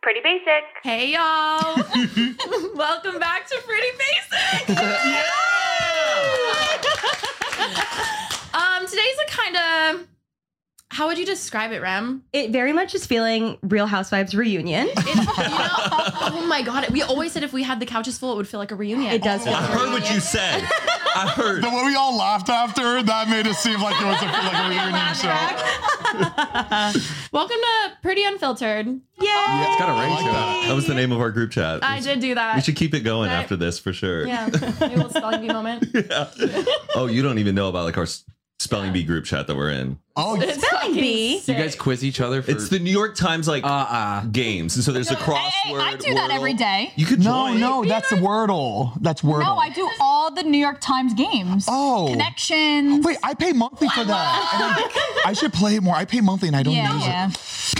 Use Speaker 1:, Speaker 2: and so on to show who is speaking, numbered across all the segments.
Speaker 1: Pretty basic.
Speaker 2: Hey, y'all. Welcome back to Pretty Basic. um, today's a kind of, how would you describe it, Rem?
Speaker 1: It very much is feeling Real Housewives reunion.
Speaker 2: It's, you know, oh my God. We always said if we had the couches full, it would feel like a reunion.
Speaker 1: It does. feel
Speaker 3: I
Speaker 1: like a
Speaker 3: heard what you said. I heard.
Speaker 4: The way we all laughed after, that made it seem like it was a, like a reunion show.
Speaker 2: Welcome to Pretty Unfiltered.
Speaker 1: Yeah.
Speaker 3: it's got a
Speaker 4: ring to it.
Speaker 3: That was the name of our group chat.
Speaker 2: I did do that.
Speaker 3: We should keep it going
Speaker 2: Right.
Speaker 3: after this for sure.
Speaker 2: yeah. Maybe we'll spelling bee moment.
Speaker 3: Oh, you don't even know about like our s- spelling bee group chat that we're in.
Speaker 4: Oh,
Speaker 2: It's
Speaker 1: Spelling
Speaker 2: fucking
Speaker 1: bee?
Speaker 5: You guys
Speaker 2: sick.
Speaker 5: quiz each other for
Speaker 3: It's the New York Times like
Speaker 5: uh
Speaker 3: games, and so there's a crossword.
Speaker 6: Hey, I do that
Speaker 3: Wordle.
Speaker 6: every day.
Speaker 3: You could
Speaker 4: no,
Speaker 3: join.
Speaker 4: no, that's Wordle. That's Wordle.
Speaker 6: No, I do all the New York Times games.
Speaker 4: Oh.
Speaker 6: Connections.
Speaker 4: Wait, I pay monthly for that. And I, I should play it more. I pay monthly and I don't
Speaker 6: yeah,
Speaker 4: use it.
Speaker 6: yeah.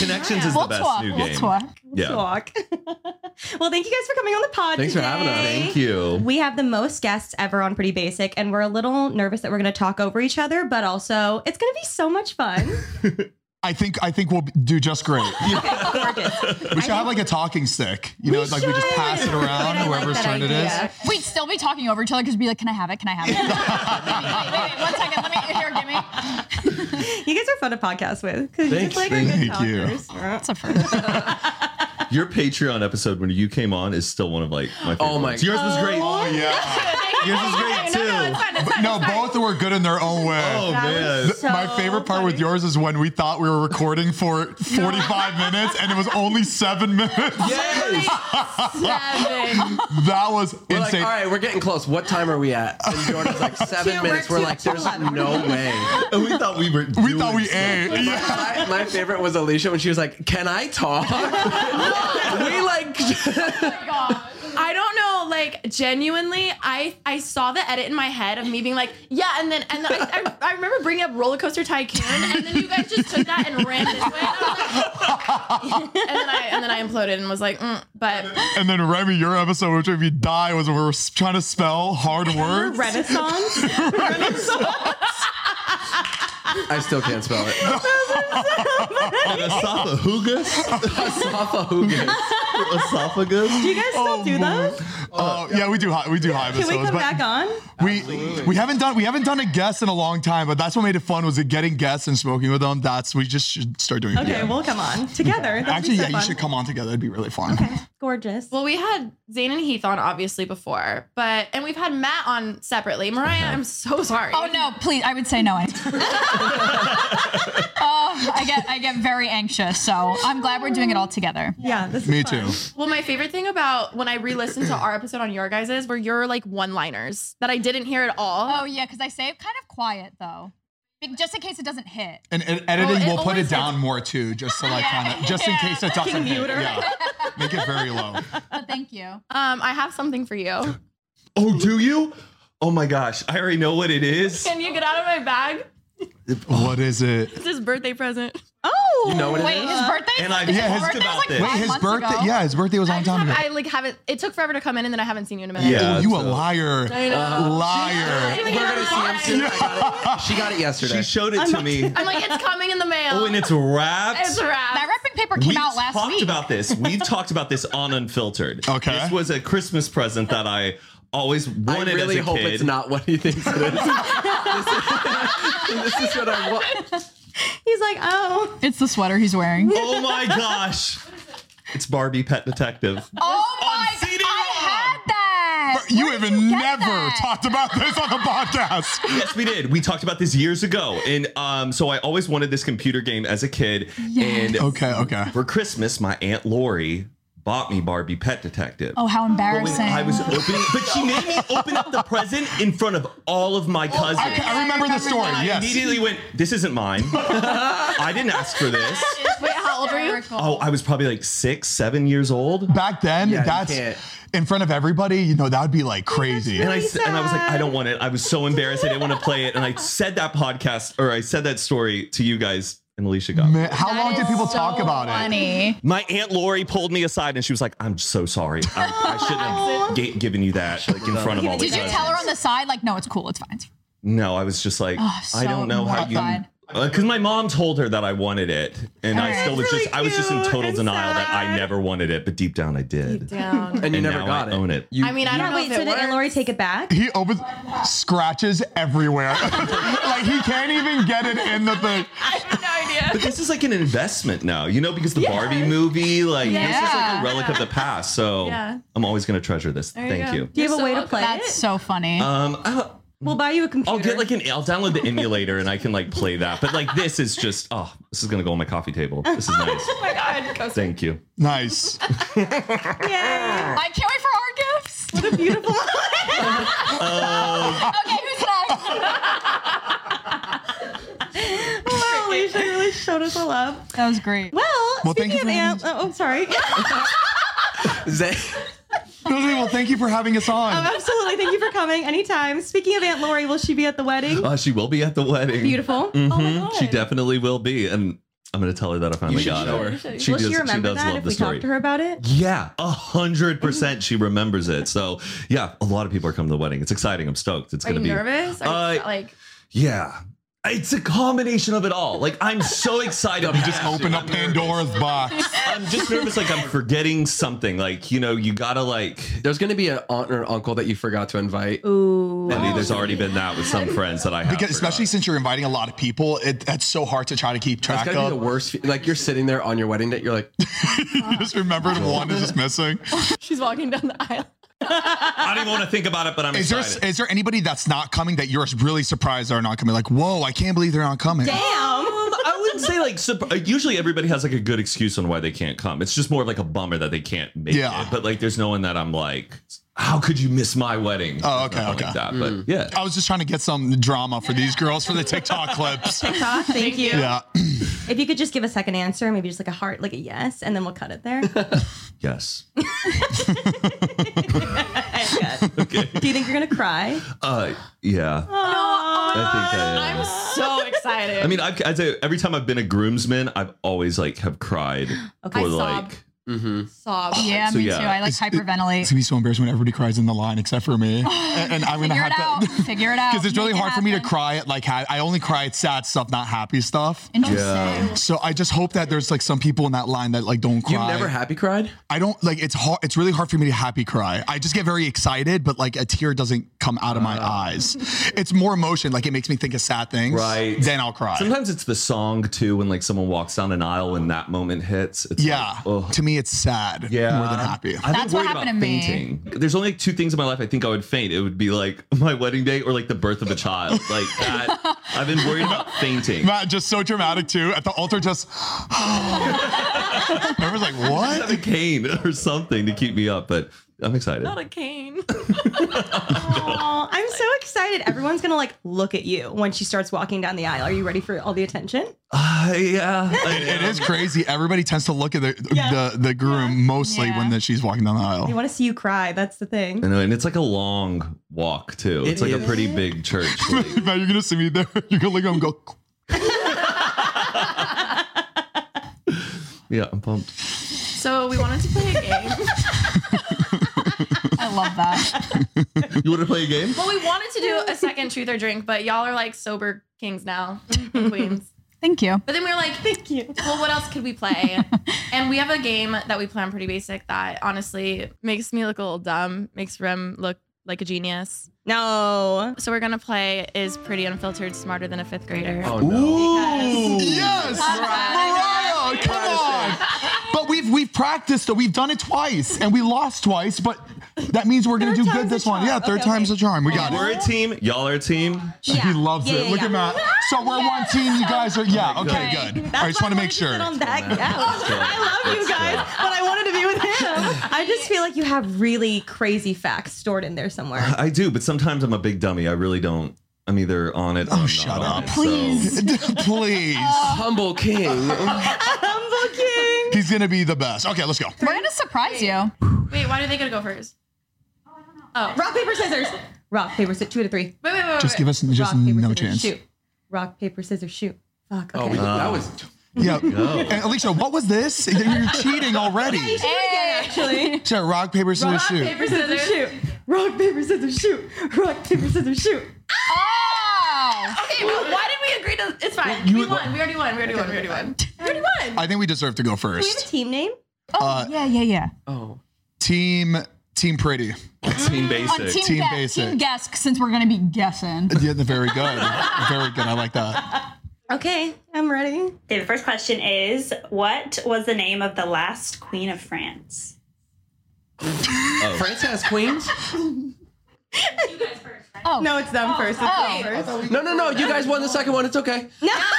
Speaker 3: Connections is
Speaker 6: We'll
Speaker 3: the best
Speaker 6: talk.
Speaker 3: new
Speaker 6: We'll
Speaker 3: game.
Speaker 6: talk.
Speaker 3: Yeah.
Speaker 1: Talk. well, thank you guys for coming on the pod.
Speaker 5: Thanks for having us.
Speaker 1: today.
Speaker 3: Thank you.
Speaker 6: We have the most guests ever on Pretty Basic, and we're a little nervous that we're going to talk over each other, but also it's going to be so much fun.
Speaker 4: I think I think we'll do just great.
Speaker 6: Gorgeous.
Speaker 4: We should have like a talking stick. You know, like we just pass it around,
Speaker 6: I like
Speaker 4: whoever's
Speaker 6: that
Speaker 4: turn it is.
Speaker 6: idea.
Speaker 7: We'd still be talking over each other because we'd be like, "Can I have it? Can I have it?" wait, wait, wait, one second. Let me here. Give me.
Speaker 6: You guys are fun to podcast with because you
Speaker 3: Thanks,
Speaker 6: just like are good
Speaker 4: thank you.
Speaker 6: talkers.
Speaker 7: That's a first.
Speaker 3: Your Patreon episode when you came on is still one of like my favorite.
Speaker 5: Oh my-
Speaker 3: ones. Yours was great.
Speaker 4: Oh yeah.
Speaker 3: Yours was great too.
Speaker 4: No, both were good in their own way.
Speaker 3: Oh man.
Speaker 4: Th- My favorite part with yours is when we thought we were recording for 45 minutes and it was only seven minutes.
Speaker 5: Yes.
Speaker 2: Seven.
Speaker 4: That was
Speaker 5: We're like, all
Speaker 4: insane.
Speaker 5: right, we're getting close. What time are we at? And Jordan's like, seven
Speaker 6: Two,
Speaker 5: minutes.
Speaker 6: we're
Speaker 5: We're
Speaker 6: two
Speaker 5: like, there's
Speaker 6: eleven.
Speaker 5: no way.
Speaker 3: And we thought we were.
Speaker 4: We thought we ate. Yeah.
Speaker 5: My, my favorite was Alicia when she was like, "Can I talk?" we like,
Speaker 2: I don't know, like genuinely, I I saw the edit in my head of me being like, yeah, and then and then I, I, I remember bringing up Roller Coaster Tycoon, and then you guys just took that and ran this way, and, I was like- and then I and then I imploded and was like, mm, but
Speaker 4: And then Remy, your episode, which if you die, was when we were s- trying to spell hard words.
Speaker 6: Renaissance.
Speaker 5: I still can't spell it.
Speaker 3: Esophagus.
Speaker 5: Esophagus.
Speaker 6: Do
Speaker 3: Esophagus.
Speaker 6: you guys still
Speaker 4: Oh,
Speaker 6: do that?
Speaker 4: Oh yeah, we do hi- we do high
Speaker 6: Can
Speaker 4: episodes.
Speaker 6: we come
Speaker 4: but
Speaker 6: back on?
Speaker 4: We we haven't done we haven't done a guest in a long time, but that's what made it fun was the getting guests and smoking with them. That's we just should start doing.
Speaker 6: Okay,
Speaker 4: that.
Speaker 6: we'll come on together. That'd
Speaker 4: Actually,
Speaker 6: be so
Speaker 4: yeah, you
Speaker 6: fun.
Speaker 4: should come on together. It'd be really fun.
Speaker 6: Gorgeous.
Speaker 2: Well, we had Zayn and Heath on obviously before, but and we've had Matt on separately. Mariah, I'm so sorry.
Speaker 7: Oh no, please. I would say no. anytime. oh, I get I get very anxious. So I'm glad we're doing it all together.
Speaker 6: yeah, this is
Speaker 4: Me
Speaker 6: fun.
Speaker 4: too.
Speaker 2: Well, my favorite thing about when I re-listened to our episode on your guys's were your like one-liners that I didn't hear at all.
Speaker 7: Oh yeah, because I say it kind of quiet though, Be- just in case it doesn't hit.
Speaker 4: And, and editing,
Speaker 6: Oh,
Speaker 2: it
Speaker 4: we'll put
Speaker 2: always
Speaker 4: it down more too, just to like kind of, just in case it doesn't. Hit. Yeah. Make it very low.
Speaker 7: But thank you.
Speaker 2: Um, I have something for you.
Speaker 3: Oh, do you? Oh my gosh, I already know what it is.
Speaker 2: Can you get out of my bag?
Speaker 4: What is it?
Speaker 2: It's his birthday present.
Speaker 6: Oh,
Speaker 5: You know what it
Speaker 7: Wait,
Speaker 5: is?
Speaker 7: his birthday?
Speaker 3: And I
Speaker 4: Yeah, his-
Speaker 3: talked
Speaker 7: birthday was,
Speaker 3: about
Speaker 7: like,
Speaker 3: this.
Speaker 4: Wait,
Speaker 7: Five
Speaker 4: his
Speaker 7: months
Speaker 4: birthday.
Speaker 7: ago.
Speaker 4: Yeah, his birthday was
Speaker 2: I
Speaker 4: on
Speaker 2: just
Speaker 4: time
Speaker 2: have,
Speaker 4: ago.
Speaker 2: I like haven't. It took forever to come in, and then I haven't seen you in a minute.
Speaker 3: Yeah.
Speaker 4: Oh, you a
Speaker 3: so- Uh,
Speaker 4: liar!
Speaker 2: I know.
Speaker 4: Liar!
Speaker 5: We're gonna see him soon. I got it. She got it yesterday.
Speaker 3: She showed it to me.
Speaker 2: I'm like, it's coming in the mail.
Speaker 3: Oh, and it's wrapped.
Speaker 2: it's wrapped.
Speaker 7: That wrapping paper
Speaker 3: We've
Speaker 7: came out last
Speaker 3: talked
Speaker 7: week.
Speaker 3: about this. We've talked about this on Unfiltered.
Speaker 4: Okay.
Speaker 3: This was a Christmas present that I always
Speaker 5: I
Speaker 3: wanted
Speaker 5: really
Speaker 3: as a
Speaker 5: hope
Speaker 3: kid.
Speaker 5: it's not what he thinks it is. this, is this is what I want.
Speaker 6: he's like, oh,
Speaker 7: It's the sweater he's wearing.
Speaker 3: Oh my Oh gosh. It's Barbie Pet Detective.
Speaker 7: Oh my!
Speaker 4: CD
Speaker 7: I had that.
Speaker 4: You
Speaker 7: Where
Speaker 4: have
Speaker 7: did you get
Speaker 4: never
Speaker 7: that?
Speaker 4: talked about this on the podcast.
Speaker 3: yes, we did. We talked about this years ago, and um, so I always wanted this computer game as a kid. And
Speaker 4: Okay, okay.
Speaker 3: for Christmas, my aunt Lori bought me Barbie Pet Detective.
Speaker 7: Oh, how
Speaker 3: But when
Speaker 7: embarrassing!
Speaker 3: I was opening, but she made me open up the present in front of all of my cousins.
Speaker 4: Oh, I, I remember the story.
Speaker 3: I
Speaker 4: Yes.
Speaker 3: immediately went, "This isn't mine. I didn't ask for this."
Speaker 2: Wait, how old are you?
Speaker 3: Oh, I was probably like six, seven years old.
Speaker 4: Back then,
Speaker 5: Yeah, you can't.
Speaker 4: that's in front of everybody. You know, that would be like crazy.
Speaker 3: And I, s- and I was like, I don't want it. I was so embarrassed. I didn't want to play it. And I said that podcast or I said that story to you guys and Alicia got. me.
Speaker 4: Man, how long did people talk about it?
Speaker 7: Funny.
Speaker 3: My Aunt Lori pulled me aside and she was like, I'm so sorry. I, I shouldn't have g- given you that like in front of all the
Speaker 7: Did you
Speaker 3: cousins."
Speaker 7: tell her on the side like, no, it's cool, it's fine.
Speaker 3: No, I was just like,
Speaker 6: Oh,
Speaker 3: I
Speaker 7: so
Speaker 3: don't know how you.
Speaker 7: mortified.
Speaker 3: Because my mom told her that I wanted it, and I
Speaker 7: Alright.
Speaker 3: still was
Speaker 6: That's
Speaker 3: just—I was just in
Speaker 6: really
Speaker 3: total
Speaker 6: cute
Speaker 3: denial that I
Speaker 6: and sad.
Speaker 3: never wanted it, but deep down I did.
Speaker 2: Down.
Speaker 5: and you
Speaker 3: And
Speaker 5: never
Speaker 3: now
Speaker 5: got
Speaker 3: I
Speaker 5: it.
Speaker 3: own it.
Speaker 5: You,
Speaker 2: I mean, I don't know
Speaker 6: Wait,
Speaker 2: if
Speaker 6: so
Speaker 2: it
Speaker 6: did Aunt Lori
Speaker 2: works.
Speaker 6: take it back?
Speaker 4: He opens scratches everywhere. like he can't even get it in the thing.
Speaker 2: I have no
Speaker 3: But
Speaker 2: idea.
Speaker 3: this is like an investment now, you know, because the Barbie movie, like this is like
Speaker 7: Yeah.
Speaker 3: a relic of the past. So
Speaker 2: Yeah.
Speaker 3: I'm always gonna treasure this.
Speaker 2: you
Speaker 3: Thank
Speaker 2: go.
Speaker 3: you.
Speaker 6: Do you have
Speaker 2: You're
Speaker 6: a
Speaker 2: so
Speaker 6: way to
Speaker 2: welcome.
Speaker 6: play
Speaker 7: That's
Speaker 6: it?
Speaker 7: so funny.
Speaker 3: Um, I'll,
Speaker 6: We'll buy you a computer.
Speaker 3: I'll get like an. I'll download the emulator and I can like play that. But like this is just oh, this is gonna go on my coffee table. This is nice.
Speaker 2: Oh my god. Costa.
Speaker 3: Thank you.
Speaker 4: Nice.
Speaker 6: Yay!
Speaker 7: I can't wait for our gifts.
Speaker 6: What a beautiful.
Speaker 3: Um,
Speaker 7: Okay, who's next?
Speaker 6: wow, Alicia really showed us a love.
Speaker 7: that was great.
Speaker 6: Well,
Speaker 4: Well, thank you
Speaker 6: speaking
Speaker 4: for
Speaker 6: of
Speaker 4: having
Speaker 6: Aunt, oh, I'm sorry.
Speaker 5: Zay-
Speaker 4: Lily, well, thank you for having us on.
Speaker 6: Um, Absolutely, thank you for coming. Anytime. Speaking of Aunt Lori, will she be at the wedding?
Speaker 3: Uh, she will be at the wedding.
Speaker 6: Beautiful.
Speaker 3: Mhm. She definitely will be, and I'm gonna tell her that I finally
Speaker 5: You should
Speaker 3: got
Speaker 5: show
Speaker 3: it.
Speaker 5: her.
Speaker 3: She
Speaker 6: will
Speaker 3: does.
Speaker 6: she
Speaker 3: she
Speaker 6: remember
Speaker 3: does
Speaker 6: that
Speaker 3: love
Speaker 6: if
Speaker 3: the
Speaker 6: we
Speaker 3: story.
Speaker 6: talk to her about it?
Speaker 3: Yeah, a hundred percent. She remembers it. So yeah, a lot of people are coming to the wedding. It's exciting. I'm stoked. It's
Speaker 2: Are
Speaker 3: gonna
Speaker 2: you
Speaker 3: be
Speaker 2: nervous? Are you
Speaker 3: Uh,
Speaker 2: like
Speaker 3: Yeah. It's a combination of it all. Like I'm so excited.
Speaker 4: You just opened up Pandora's box.
Speaker 3: I'm just nervous. Like I'm forgetting something. Like you know, you gotta like.
Speaker 5: There's going to be an aunt or uncle that you forgot to invite.
Speaker 6: Ooh.
Speaker 3: I mean, there's already been that with some friends that I have.
Speaker 4: Because especially since you're inviting a lot of people, it, that's so hard to try to keep
Speaker 5: That's
Speaker 4: track
Speaker 5: got to be the
Speaker 4: of.
Speaker 5: worst. fe- Like you're sitting there on your wedding day, you're like,
Speaker 4: You just remembered one is just missing.
Speaker 2: she's walking down the aisle?
Speaker 3: I don't even want to think about it, but I'm
Speaker 4: Is there
Speaker 3: excited.
Speaker 4: is there anybody that's not coming that you're really surprised are not coming? Like, whoa, I can't believe they're not coming.
Speaker 3: Um, I wouldn't say like sup- uh, usually everybody has like a good excuse on why they can't come. It's just more of like a bummer that they can't make
Speaker 4: Yeah.
Speaker 3: it. But like, there's no one that I'm like, how could you miss my wedding?
Speaker 4: Oh, okay,
Speaker 3: Nothing
Speaker 4: okay.
Speaker 3: Like that. But yeah,
Speaker 4: I was just trying to get some drama for these girls for the TikTok clips.
Speaker 6: Thank, you.
Speaker 4: Yeah.
Speaker 6: If you could just give a second answer, maybe just like a heart, like a yes, and then we'll cut it there.
Speaker 3: yes.
Speaker 6: okay. Do you think you're gonna cry?
Speaker 3: Uh, yeah. I think I am.
Speaker 2: I'm so excited.
Speaker 3: I mean, I've, I'd say every time I've been a groomsman, I've always like have cried
Speaker 6: Okay.
Speaker 3: or
Speaker 6: I
Speaker 2: sob.
Speaker 3: like
Speaker 2: sob.
Speaker 7: Yeah,
Speaker 3: So,
Speaker 7: me
Speaker 3: yeah.
Speaker 7: too. I like
Speaker 4: It's
Speaker 7: hyperventilate.
Speaker 4: gonna be so embarrassed when everybody cries in the line except for me, and, and I'm gonna
Speaker 7: Figure
Speaker 4: have
Speaker 7: it out.
Speaker 4: to.
Speaker 7: Figure it out.
Speaker 4: Because it's really
Speaker 7: Make it
Speaker 4: hard for me to
Speaker 7: happen.
Speaker 4: cry at like ha- I only cry at sad stuff, not happy stuff.
Speaker 7: Interesting.
Speaker 4: So I just hope that there's like some people in that line that like don't cry.
Speaker 5: you've never happy cried?
Speaker 4: I don't like it's hard. It's really hard for me to happy cry. I just get very excited, but like a tear doesn't come out of my
Speaker 3: Ah.
Speaker 4: eyes. It's more emotion. Like it makes me think of sad things.
Speaker 3: Right.
Speaker 4: Then I'll cry.
Speaker 3: Sometimes it's the song too when like someone walks down an aisle when that moment hits. It's
Speaker 4: yeah.
Speaker 3: like, oh
Speaker 4: to me, it's sad.
Speaker 3: yeah,
Speaker 4: More than happy.
Speaker 3: I've been
Speaker 7: That's what
Speaker 3: worried
Speaker 7: happened
Speaker 3: about
Speaker 7: to me.
Speaker 3: fainting. There's only like two things in my life I think I would faint. It would be like my wedding day or like the birth of a child. Like that. I've been worried about fainting.
Speaker 4: Matt, just so dramatic too. At the altar, just. Remember's like,
Speaker 3: I have a
Speaker 4: what?
Speaker 3: cane or something to keep me up, but I'm excited.
Speaker 2: Not a cane.
Speaker 6: Aw, I'm so excited. Everyone's gonna like look at you when she starts walking down the aisle. Are you ready for all the attention?
Speaker 3: Ah, yeah, I
Speaker 4: It
Speaker 3: am.
Speaker 4: is crazy. Everybody tends to look at the
Speaker 6: Yeah.
Speaker 4: the, the groom mostly
Speaker 7: Yeah.
Speaker 4: when the, she's walking down the
Speaker 3: Oh.
Speaker 6: They
Speaker 4: aisle.
Speaker 6: want to see you cry. That's the thing.
Speaker 3: I know, and it's like a long walk too.
Speaker 5: It
Speaker 3: it's like
Speaker 5: is.
Speaker 3: a pretty big church. like-
Speaker 4: Matt, you're gonna see me there. You're gonna look at him and go.
Speaker 3: yeah, I'm pumped.
Speaker 2: So we wanted to play a game.
Speaker 7: I love that.
Speaker 3: You want to play a game?
Speaker 2: Well, we wanted to do a second truth or drink, but y'all are like sober kings now, and queens.
Speaker 7: Thank you.
Speaker 2: But then we were like, thank you. Well, what else could we play? and we have a game that we play on Pretty Basic that honestly makes me look a little dumb, makes Rem look like a genius.
Speaker 6: No.
Speaker 2: So we're gonna play is pretty unfiltered, smarter than a fifth grader.
Speaker 5: Oh no.
Speaker 4: Yes, Mariah, come on. But we've We've we've practiced though. We've done it twice, and we lost twice. But that means we're gonna do good this one. Yeah, third time's the charm. We got
Speaker 3: We're
Speaker 4: it.
Speaker 3: a team. Y'all are a team.
Speaker 4: He loves it. Look at Matt. So we're one team. You guys
Speaker 3: Oh
Speaker 4: are. Yeah. Okay. Good. All right. Just want to make sure.
Speaker 8: on that couch. I love you
Speaker 4: That's
Speaker 8: guys, but I wanted to be with him. I just feel like you have really crazy facts stored in there somewhere.
Speaker 4: Uh,
Speaker 3: I do, but sometimes I'm a big dummy. I really don't. I'm either on it. Oh, shut up,
Speaker 4: Please. Please. Humble king.
Speaker 8: Humble king.
Speaker 4: He's gonna be the best. Okay, let's go.
Speaker 7: We're gonna surprise you.
Speaker 2: Wait, why do they gotta go first? Oh,
Speaker 8: rock paper scissors. Rock paper scissors. Two to three.
Speaker 2: Wait, wait, wait.
Speaker 4: Just give us just no chance.
Speaker 8: Shoot. Rock paper scissors. Shoot. Fuck. Okay.
Speaker 4: Oh, we- that was- Yeah.
Speaker 8: Go.
Speaker 4: And Alicia, what was this? You're cheating already.
Speaker 8: Yeah, you should actually.
Speaker 4: Sure, rock, paper, scissors, shoot.
Speaker 8: scissors, shoot.
Speaker 4: Oh.
Speaker 8: Rock, paper, scissors, shoot. Rock, paper, scissors, shoot.
Speaker 2: Oh! Okay, but why did we agree to? It's fine. we won. We already won. We already won. We already won. We already won.
Speaker 4: I think we deserve to go first.
Speaker 8: a team name?
Speaker 4: Oh, Uh,
Speaker 7: yeah, yeah, yeah.
Speaker 4: Oh. Team Team Pretty. Team
Speaker 7: On team, Gue-
Speaker 4: Basic.
Speaker 7: Team Guess, since we're gonna be guessing.
Speaker 4: yeah, very good. Very good. I like that.
Speaker 8: Okay, I'm ready.
Speaker 9: Okay, the first question is What was the name of the last queen of France?
Speaker 5: France has queens.
Speaker 7: Oh
Speaker 8: no, it's them first. It's them first.
Speaker 5: No, no, no. You guys won the second one. It's okay.
Speaker 8: No. Oh,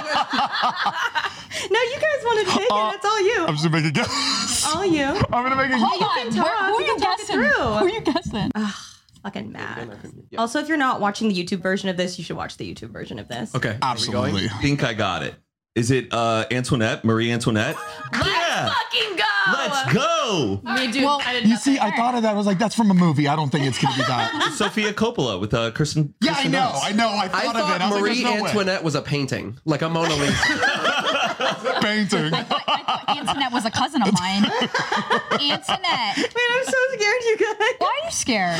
Speaker 8: no, you guys wanted to take it. It's all you.
Speaker 4: Uh, I'm just gonna make a guess.
Speaker 8: All you.
Speaker 4: I'm gonna make
Speaker 8: You
Speaker 4: a
Speaker 8: can
Speaker 7: who
Speaker 8: talk.
Speaker 7: are
Speaker 8: you
Speaker 7: you
Speaker 8: can talk it
Speaker 7: guessing?
Speaker 8: through.
Speaker 7: Who are you guessing?
Speaker 8: Fucking mad. Also, if you're not watching the YouTube version of this, you should watch the YouTube version of this.
Speaker 3: Okay,
Speaker 4: absolutely.
Speaker 3: Think I got it. Is it uh, Antoinette? Marie Antoinette?
Speaker 2: Let's fucking go.
Speaker 3: Let's go.
Speaker 2: Me do. I did
Speaker 4: You see, I thought of that. I was like, that's from a movie. I don't think it's gonna be that.
Speaker 3: Sophia Coppola with uh, Kirsten.
Speaker 4: Yeah, I
Speaker 3: Kirsten
Speaker 4: know,
Speaker 3: Dunst.
Speaker 4: I know, I thought of it. I was like,
Speaker 5: Marie
Speaker 4: there's no way.
Speaker 5: Antoinette was a painting, like a Mona Lisa.
Speaker 4: painting.
Speaker 7: Antoinette was a cousin of mine. Antoinette. Wait,
Speaker 8: I'm so scared, you guys.
Speaker 7: Why are you scared?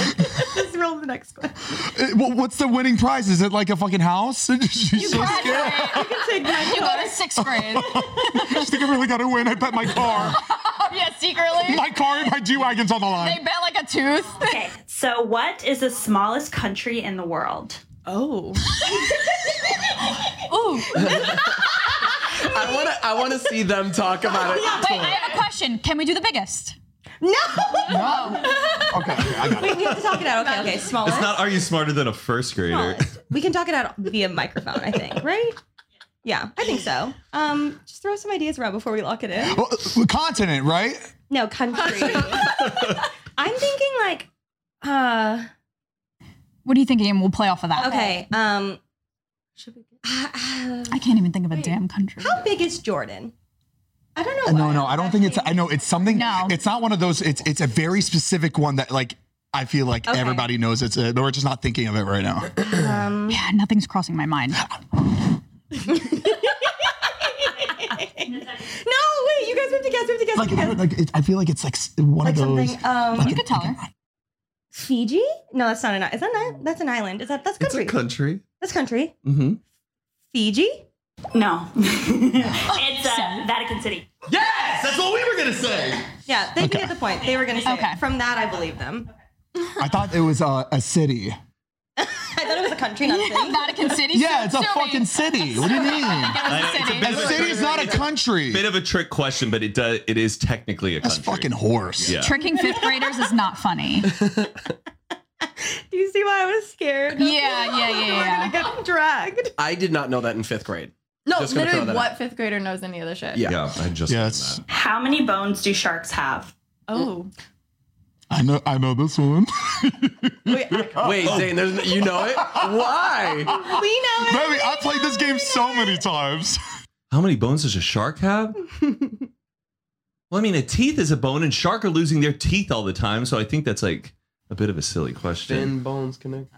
Speaker 8: Let's roll the next one.
Speaker 4: Uh, wha- What's the winning prize? Is it like a fucking house? She's so scared.
Speaker 7: You
Speaker 8: can take
Speaker 7: You go to sixth grade.
Speaker 4: I think I really gotta win. I bet my car.
Speaker 7: oh yeah, secretly.
Speaker 4: My car and my G Wagon's on the line.
Speaker 7: They bet like a tooth.
Speaker 9: Okay, so what is the smallest country in the world?
Speaker 8: Oh.
Speaker 7: Ooh.
Speaker 5: I want to. I want to see them talk about it.
Speaker 7: Wait, I have a question. Can we do the biggest?
Speaker 8: No.
Speaker 7: No.
Speaker 4: Okay, I got
Speaker 8: We have to talk it out. Okay, okay. Smaller.
Speaker 3: It's not Are You Smarter Than a First Grader?
Speaker 8: we can talk it out via microphone, I think, right? Yeah, I think so. Um, just throw some ideas around before we lock it in.
Speaker 4: Well, uh, continent, right?
Speaker 8: No, country. I'm thinking like uh
Speaker 7: What are you thinking? And we'll play off of that.
Speaker 8: okay, um
Speaker 7: I can't even think of a damn country.
Speaker 8: how big is Jordan? I don't know.
Speaker 4: No, no, I don't think it's. I know it's something. It's not one of those. It's it's a very specific one that like I feel like
Speaker 7: Okay.
Speaker 4: everybody knows it's. A, but we're just not thinking of it right now.
Speaker 8: Um,
Speaker 7: yeah, nothing's crossing my mind.
Speaker 8: No, wait, you guys have to guess, we have to guess.
Speaker 4: Like, I, don't- like it, I feel like it's like s- one
Speaker 8: Like
Speaker 4: of those.
Speaker 8: something um
Speaker 4: like
Speaker 8: you
Speaker 4: could
Speaker 7: tell her.
Speaker 8: Fiji? No, that's not an island. Is that an island? That's an island. Is that that's country?
Speaker 3: Country.
Speaker 8: That's country.
Speaker 3: Mm-hmm.
Speaker 8: Fiji?
Speaker 9: No. it's uh, Vatican City.
Speaker 3: Yes, that's what we were gonna say.
Speaker 8: Yeah, they
Speaker 4: Okay.
Speaker 8: can get the point. They were gonna say it. from that I believe them.
Speaker 4: I thought it was uh, a city.
Speaker 8: I thought it was a country, not a city.
Speaker 7: Vatican City.
Speaker 4: Yeah, it's a fucking city. What do you mean? a city's not a country.
Speaker 3: Bit of a trick question, but it does. It is technically a country. That's fucking
Speaker 4: horse. Yeah.
Speaker 7: Tricking fifth graders is not funny.
Speaker 8: Do you see why I was scared?
Speaker 7: Yeah, yeah, yeah,
Speaker 8: We're
Speaker 7: yeah.
Speaker 8: gonna get dragged.
Speaker 5: I did not know that in fifth grade.
Speaker 2: No,
Speaker 5: Just gonna throw
Speaker 2: literally,
Speaker 5: that
Speaker 2: what fifth grader knows any of this shit?
Speaker 5: Yeah.
Speaker 3: I just.
Speaker 4: Yes,
Speaker 9: How many bones do sharks have?
Speaker 2: Oh.
Speaker 4: I know. I know this one.
Speaker 5: Wait, Zane, there's, you know it? Why?
Speaker 8: We know it.
Speaker 4: Baby, I played this game so many times.
Speaker 3: How many bones does a shark have? well, I mean, a teeth is a bone, and shark are losing their teeth all the time. So I think that's like a bit of a silly question.
Speaker 5: Thin bones connect.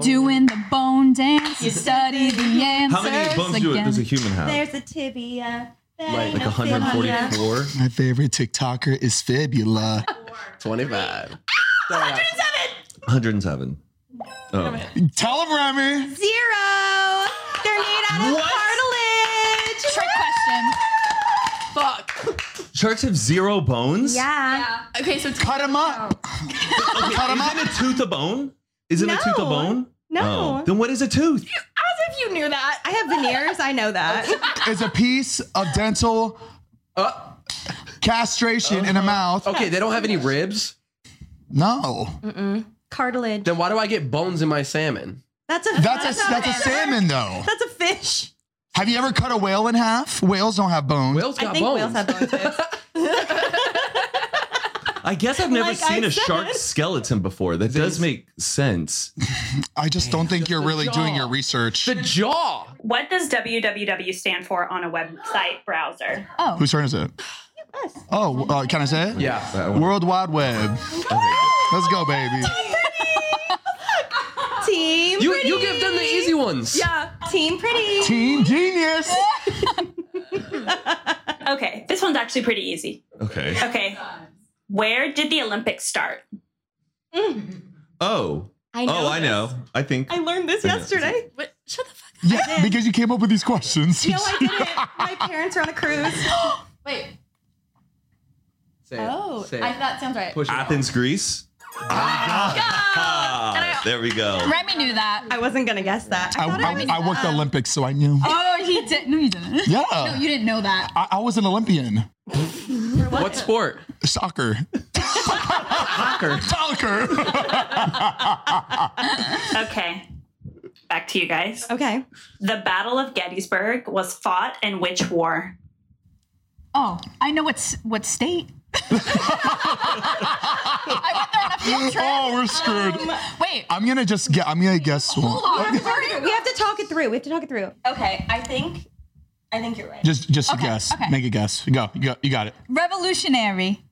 Speaker 7: Doing the bone dance. You study the answers
Speaker 3: How many bones do a,
Speaker 7: again.
Speaker 3: does a human have?
Speaker 8: There's a tibia. There
Speaker 3: Like,
Speaker 8: ain't
Speaker 3: like
Speaker 8: no
Speaker 3: 144.
Speaker 4: My favorite TikToker is Fibula.
Speaker 5: 25.
Speaker 3: 107. Oh.
Speaker 4: Tell him, Remy.
Speaker 8: fibula. Zero. They're made out of cartilage.
Speaker 7: Trick question.
Speaker 2: Fuck.
Speaker 3: Sharks have zero bones.
Speaker 8: Yeah.
Speaker 2: Okay, so
Speaker 4: cut him up.
Speaker 3: Okay, isn't a tooth a bone? Isn't a tooth a
Speaker 8: No.
Speaker 3: bone?
Speaker 8: No.
Speaker 3: Oh, Then what is a tooth?
Speaker 8: As if you knew that. I have veneers. I know that.
Speaker 4: Is a piece of dental Castration in a mouth.
Speaker 5: Uh. Okay, they don't have any ribs.
Speaker 4: No.
Speaker 6: Mm-mm. Cartilage.
Speaker 5: Then why do I get bones in my salmon?
Speaker 6: That's a
Speaker 4: That's a that's a salmon though.
Speaker 6: That's a fish.
Speaker 4: Have you ever cut a whale in half? Whales don't have bones.
Speaker 5: Whales
Speaker 6: I think whales have bones. too.
Speaker 3: I guess I've never
Speaker 6: Like I
Speaker 3: seen a
Speaker 6: said.
Speaker 3: shark skeleton before. That does make sense.
Speaker 4: I just don't think you're really doing your research.
Speaker 5: The jaw.
Speaker 9: What does www stand for on a website browser?
Speaker 7: Oh.
Speaker 4: Whose turn is it? Oh, uh, can I say it?
Speaker 5: Yeah.
Speaker 4: World Wide Web. Let's go, baby.
Speaker 6: Team.
Speaker 5: You
Speaker 6: pretty.
Speaker 5: you give them the easy ones.
Speaker 6: Yeah. Team pretty.
Speaker 4: Team genius.
Speaker 9: Okay, this one's actually pretty easy.
Speaker 3: Okay.
Speaker 9: Okay. Where did the Olympics start?
Speaker 3: Oh.
Speaker 6: I know
Speaker 3: oh, I
Speaker 6: this.
Speaker 3: know. I think.
Speaker 6: I learned this
Speaker 3: I know.
Speaker 6: yesterday.
Speaker 2: What? Shut the fuck.
Speaker 4: Yeah, because you came up with these questions.
Speaker 6: No, I didn't. My parents are on a cruise.
Speaker 2: Wait.
Speaker 5: Say it.
Speaker 2: Oh,
Speaker 5: Say it.
Speaker 2: I, that sounds right.
Speaker 5: Push it.
Speaker 3: Athens, Greece. Ah, there we go.
Speaker 7: Remy knew that.
Speaker 6: I wasn't gonna guess that.
Speaker 4: I,
Speaker 6: thought
Speaker 4: I, I worked the Olympics, so I knew.
Speaker 7: Oh, he did. No, you didn't.
Speaker 4: Yeah.
Speaker 7: No, you didn't know that.
Speaker 4: I, I was an Olympian.
Speaker 5: What sport?
Speaker 4: Soccer. Soccer. Soccer.
Speaker 9: Okay. Back to you guys.
Speaker 6: okay.
Speaker 9: The Battle of Gettysburg was fought in which war?
Speaker 7: Oh, I know what's what state. I went there on a field trip.
Speaker 4: oh,
Speaker 6: Um,
Speaker 4: we're screwed.
Speaker 7: Wait.
Speaker 4: I'm gonna just get. I'm gonna guess one.
Speaker 7: I'm sorry.
Speaker 6: We have to talk it through. We have to talk it through.
Speaker 1: Okay, I think I think you're right.
Speaker 4: Just, just
Speaker 7: Okay,
Speaker 4: guess.
Speaker 7: okay.
Speaker 4: Make a guess. Go. You got, you got it.
Speaker 7: Revolutionary.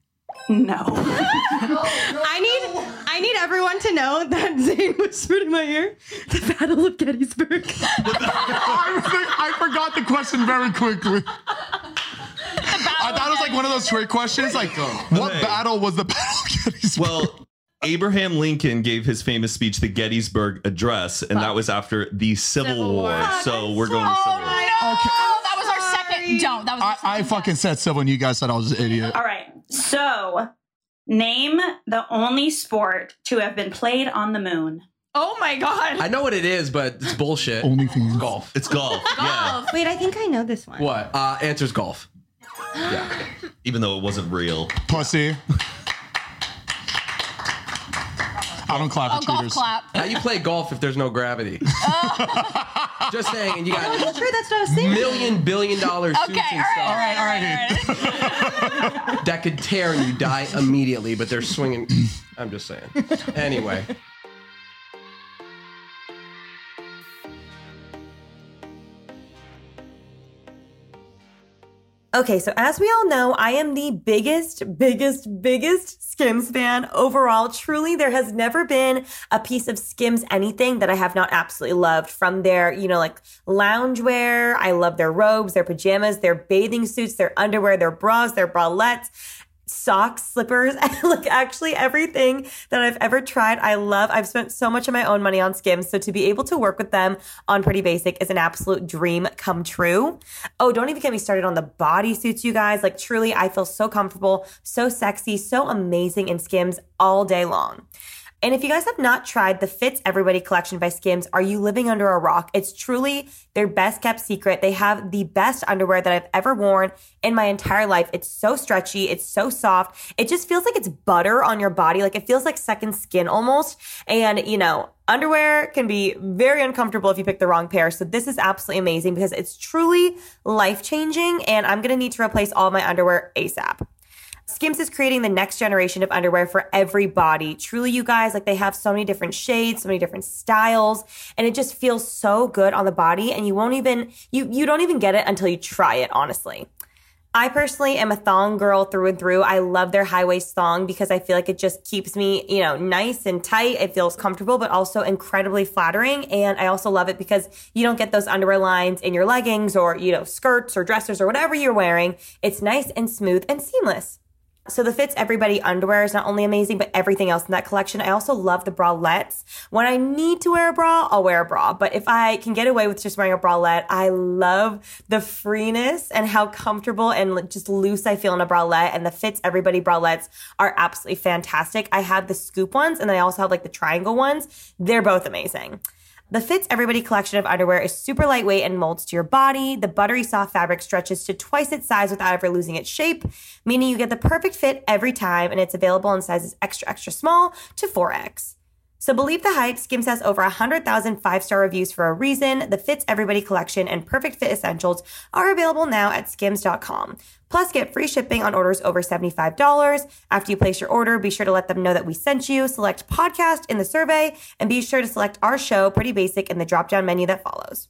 Speaker 9: No.
Speaker 6: I need I need everyone to know that Zane whispered in my ear the Battle of Gettysburg.
Speaker 4: I, think I forgot the question very quickly. I thought it was like one of those trick questions, like what
Speaker 3: Okay.
Speaker 4: battle was the battle of Gettysburg?
Speaker 3: Well, Abraham Lincoln gave his famous speech, the Gettysburg Address, and that was after the Civil,
Speaker 2: Civil
Speaker 3: War.
Speaker 2: War. Fuck,
Speaker 3: So we're going to Civil War.
Speaker 4: Okay.
Speaker 7: Oh, that was our second. No, that was. Our
Speaker 4: I, I
Speaker 7: second
Speaker 4: fucking said civil and you guys said I was an idiot.
Speaker 9: All right. So, name the only sport to have been played on the moon.
Speaker 2: Oh my god.
Speaker 5: I know what it is, but it's bullshit.
Speaker 4: Only thing.
Speaker 5: golf.
Speaker 3: It's golf. yeah.
Speaker 2: Oh,
Speaker 6: Wait, I think I know this one.
Speaker 5: What? Uh, answer's golf.
Speaker 3: Even though it wasn't real.
Speaker 4: Pussy. I don't clap
Speaker 7: Oh,
Speaker 4: at
Speaker 7: golf
Speaker 4: cheaters.
Speaker 7: clap.
Speaker 5: How you play golf if there's no gravity?
Speaker 2: Oh.
Speaker 5: Just saying, and you
Speaker 7: Oh,
Speaker 5: got
Speaker 6: That's true. That's what I was thinking.
Speaker 5: million billion dollar suits
Speaker 7: Okay, all
Speaker 5: and
Speaker 7: right,
Speaker 5: stuff
Speaker 7: all right, all right. all right.
Speaker 5: that could tear and you die immediately, but they're swinging. I'm just saying. Anyway,
Speaker 8: Okay, so as we all know, I am the biggest, biggest, biggest Skims fan overall. Truly, there has never been a piece of Skims anything that I have not absolutely loved. From their, you know, like loungewear, I love their robes, their pajamas, their bathing suits, their underwear, their bras, their bralettes, socks, slippers, like actually everything that I've ever tried, I love. I've spent so much of my own money on Skims, so to be able to work with them on Pretty Basic is an absolute dream come true. Oh, don't even get me started on the bodysuits, you guys. Like, truly, I feel so comfortable, so sexy, so amazing in Skims all day long. And if you guys have not tried the Fits Everybody collection by Skims, are you living under a rock? It's truly their best kept secret. They have the best underwear that I've ever worn in my entire life. It's so stretchy, it's so soft. It just feels like it's butter on your body. Like it feels like second skin almost. And, you know, Underwear can be very uncomfortable if you pick the wrong pair. So, this is absolutely amazing because it's truly life changing, and I'm gonna need to replace all my underwear ASAP. Skims is creating the next generation of underwear for every body. Truly, you guys, like they have so many different shades, so many different styles, and it just feels so good on the body. And you won't even you you don't even get it until you try it, honestly. I personally am a thong girl through and through. I love their high waist thong because I feel like it just keeps me, you know, nice and tight. It feels comfortable, but also incredibly flattering. And I also love it because you don't get those underwear lines in your leggings or, you know, skirts or dressers or whatever you're wearing. It's nice and smooth and seamless. So the Fits Everybody underwear is not only amazing, but everything else in that collection. I also love the bralettes. When I need to wear a bra, I'll wear a bra. But if I can get away with just wearing a bralette, I love the freeness and how comfortable and like, just loose I feel in a bralette. And the Fits Everybody bralettes are absolutely fantastic. I have the scoop ones and I also have like the triangle ones. They're both amazing.
Speaker 10: The Fits Everybody collection of underwear is super lightweight and molds to your body. The buttery soft fabric stretches to twice its size without ever losing its shape, meaning you get the perfect fit every time, and it's available in sizes extra, extra small to 4X. So believe the hype, Skims has over 100,000 five-star reviews for a reason. The Fits Everybody collection and Perfect Fit Essentials are available now at skims.com. Plus, get free shipping on orders over $75. After you place your order, be sure to let them know that we sent you, select podcast in the survey, and be sure to select our show, Pretty Basic, in the drop-down menu that follows.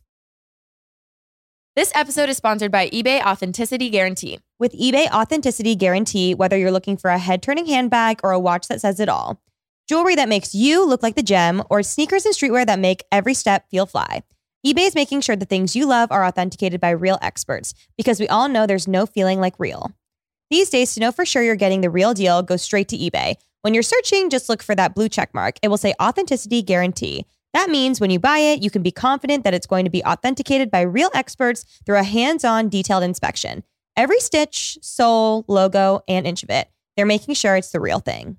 Speaker 11: This episode is sponsored by eBay Authenticity Guarantee.
Speaker 8: With eBay Authenticity Guarantee, whether you're looking for a head turning handbag or a watch that says it all, jewelry that makes you look like the gem, or sneakers and streetwear that make every step feel fly, eBay is making sure the things you love are authenticated by real experts because we all know there's no feeling like real. These days, to know for sure you're getting the real deal, go straight to eBay. When you're searching, just look for that blue check mark. It will say Authenticity Guarantee. That means when you buy it, you can be confident that it's going to be authenticated by real experts through a hands on, detailed inspection. Every stitch, sole, logo, and inch of it, they're making sure it's the real thing.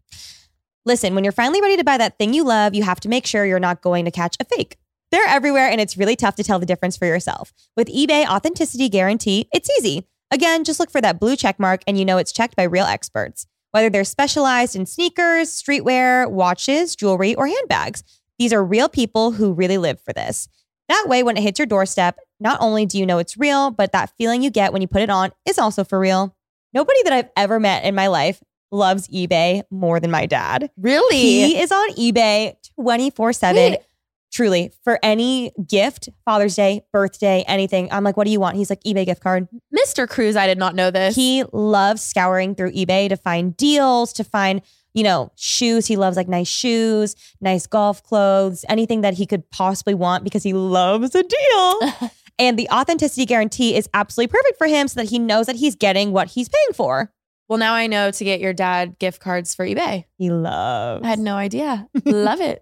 Speaker 8: Listen, when you're finally ready to buy that thing you love, you have to make sure you're not going to catch a fake. They're everywhere, and it's really tough to tell the difference for yourself. With eBay Authenticity Guarantee, it's easy. Again, just look for that blue check mark, and you know it's checked by real experts. Whether they're specialized in sneakers, streetwear, watches, jewelry, or handbags, these are real people who really live for this. That way, when it hits your doorstep, not only do you know it's real, but that feeling you get when you put it on is also for real. Nobody that I've ever met in my life loves eBay more than my dad.
Speaker 11: Really?
Speaker 8: He is on eBay 24 7.
Speaker 11: Wait.
Speaker 8: Truly, for any gift, Father's Day, birthday, anything. I'm like, what do you want? He's like, eBay gift card.
Speaker 11: Mr. Cruz, I did not know this.
Speaker 8: He loves scouring through eBay to find deals, to find, you know, shoes. He loves like nice shoes, nice golf clothes, anything that he could possibly want because he loves a deal. and the authenticity guarantee is absolutely perfect for him so that he knows that he's getting what he's paying for.
Speaker 11: Well, now I know to get your dad gift cards for eBay.
Speaker 8: He loves.
Speaker 11: I had no idea. Love it.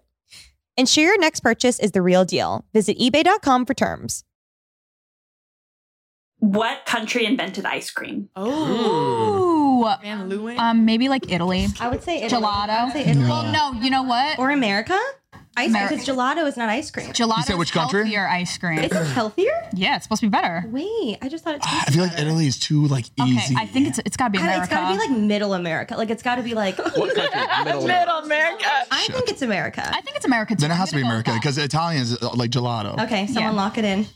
Speaker 8: And sure, your next purchase is the real deal. Visit ebay.com for terms.
Speaker 9: What country invented ice cream?
Speaker 7: Oh. Ooh. Van Leeuwen? Um, maybe like Italy.
Speaker 8: I would say
Speaker 9: Italy.
Speaker 7: Gelato.
Speaker 9: I would say Italy.
Speaker 7: Well, no, you know what?
Speaker 8: Or America?
Speaker 7: Ameri-
Speaker 8: Ice cream because gelato is not ice cream.
Speaker 7: Gelato
Speaker 4: You said
Speaker 7: is
Speaker 4: which country?
Speaker 7: healthier ice cream.
Speaker 8: Is it healthier?
Speaker 7: Yeah, it's supposed to be better.
Speaker 8: Wait, I just thought it tasted
Speaker 4: I feel like Italy is too like easy.
Speaker 7: I think it's it's gotta be
Speaker 8: I don't-
Speaker 7: America.
Speaker 8: It's got to be like middle America. Like it's got to be like
Speaker 4: What country? Middle Middle
Speaker 7: America.
Speaker 8: I think it's America. I
Speaker 7: think it's America.
Speaker 4: Then it has to be America because Italian is uh, like gelato.
Speaker 8: Okay, someone lock it in.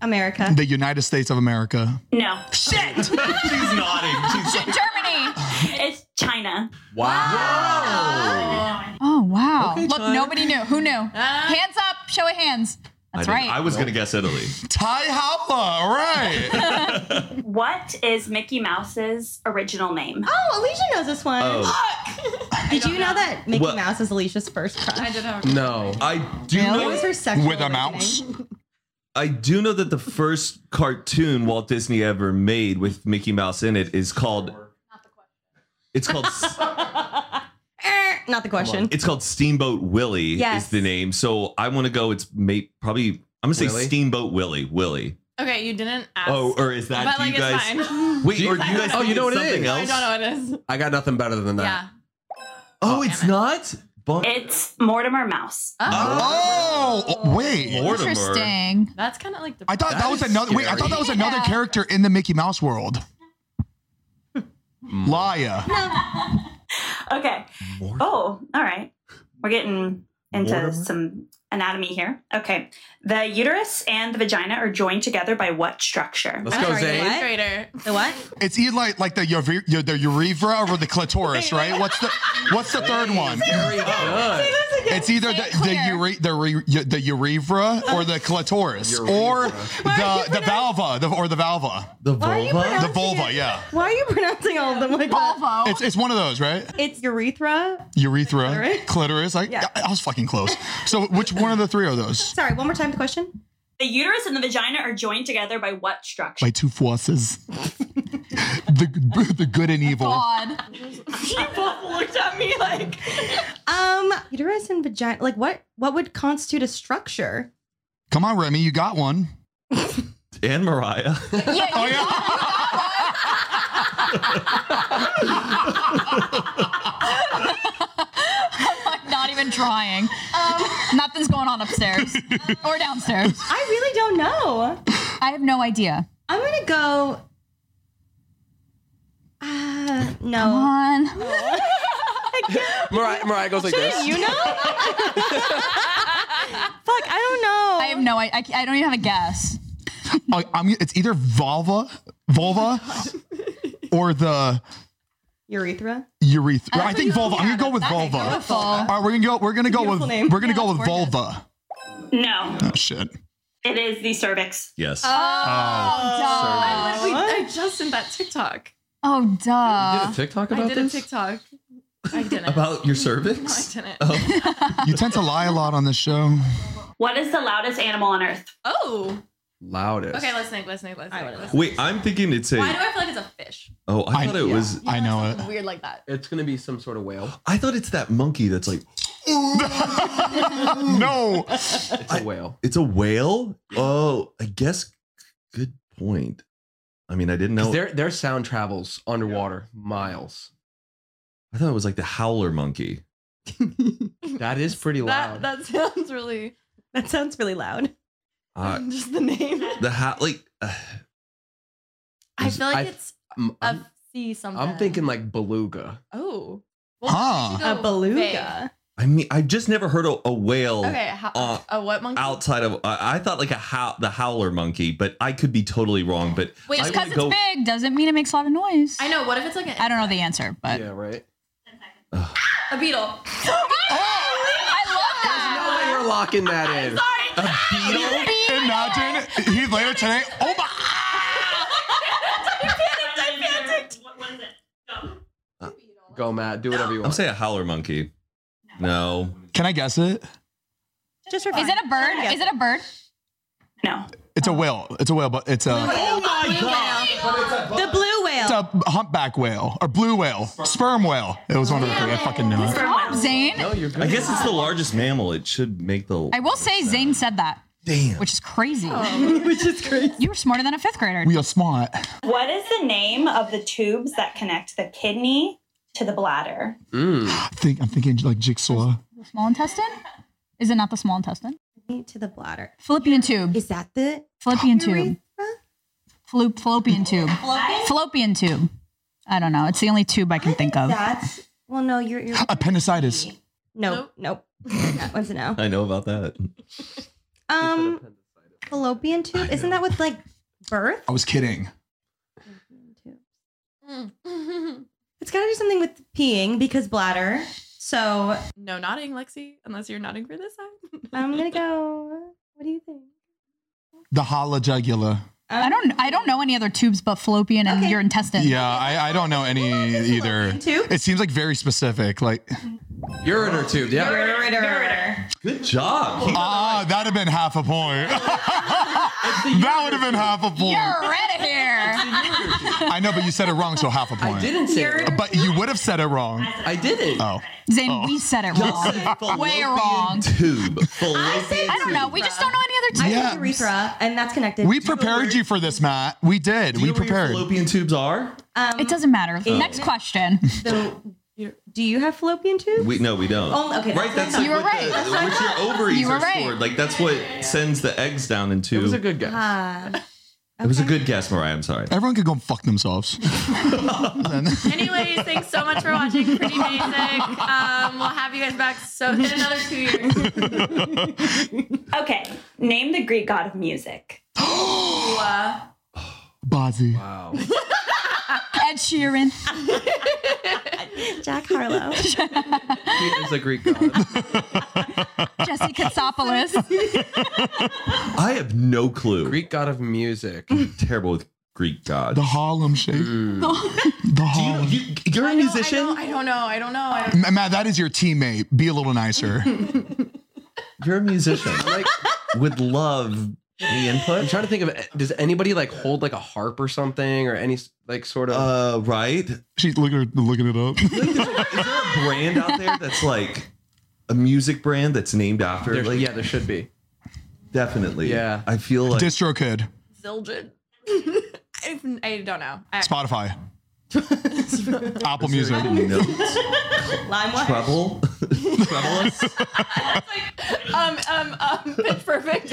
Speaker 8: America.
Speaker 4: The United States of America.
Speaker 9: No.
Speaker 4: Shit! She's nodding.
Speaker 9: Germany. It's China.
Speaker 4: Wow.
Speaker 7: Oh wow!
Speaker 9: Okay,
Speaker 7: Look,
Speaker 9: Tyler.
Speaker 7: nobody knew. Who knew? hands up! Show of hands. That's
Speaker 3: I
Speaker 7: right.
Speaker 3: didn't- I was going to guess Italy.
Speaker 4: Ty Howla, all right.
Speaker 9: What is Mickey Mouse's original name?
Speaker 8: Oh, Alicia knows this one.
Speaker 3: Oh.
Speaker 8: Did you know, that Mickey
Speaker 3: What?
Speaker 8: Mouse is Alicia's first crush? I did have
Speaker 3: No. I do
Speaker 8: Really?
Speaker 3: know.
Speaker 8: What was her sexual With a mouse?
Speaker 3: I do know that the first cartoon Walt Disney ever made with Mickey Mouse in it is called. It's called.
Speaker 8: Eh, Not the question.
Speaker 3: It's called Steamboat Willie.
Speaker 8: Yes.
Speaker 3: Is the name. So I want to go. It's may, probably. I'm gonna say
Speaker 5: Willie?
Speaker 3: Steamboat Willie. Willie.
Speaker 2: Okay, you didn't ask.
Speaker 3: Oh, or is that?
Speaker 2: but
Speaker 3: do
Speaker 2: like
Speaker 3: you guys?
Speaker 2: it's fine.
Speaker 3: Wait,
Speaker 5: Do you-
Speaker 3: or do you guys?
Speaker 5: Oh,
Speaker 3: think
Speaker 5: you know
Speaker 3: it's
Speaker 5: what it
Speaker 3: something
Speaker 5: is?
Speaker 2: I
Speaker 3: Else?
Speaker 2: don't know what it is.
Speaker 5: I got nothing better than that.
Speaker 2: Yeah.
Speaker 3: Oh, it's not. Bum-
Speaker 9: It's Mortimer Mouse.
Speaker 4: Oh, oh, wait.
Speaker 7: Interesting.
Speaker 2: That's kind of like the.
Speaker 4: I thought that,
Speaker 3: That
Speaker 4: was
Speaker 3: is
Speaker 4: another. Wait, I thought that was another character in the Mickey Mouse world. Laya.
Speaker 9: Okay. Oh, all right. We're getting into some anatomy here. Okay. The uterus and the vagina are joined together by what structure?
Speaker 4: Let's I'm go, sorry, Zane. what?
Speaker 2: Traitor.
Speaker 8: The what?
Speaker 4: It's either like like the ure- your- the urethra or the clitoris, right? What's the what's the third one? It's either the the, ure- the, re- the urethra or the clitoris or the the valva the, or the valva.
Speaker 3: The
Speaker 8: Why are you vulva?
Speaker 4: The vulva, yeah.
Speaker 8: Why are you pronouncing all of them like
Speaker 7: that?
Speaker 4: It's it's one of those, right?
Speaker 8: It's urethra.
Speaker 4: Urethra,
Speaker 8: Clitoris.
Speaker 4: clitoris. Like
Speaker 8: Yeah.
Speaker 4: I, I was fucking close. So which one of the three are those?
Speaker 8: Sorry, one more time the question.
Speaker 9: The uterus and the vagina are joined together by what structure?
Speaker 4: By two forces, the the good and evil.
Speaker 7: God.
Speaker 9: you both looked at me like.
Speaker 8: Um, uterus and vagina. Like what? What would constitute a structure?
Speaker 4: Come on, Remy, you got one.
Speaker 3: and Mariah.
Speaker 4: oh yeah.
Speaker 7: I'm like not even trying. Nothing's going on upstairs or downstairs?
Speaker 1: I really don't know.
Speaker 7: I have no idea.
Speaker 1: I'm gonna go. Uh, no. Come
Speaker 7: on.
Speaker 5: Mariah, Mariah goes like this.
Speaker 7: you know?
Speaker 1: Fuck, I don't know.
Speaker 7: I have no. I, I, I don't even have a guess.
Speaker 4: I, I'm, it's either vulva, vulva, or the
Speaker 1: Urethra.
Speaker 4: urethra.
Speaker 1: I
Speaker 4: I think vulva. I'm gonna go with vulva.
Speaker 1: go with vulva.
Speaker 4: All right, we're gonna go. We're gonna go with.
Speaker 9: Beautiful name.
Speaker 4: We're gonna
Speaker 9: Yeah,
Speaker 4: go with
Speaker 9: it's gorgeous.
Speaker 4: vulva.
Speaker 9: No,
Speaker 4: Oh shit.
Speaker 9: it is the cervix.
Speaker 3: Yes.
Speaker 7: Oh,
Speaker 2: Oh, I literally, I just sent that TikTok.
Speaker 7: Oh, duh.
Speaker 5: Uh,
Speaker 3: You did a TikTok
Speaker 2: I
Speaker 3: about
Speaker 2: did
Speaker 3: this?
Speaker 2: a TikTok. I didn't.
Speaker 3: About your
Speaker 2: No, I
Speaker 3: cervix?
Speaker 2: didn't.
Speaker 4: You tend to lie a lot on this show.
Speaker 9: What is the loudest animal on Earth?
Speaker 2: Oh.
Speaker 3: Loudest.
Speaker 2: Okay, let's think. Let's think. Let's think. Let's think.
Speaker 3: Wait, I'm thinking it's a.
Speaker 2: Why do I feel like it's a fish?
Speaker 3: oh, I,
Speaker 5: I-
Speaker 3: thought it
Speaker 5: yeah.
Speaker 3: was.
Speaker 5: I know it.
Speaker 2: Weird like that.
Speaker 5: It's gonna be some sort of whale.
Speaker 3: I thought it's that monkey that's like.
Speaker 4: no.
Speaker 5: It's a whale.
Speaker 3: It's a whale. Oh, I guess. Good point. I mean, I didn't
Speaker 5: 'Cause
Speaker 3: know.
Speaker 5: Their their sound travels underwater miles.
Speaker 3: I thought it was like the howler monkey.
Speaker 5: That is pretty
Speaker 2: That that sounds really.
Speaker 1: That sounds really loud.
Speaker 3: Uh,
Speaker 2: Just the name.
Speaker 3: the how like. Uh,
Speaker 2: I feel like
Speaker 5: I-
Speaker 2: it's
Speaker 5: I'm,
Speaker 2: a
Speaker 5: I'm-
Speaker 2: sea something.
Speaker 5: I'm thinking like beluga.
Speaker 2: Oh.
Speaker 3: Huh.
Speaker 2: we should go
Speaker 1: A beluga.
Speaker 3: I mean, I've just never heard a, a whale.
Speaker 2: Okay. How,
Speaker 3: uh,
Speaker 2: a what monkey?
Speaker 3: outside of I I thought like a how the howler monkey, but I could be totally wrong. But
Speaker 7: Wait,
Speaker 3: I
Speaker 7: just
Speaker 3: would
Speaker 7: because it's
Speaker 3: go-
Speaker 7: big doesn't mean it makes a lot of noise.
Speaker 2: I know. What if it's like a,
Speaker 7: I don't know the answer, but Oh,
Speaker 5: Yeah, right.
Speaker 2: a beetle?
Speaker 7: I love that.
Speaker 5: No way you're locking that in.
Speaker 4: Imagine Heath later today. Oh my!
Speaker 9: What, what is it?
Speaker 5: Go, Matt. Do whatever you
Speaker 3: I'm
Speaker 5: want.
Speaker 3: saying a howler monkey. No.
Speaker 4: Can I guess it?
Speaker 1: Just for
Speaker 7: Is it a bird? Is it a bird?
Speaker 9: No.
Speaker 4: It's a whale. It's a whale, but it's a
Speaker 1: Oh my god. The blue
Speaker 4: it's
Speaker 1: whale.
Speaker 4: a humpback whale or blue whale, sperm whale. It was one of the three. I fucking knew it.
Speaker 7: Rob Zane.
Speaker 5: no, you're good.
Speaker 3: I guess it's the largest mammal. It should make the.
Speaker 7: I will say Zane said that,
Speaker 3: Damn.
Speaker 7: which is crazy.
Speaker 2: Oh.
Speaker 7: which is crazy. You were smarter than a fifth grader.
Speaker 4: We are smart.
Speaker 9: What is the name of the tubes that connect the kidney to the bladder?
Speaker 4: I think I'm thinking like jigsaw.
Speaker 7: Small intestine? Is it not the small intestine?
Speaker 1: To the bladder.
Speaker 7: Fallopian tube.
Speaker 1: Is that the
Speaker 7: Fallopian tube. Falloop, fallopian tube. Fallopian tube. I don't know. It's the only tube I can think of.
Speaker 1: That's well no, you're you're
Speaker 4: Appendicitis.
Speaker 1: Nope. Nope. that one's a no.
Speaker 3: I know about that.
Speaker 1: Um fallopian tube. Isn't that with like birth?
Speaker 4: I was kidding.
Speaker 7: Mm.
Speaker 1: It's gotta do something with peeing because bladder. So
Speaker 2: No nodding, Lexi. Unless you're nodding for this side.
Speaker 1: I'm gonna go. What do you think?
Speaker 4: The hollow jugula.
Speaker 7: I don't I don't know any other tubes but fallopian and your intestine.
Speaker 4: Yeah, I, I don't know any either.
Speaker 1: too.
Speaker 4: It seems like very specific. Like
Speaker 5: Ureter tube. Yeah.
Speaker 3: Good job.
Speaker 4: ah, that'd have been half a point. that would have been half a
Speaker 7: You're
Speaker 4: point.
Speaker 7: right here.
Speaker 4: I know, but you said it wrong, so half a point.
Speaker 5: I didn't say. it.
Speaker 4: But you would have said it wrong.
Speaker 5: I didn't.
Speaker 4: Oh.
Speaker 7: Zane, we said it wrong. Way
Speaker 3: Fallopian
Speaker 7: wrong.
Speaker 3: Tube.
Speaker 7: I don't know. We just don't know any other
Speaker 1: I
Speaker 7: tube.
Speaker 4: Yeah.
Speaker 1: yeah. urethra, and that's connected.
Speaker 4: We
Speaker 1: to-
Speaker 4: prepared you for this, Matt. We did.
Speaker 3: Do you
Speaker 4: We
Speaker 3: know where your
Speaker 4: prepared.
Speaker 3: fallopian tubes are?
Speaker 1: um,
Speaker 7: It doesn't matter. Next question.
Speaker 1: the- do you have fallopian tube?
Speaker 3: We no, we don't.
Speaker 1: Oh, okay,
Speaker 3: Right, that's
Speaker 1: that's
Speaker 3: like
Speaker 7: what I thought. You were
Speaker 3: what the,
Speaker 7: right.
Speaker 3: which your ovaries
Speaker 7: You were
Speaker 3: are
Speaker 7: right.
Speaker 3: stored. Like that's what sends the eggs down into.
Speaker 5: It was a good guess.
Speaker 1: Ah.
Speaker 3: It was a good guess, Mariah. I'm sorry.
Speaker 4: Everyone could go and fuck themselves.
Speaker 2: Anyways, thanks so much for watching. Pretty basic. Um, we'll have you guys back so in another two years.
Speaker 9: Okay. Name the Greek god of music.
Speaker 2: uh.
Speaker 4: Bazzi.
Speaker 5: Wow.
Speaker 7: Ed Sheeran.
Speaker 1: Jack Harlow.
Speaker 5: He is a Greek god.
Speaker 7: Jesse Katsopoulos.
Speaker 3: I have no clue.
Speaker 5: Greek god of music.
Speaker 3: terrible with Greek gods. Mm.
Speaker 4: The Harlem Shake.
Speaker 2: Mm.
Speaker 4: The
Speaker 3: Do you,
Speaker 4: Harlem.
Speaker 3: you, you're a
Speaker 2: I
Speaker 3: musician.
Speaker 2: don't, I don't know. I don't know. I don't
Speaker 4: Ma- Matt, that is your teammate. Be a little nicer.
Speaker 3: You're a musician. like would love any
Speaker 5: I'm
Speaker 3: input.
Speaker 5: trying to think of. Does anybody like hold like a harp or something or any like sort of?
Speaker 3: Uh, right.
Speaker 4: She's look at her looking it up.
Speaker 3: Is there a brand out there that's like a music brand that's named after?
Speaker 5: there,
Speaker 3: like,
Speaker 5: yeah, there should be.
Speaker 3: definitely.
Speaker 5: Yeah.
Speaker 3: I feel like
Speaker 4: DistroKid.
Speaker 2: Zildjian. I, I don't know. I,
Speaker 4: Spotify. Apple Music.
Speaker 1: Limewire.
Speaker 3: Trouble. Trouble.
Speaker 2: Um, um, um, pitch perfect.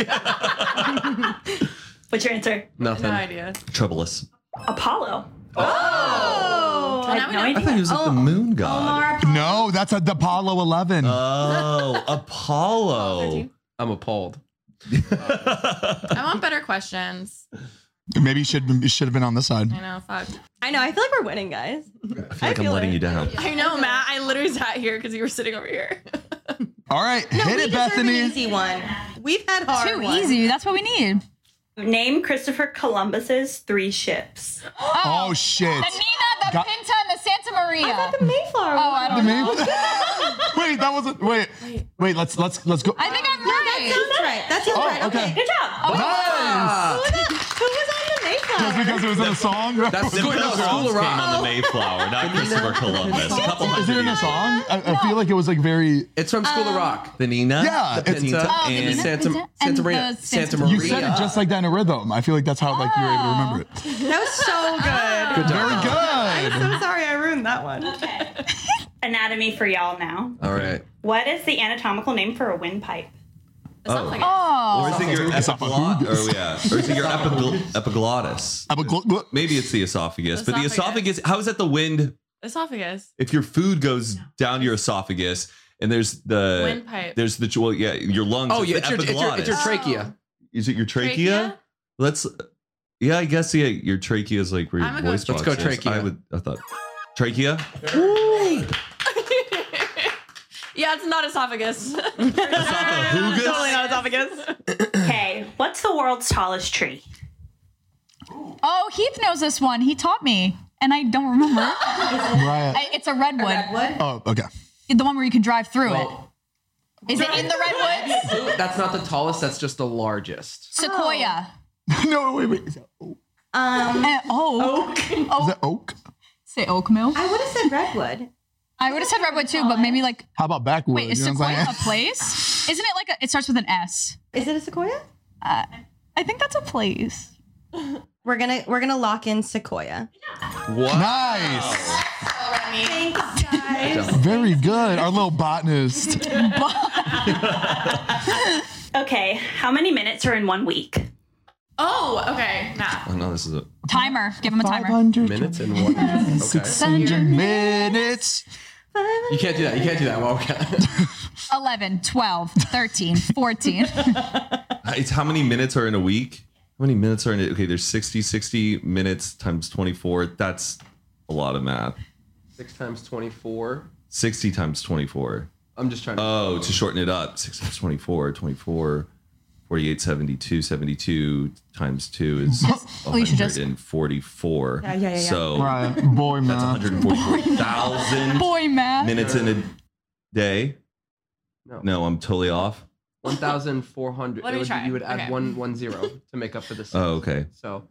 Speaker 9: What's your answer?
Speaker 3: Nothing.
Speaker 2: No idea.
Speaker 3: Troublous.
Speaker 9: Apollo.
Speaker 2: Oh.
Speaker 9: I had no idea.
Speaker 3: I thought he was like the moon god.
Speaker 4: No, that's a the Apollo 11.
Speaker 3: Oh, Apollo. I'm appalled.
Speaker 2: I want better questions.
Speaker 4: Maybe you should you should have been on this side.
Speaker 2: I know. Fuck.
Speaker 1: I know. I feel like we're winning, guys.
Speaker 4: I feel like I am letting you down.
Speaker 2: I know, Matt. I literally sat here because you were sitting over here.
Speaker 4: All right,
Speaker 1: No,
Speaker 4: hit
Speaker 1: we
Speaker 4: it,
Speaker 1: deserve an
Speaker 4: Bethany.
Speaker 1: easy one. We've had hard
Speaker 7: Too
Speaker 1: ones.
Speaker 7: easy. That's what we need.
Speaker 9: Name Christopher Columbus's three ships.
Speaker 4: Oh, shit.
Speaker 7: The Nina, the
Speaker 4: Got-
Speaker 7: Pinta, and the Santa Maria. I thought
Speaker 1: the Mayflower.
Speaker 7: Oh, I
Speaker 4: The
Speaker 7: don't know.
Speaker 4: Mayflower- wait, that wasn't. Wait, wait. Let's let's let's go.
Speaker 7: I think I'm right.
Speaker 1: That's right. That sounds
Speaker 4: Oh,
Speaker 1: right. Okay.
Speaker 4: okay.
Speaker 9: Good job.
Speaker 7: Oh,
Speaker 1: Who,
Speaker 4: Nice.
Speaker 1: the, who was on the
Speaker 4: Just
Speaker 1: Mayflower?
Speaker 4: because it was in a song.
Speaker 3: That's
Speaker 4: Right?
Speaker 3: school, no, school
Speaker 4: Girls
Speaker 3: came
Speaker 7: Oh.
Speaker 3: on the Mayflower, not Christopher Columbus. A couple
Speaker 4: Is it
Speaker 3: hundred
Speaker 4: in a
Speaker 3: years.
Speaker 4: song? I, I feel like it was like very.
Speaker 5: It's from School of Rock.
Speaker 3: The Nina,
Speaker 4: Yeah,
Speaker 3: the
Speaker 4: it's-
Speaker 3: Pinta,
Speaker 4: Oh,
Speaker 7: Um, the
Speaker 3: and
Speaker 7: Nina,
Speaker 3: Santa,
Speaker 7: Pinta,
Speaker 5: Santa
Speaker 7: and
Speaker 5: Maria.
Speaker 7: the
Speaker 5: Santa Maria.
Speaker 4: You said it just like that in a rhythm. I feel like that's how like you were able to remember it.
Speaker 1: That was
Speaker 2: Ah.
Speaker 1: so good.
Speaker 7: Oh.
Speaker 4: Good Very good.
Speaker 1: I'm so sorry I ruined that one.
Speaker 9: Anatomy for y'all now.
Speaker 5: All right.
Speaker 9: What is the anatomical name for a windpipe?
Speaker 3: Or is
Speaker 7: Oh.
Speaker 3: it your epiglot? Or, yeah. or is it your epigl- epiglottis? Maybe it's the esophagus, but the
Speaker 2: Esophagus.
Speaker 3: esophagus. How is that the wind?
Speaker 2: Esophagus.
Speaker 3: If your food goes down your esophagus, and there's the
Speaker 2: Windpipe.
Speaker 3: There's the well, yeah, your lungs.
Speaker 5: Oh,
Speaker 3: it's
Speaker 5: yeah,
Speaker 3: the
Speaker 5: it's your, it's your, it's your
Speaker 3: epiglottis.
Speaker 5: trachea.
Speaker 3: Is it your trachea?
Speaker 2: Trachea?
Speaker 3: Let's. Yeah, I guess yeah. Your trachea is like where your
Speaker 2: I'ma go
Speaker 3: voice box
Speaker 5: Let's go
Speaker 3: is.
Speaker 5: trachea.
Speaker 3: I would. I thought trachea.
Speaker 2: yeah, it's not esophagus.
Speaker 3: Esophagus.
Speaker 1: not esophagus.
Speaker 9: Okay, what's the world's tallest tree?
Speaker 7: Oh, Heath knows this one. He taught me, and I don't remember.
Speaker 4: Right.
Speaker 7: I- it's a redwood.
Speaker 4: Oh, okay.
Speaker 7: The one where you can drive through
Speaker 5: Well-
Speaker 7: it. Is it in the redwoods?
Speaker 1: Oh.
Speaker 5: That's not the tallest. That's just the largest.
Speaker 7: Sequoia.
Speaker 4: no, wait, wait. Is that oak?
Speaker 1: Um,
Speaker 7: Eh, oak.
Speaker 4: Is that oak?
Speaker 7: Say oak mill.
Speaker 1: I would have said redwood.
Speaker 7: I would have said redwood too, but maybe like
Speaker 4: How about backwoods?
Speaker 7: wait, is
Speaker 4: You know what I'm
Speaker 7: Sequoia a
Speaker 4: saying?
Speaker 7: place? Isn't it like a? It starts with an S. Uh,
Speaker 1: Is it a sequoia?
Speaker 7: I think that's a place.
Speaker 1: We're gonna we're gonna lock in sequoia.
Speaker 3: What?
Speaker 4: Nice.
Speaker 1: Thanks, guys.
Speaker 4: Very good. Our little botanist.
Speaker 9: Okay, how many minutes are in one week?
Speaker 2: oh, okay. Nah.
Speaker 3: Oh no, this is a
Speaker 7: Timer. Give him a timer.
Speaker 4: 500
Speaker 5: Minutes and one. Okay.
Speaker 4: 600 minutes.
Speaker 5: You can't do that. You can't do that. Well, okay.
Speaker 7: 11, 12, 13, 14.
Speaker 3: Uh, It's how many minutes are in a week? How many minutes are in it? Okay, there's 60, 60 minutes times 24. That's a lot of math.
Speaker 5: Six times twenty-four.
Speaker 3: 60 times 24.
Speaker 5: I'm just trying to.
Speaker 3: Oh, to shorten it up, 6 times 24, 24, 48, 72, 72 times 2 is
Speaker 7: Alicia Oh, just-
Speaker 3: 144.
Speaker 1: Yeah, yeah, yeah, yeah.
Speaker 3: So
Speaker 4: Right. Boy,
Speaker 3: that's
Speaker 4: man.
Speaker 3: 144,000
Speaker 7: Boy math.
Speaker 3: minutes in a day.
Speaker 5: No.
Speaker 3: No, I'm totally off.
Speaker 5: One thousand four hundred.
Speaker 2: What do we try?
Speaker 5: You would add
Speaker 2: Okay.
Speaker 5: one one zero to make up for the. Six.
Speaker 3: Oh, okay.
Speaker 5: So,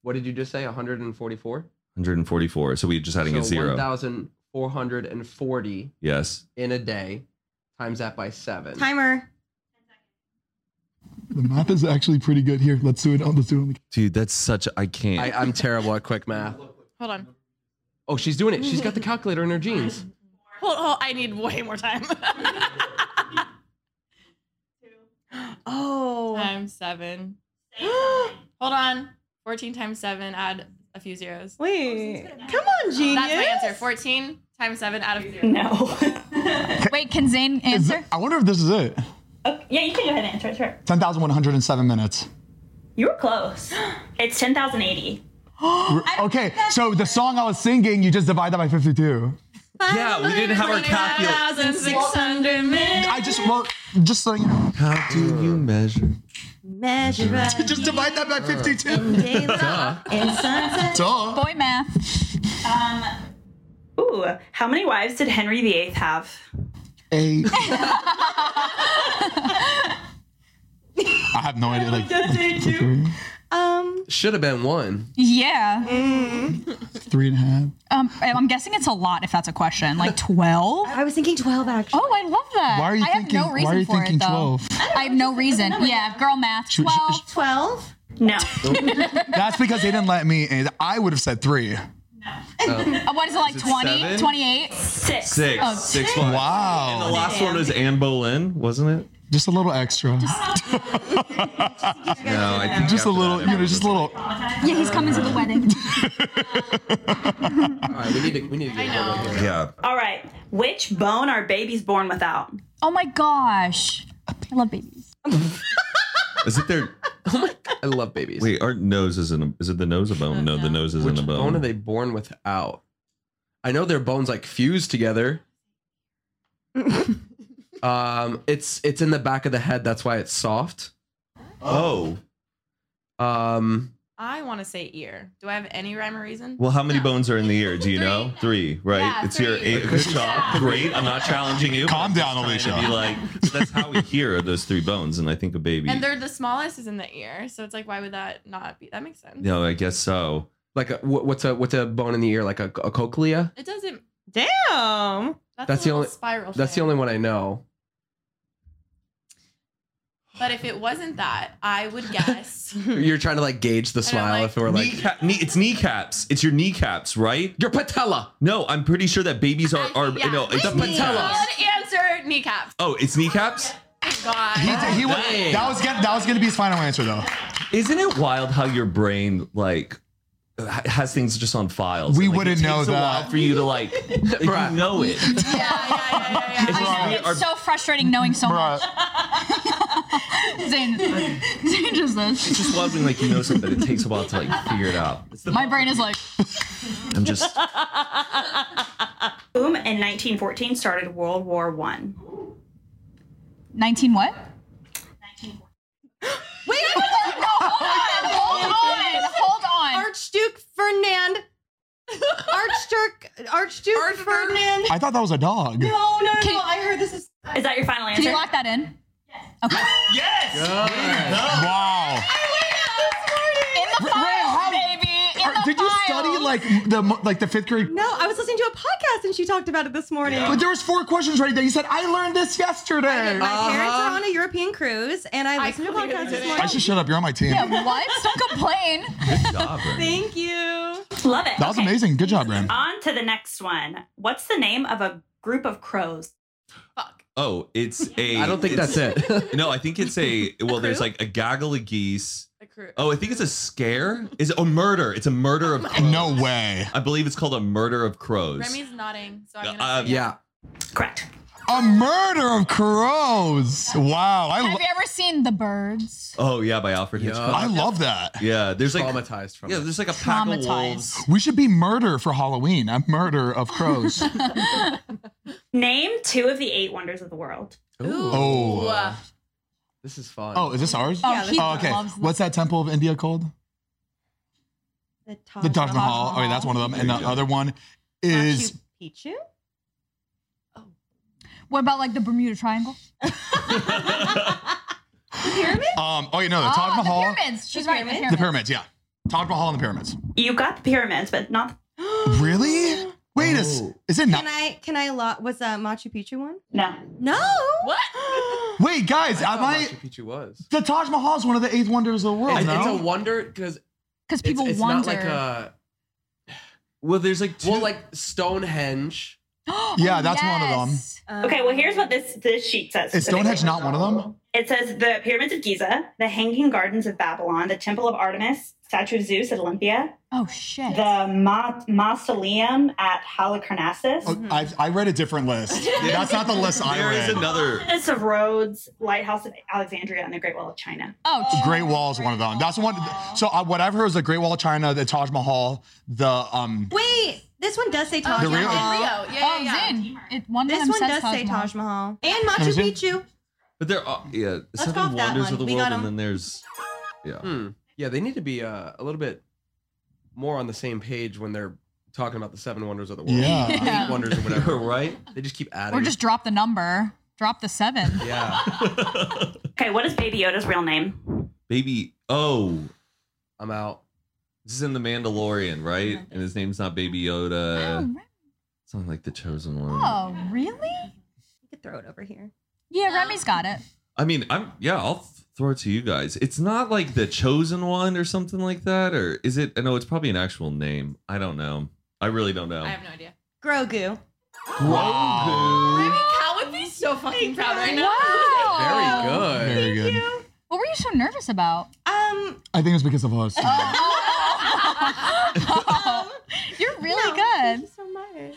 Speaker 5: what did you just say? One hundred and forty-four.
Speaker 3: 144. So we're just adding
Speaker 5: so
Speaker 3: a
Speaker 5: One
Speaker 3: zero.
Speaker 5: thousand four hundred and forty
Speaker 3: Yes.
Speaker 5: in a day. Times that by seven.
Speaker 1: Timer.
Speaker 4: The math is actually pretty good here. Let's do it. on- Let's do it. on the-
Speaker 3: Dude, that's such. I can't.
Speaker 5: I, I'm terrible at quick math.
Speaker 2: Hold on.
Speaker 5: Oh, she's doing it. She's got the calculator in her jeans.
Speaker 2: Hold, hold. I need way more time.
Speaker 1: Oh.
Speaker 2: times seven. hold on. 14 times seven, add a few zeros. Oh,
Speaker 1: Wait. Come on, genius.
Speaker 2: That's my answer. 14 times seven, add a few zeros.
Speaker 9: No.
Speaker 7: Wait, can Zane
Speaker 4: Is
Speaker 7: answer?
Speaker 4: it- I wonder if this is it.
Speaker 9: okay, Oh, yeah, you can go ahead and answer. it, Sure.
Speaker 4: 10,107 minutes.
Speaker 9: You were close. It's 10,080.
Speaker 4: Okay, so the song I was singing, you just divide that by 52.
Speaker 3: Yeah, we didn't have our calculator.
Speaker 2: 1,600 minutes.
Speaker 4: I just, well, just so you know.
Speaker 3: How do you measure?
Speaker 1: Measure up
Speaker 4: Just divide that by 52.
Speaker 1: daylight and sunset.
Speaker 4: Duh.
Speaker 7: Boy math.
Speaker 1: Um,
Speaker 9: Ooh, how many wives did Henry VIII have?
Speaker 4: Eight. I have no idea. Like three,
Speaker 1: Um. mm-hmm.
Speaker 5: Should have been one.
Speaker 7: Yeah.
Speaker 4: three and a half.
Speaker 7: Um, I'm guessing it's a lot if that's a question. Like 12?
Speaker 1: I was thinking 12 actually.
Speaker 7: Oh, I love that.
Speaker 4: Why are you
Speaker 7: I
Speaker 4: thinking?
Speaker 7: have no reason
Speaker 4: why are you
Speaker 7: for
Speaker 4: thinking
Speaker 7: it, though.
Speaker 4: twelve?
Speaker 7: I have no reason. Yeah, girl math.
Speaker 4: Should- should-
Speaker 7: 12.
Speaker 1: 12?
Speaker 9: No.
Speaker 4: That's because they didn't let me. And I would have said three.
Speaker 7: Uh, what is it like?
Speaker 3: Is it
Speaker 7: 20?
Speaker 3: seven?
Speaker 7: 28?
Speaker 9: Six.
Speaker 3: Six.
Speaker 7: Oh,
Speaker 3: six
Speaker 7: six.
Speaker 3: wives.
Speaker 4: Wow.
Speaker 3: And the last one was Anne Boleyn, wasn't it?
Speaker 4: Just a little extra.
Speaker 3: no, I think
Speaker 4: just a
Speaker 3: after
Speaker 4: little,
Speaker 3: that,
Speaker 4: you know, just a little.
Speaker 7: Yeah, he's coming to the wedding.
Speaker 5: All right, we need to we need to get over here.
Speaker 3: Yeah.
Speaker 9: All right. Which bone are babies born without?
Speaker 7: Oh my gosh. I love babies.
Speaker 3: Is it their?
Speaker 5: Oh I love babies.
Speaker 3: Wait, our nose isn't. A, is it the nose a bone? No, the nose isn't
Speaker 5: Which
Speaker 3: a bone.
Speaker 5: bone are they born without? I know their bones like fuse together. um, it's it's in the back of the head. That's why it's soft.
Speaker 3: Oh.
Speaker 5: Um.
Speaker 2: I want to say ear. Do I have any rhyme or reason?
Speaker 3: Well, how many bones are in the ear? Do you know? Three, right?
Speaker 2: Yeah,
Speaker 3: it's your
Speaker 2: three.
Speaker 3: eight. Good job. Great. I'm not challenging you. Calm down, Alicia. Be like, so that's how we hear are those three bones, and I think a baby.
Speaker 2: And they're the smallest is in the ear, so it's like, why would that not be? That makes sense.
Speaker 3: No, I guess so.
Speaker 5: Like a, wh- what's a what's a bone in the ear? Like a, a cochlea.
Speaker 2: It doesn't. Damn. That's,
Speaker 5: That's
Speaker 2: a
Speaker 5: the
Speaker 2: little
Speaker 5: only-
Speaker 2: spiral.
Speaker 5: That's the
Speaker 2: shape.
Speaker 5: only one I know.
Speaker 2: But if it wasn't that, I would guess.
Speaker 5: You're trying to like gauge the smile if we're like
Speaker 3: Kneeca- knee, it's kneecaps. It's your kneecaps, right?
Speaker 5: Your patella.
Speaker 3: No, I'm pretty sure that babies are are
Speaker 2: yeah.
Speaker 3: no. It's
Speaker 2: the
Speaker 3: kneecaps.
Speaker 2: Good answer, kneecaps.
Speaker 3: Oh, it's kneecaps.
Speaker 2: Thank God.
Speaker 4: He, he was, that was gonna, that was gonna be his final answer though.
Speaker 3: Isn't it wild how your brain like ha- has things just on files?
Speaker 4: We
Speaker 3: And, like,
Speaker 4: wouldn't
Speaker 3: it
Speaker 4: know
Speaker 3: takes a while
Speaker 4: that.
Speaker 3: for you to like, like, you know it.
Speaker 7: I know, it's so frustrating knowing so much. Zane, Zane just
Speaker 3: It
Speaker 7: says,
Speaker 3: just wild when like you know something, but it takes a while to like figure it out. It's the-
Speaker 7: my brain is like,
Speaker 3: I'm just
Speaker 9: Whom in 1914 started World War One?
Speaker 7: 19 what?
Speaker 1: Wait,
Speaker 7: hold on, hold on.
Speaker 1: Archduke Fernand. Archduke, Archduke Fernand.
Speaker 4: I thought that was a dog.
Speaker 1: No, no, no, I heard this is.
Speaker 9: Is that your final
Speaker 7: Can you lock that in? Okay.
Speaker 4: Yes. Wow.
Speaker 7: In the files, baby. In
Speaker 4: Are-
Speaker 7: the
Speaker 4: Did you study like the mo- like the fifth grade?
Speaker 1: No, I was listening to a podcast and she talked about it this morning.
Speaker 4: But there was four questions right there. You said I learned this yesterday. Uh-huh.
Speaker 1: My parents are on a European cruise and I listened to a podcast this morning.
Speaker 4: I should shut up. You're on my team.
Speaker 7: Yeah, what? Don't complain.
Speaker 4: Good job,
Speaker 1: Thank you.
Speaker 9: Love it.
Speaker 4: That was amazing. Good job, Ren.
Speaker 9: On to the next one. What's the name of a group of crows?
Speaker 3: oh, it's a.
Speaker 5: I don't think
Speaker 3: it's-
Speaker 5: that's
Speaker 3: No, I think it's a. Well, there's like a gaggle of geese. Oh, I think it's a scare. Is it a murder? It's a murder of crows.
Speaker 4: No way.
Speaker 3: I believe it's called a murder of crows.
Speaker 2: Remy's nodding, so I'm gonna.
Speaker 3: Uh,
Speaker 5: yeah.
Speaker 9: Correct.
Speaker 4: A murder of crows. Wow. Oh, I
Speaker 7: Have
Speaker 4: lo-
Speaker 7: you ever seen The Birds?
Speaker 3: Oh yeah, by Alfred Hitchcock.
Speaker 4: I love that.
Speaker 3: Yeah, there's like
Speaker 5: traumatized from
Speaker 3: yeah,
Speaker 5: it.
Speaker 3: there's like a pack of
Speaker 9: Traumatized.
Speaker 3: wolves.
Speaker 4: We should be murder for Halloween. A murder of crows.
Speaker 9: Name two of the eight wonders of the world.
Speaker 4: Oh.
Speaker 5: This is fun.
Speaker 4: Oh, is this ours?
Speaker 9: Oh, he
Speaker 4: okay.
Speaker 9: loves this.
Speaker 4: What's that temple of India called?
Speaker 1: The Taj,
Speaker 4: The Taj Mahal. Oh, yeah, that's one of them. And the other one is
Speaker 1: Pichu?
Speaker 7: What about like the Bermuda Triangle?
Speaker 4: um. Oh, you know the
Speaker 7: Ah,
Speaker 4: Taj Mahal.
Speaker 7: The pyramids. She's right. The pyramids.
Speaker 4: The pyramids. Yeah. Taj Mahal and the pyramids.
Speaker 9: You got the pyramids, but not.
Speaker 4: Really? Wait a s- Is
Speaker 1: Can
Speaker 4: it not?
Speaker 1: I, can I, lo- was that Machu Picchu one?
Speaker 9: No.
Speaker 1: No.
Speaker 2: What?
Speaker 4: Wait, guys. Am I?
Speaker 5: Machu Picchu was.
Speaker 4: The Taj Mahal is one of the eighth wonders of the world.
Speaker 5: It's, it's
Speaker 4: Oh, no?
Speaker 5: a wonder because
Speaker 7: because people
Speaker 5: it's, it's
Speaker 7: wonder.
Speaker 5: Not like a,
Speaker 3: well, there's like
Speaker 5: well, like Stonehenge.
Speaker 4: yeah, that's one of them.
Speaker 9: Okay, well, here's what this, this sheet says.
Speaker 4: Is Stonehenge not one of them?
Speaker 9: It says the pyramids of Giza, the hanging gardens of Babylon, the temple of Artemis, statue of Zeus at Olympia,
Speaker 7: Oh shit.
Speaker 9: the ma- mausoleum at Halicarnassus.
Speaker 5: Hmm.
Speaker 4: Oh, I, I read a different list. That's not the list I
Speaker 3: There
Speaker 4: read.
Speaker 3: is another.
Speaker 9: This of Rhodes, Lighthouse of Alexandria, and the Great Wall of China.
Speaker 7: Oh,
Speaker 4: Great Wall is one of them. That's one. So uh, what I've heard is the Great Wall of China, the Taj Mahal, the um.
Speaker 1: Wait, this one does say Taj
Speaker 4: The real-
Speaker 1: Mahal.
Speaker 2: Rio, yeah,
Speaker 7: oh,
Speaker 2: yeah,
Speaker 7: Zane. It, one of
Speaker 1: This
Speaker 7: them
Speaker 1: one
Speaker 7: says
Speaker 1: does
Speaker 7: Taj
Speaker 1: say
Speaker 7: Mahal.
Speaker 1: Taj Mahal. And Machu
Speaker 4: Is it?
Speaker 1: Picchu.
Speaker 3: But there are yeah
Speaker 1: go
Speaker 3: seven
Speaker 1: with that
Speaker 3: wonders
Speaker 1: one.
Speaker 3: of the
Speaker 1: We
Speaker 3: world,
Speaker 1: got 'em.
Speaker 3: and then there's yeah.
Speaker 5: Hmm. Yeah, they need to be uh, a little bit more on the same page when they're talking about the seven wonders of the world.
Speaker 4: Yeah.
Speaker 7: Yeah.
Speaker 5: Eight wonders or whatever.
Speaker 3: right?
Speaker 5: They just keep adding.
Speaker 7: Or just drop the number. Drop the seven.
Speaker 5: yeah.
Speaker 9: Okay, what is Baby Yoda's real name?
Speaker 3: Baby, oh,
Speaker 5: I'm out.
Speaker 3: this is in the Mandalorian, right? And his name's not Baby Yoda.
Speaker 7: right.
Speaker 3: Something like the Chosen One.
Speaker 7: Oh, really?
Speaker 1: You could throw it over here.
Speaker 7: Yeah, Remy's got it.
Speaker 3: I mean, I'm yeah. I'll th- throw it to you guys. It's not like the Chosen One or something like that, or is it? No, it's probably an actual name. I don't know. I really don't know.
Speaker 2: I have no idea.
Speaker 1: Grogu.
Speaker 3: Grogu.
Speaker 2: Cal would be so fucking proud right now.
Speaker 7: Wow.
Speaker 3: good.
Speaker 4: Very good.
Speaker 7: What were you so nervous about? Um,
Speaker 4: I think it was because of us.
Speaker 1: um,
Speaker 7: you're really good.
Speaker 2: so much.
Speaker 4: We're-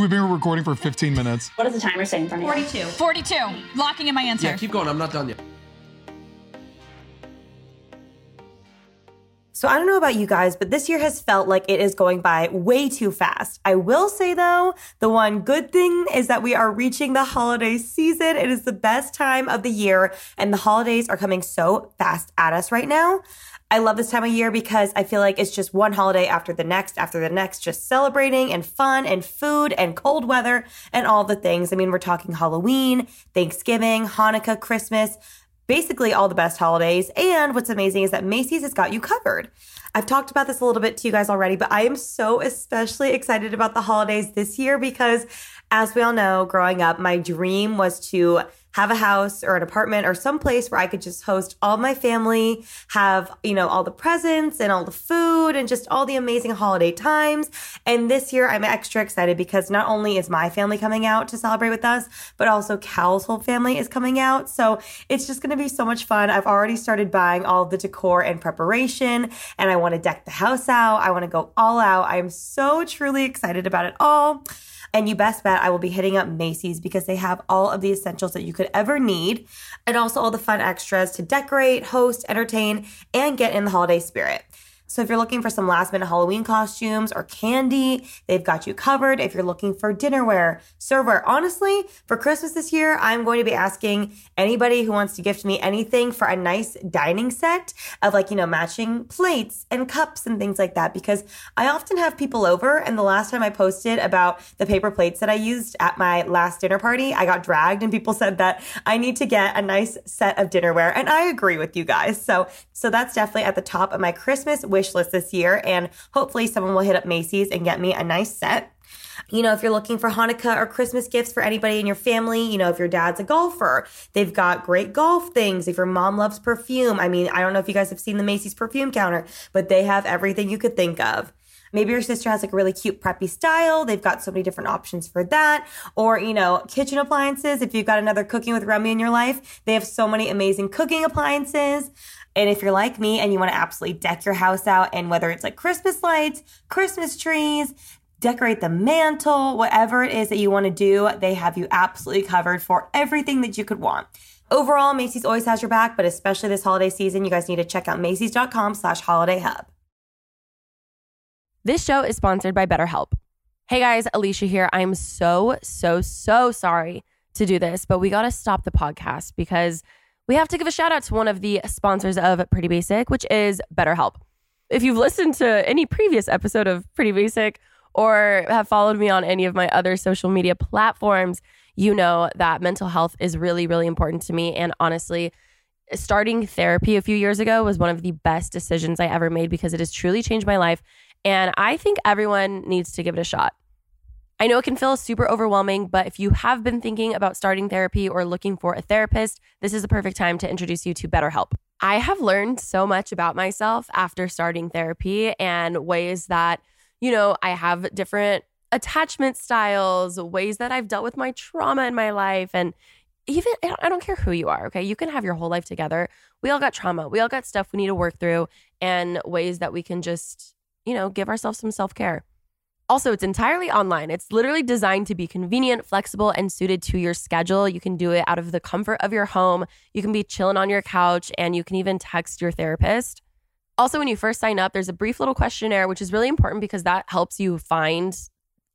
Speaker 4: We've been recording for 15 minutes.
Speaker 9: What is the timer saying for me?
Speaker 7: 42. 42. Locking in my answer.
Speaker 5: Yeah, keep going. I'm not done yet.
Speaker 8: So I don't know about you guys, but this year has felt like it is going by way too fast. I will say though, the one good thing is that we are reaching the holiday season. It is the best time of the year and the holidays are coming so fast at us right now. I love this time of year because I feel like it's just one holiday after the next, after the next, just celebrating and fun and food and cold weather and all the things. I mean, we're talking Halloween, Thanksgiving, Hanukkah, Christmas, basically all the best holidays. And what's amazing is that Macy's has got you covered. I've talked about this a little bit to you guys already, but I am so especially excited about the holidays this year because, as we all know, growing up, my dream was to have a house or an apartment or some place where I could just host all my family, have, you know, all the presents and all the food and just all the amazing holiday times. And this year I'm extra excited because not only is my family coming out to celebrate with us, but also Cal's whole family is coming out. So it's just going to be so much fun. I've already started buying all the decor and preparation and I want to deck the house out. I want to go all out. I am so truly excited about it all. And you best bet I will be hitting up Macy's because they have all of the essentials that you could ever need and also all the fun extras to decorate, host, entertain, and get in the holiday spirit. So if you're looking for some last minute Halloween costumes or candy, they've got you covered. If you're looking for dinnerware, serveware, honestly, for Christmas this year, I'm going to be asking anybody who wants to gift me anything for a nice dining set of like, you know, matching plates and cups and things like that because I often have people over and the last time I posted about the paper plates that I used at my last dinner party, I got dragged and people said that I need to get a nice set of dinnerware and I agree with you guys. So so that's definitely at the top of my Christmas wish list this year and hopefully someone will hit up Macy's and get me a nice set. You know, if you're looking for Hanukkah or Christmas gifts for anybody in your family, you know, if your dad's a golfer, they've got great golf things. If your mom loves perfume, I mean, I don't know if you guys have seen the Macy's perfume counter, but they have everything you could think of. Maybe your sister has like a really cute preppy style. They've got so many different options for that. Or, you know, kitchen appliances. If you've got another cooking with Remy in your life, they have so many amazing cooking appliances. And if you're like me and you want to absolutely deck your house out, and whether it's like Christmas lights, Christmas trees, decorate the mantle, whatever it is that you want to do, they have you absolutely covered for everything that you could want. Overall, Macy's always has your back, but especially this holiday season, you guys need to check out Macy's.com slash holiday hub.
Speaker 11: This show is sponsored by BetterHelp. Hey guys, Alicia here. I'm so, so, so sorry to do this, but we got to stop the podcast because we have to give a shout out to one of the sponsors of Pretty Basic, which is BetterHelp. If you've listened to any previous episode of Pretty Basic or have followed me on any of my other social media platforms, you know that mental health is really, really important to me. And honestly, starting therapy a few years ago was one of the best decisions I ever made because it has truly changed my life. And I think everyone needs to give it a shot. I know it can feel super overwhelming, but if you have been thinking about starting therapy or looking for a therapist, this is the perfect time to introduce you to BetterHelp. I have learned so much about myself after starting therapy and ways that, you know, I have different attachment styles, ways that I've dealt with my trauma in my life, and even I don't- I don't care who you are, okay? You can have your whole life together. We all got trauma. We all got stuff we need to work through and ways that we can just, you know, give ourselves some self-care. Also, it's entirely online. It's literally designed to be convenient, flexible, and suited to your schedule. You can do it out of the comfort of your home. You can be chilling on your couch and you can even text your therapist. Also, when you first sign up, there's a brief little questionnaire, which is really important because that helps you find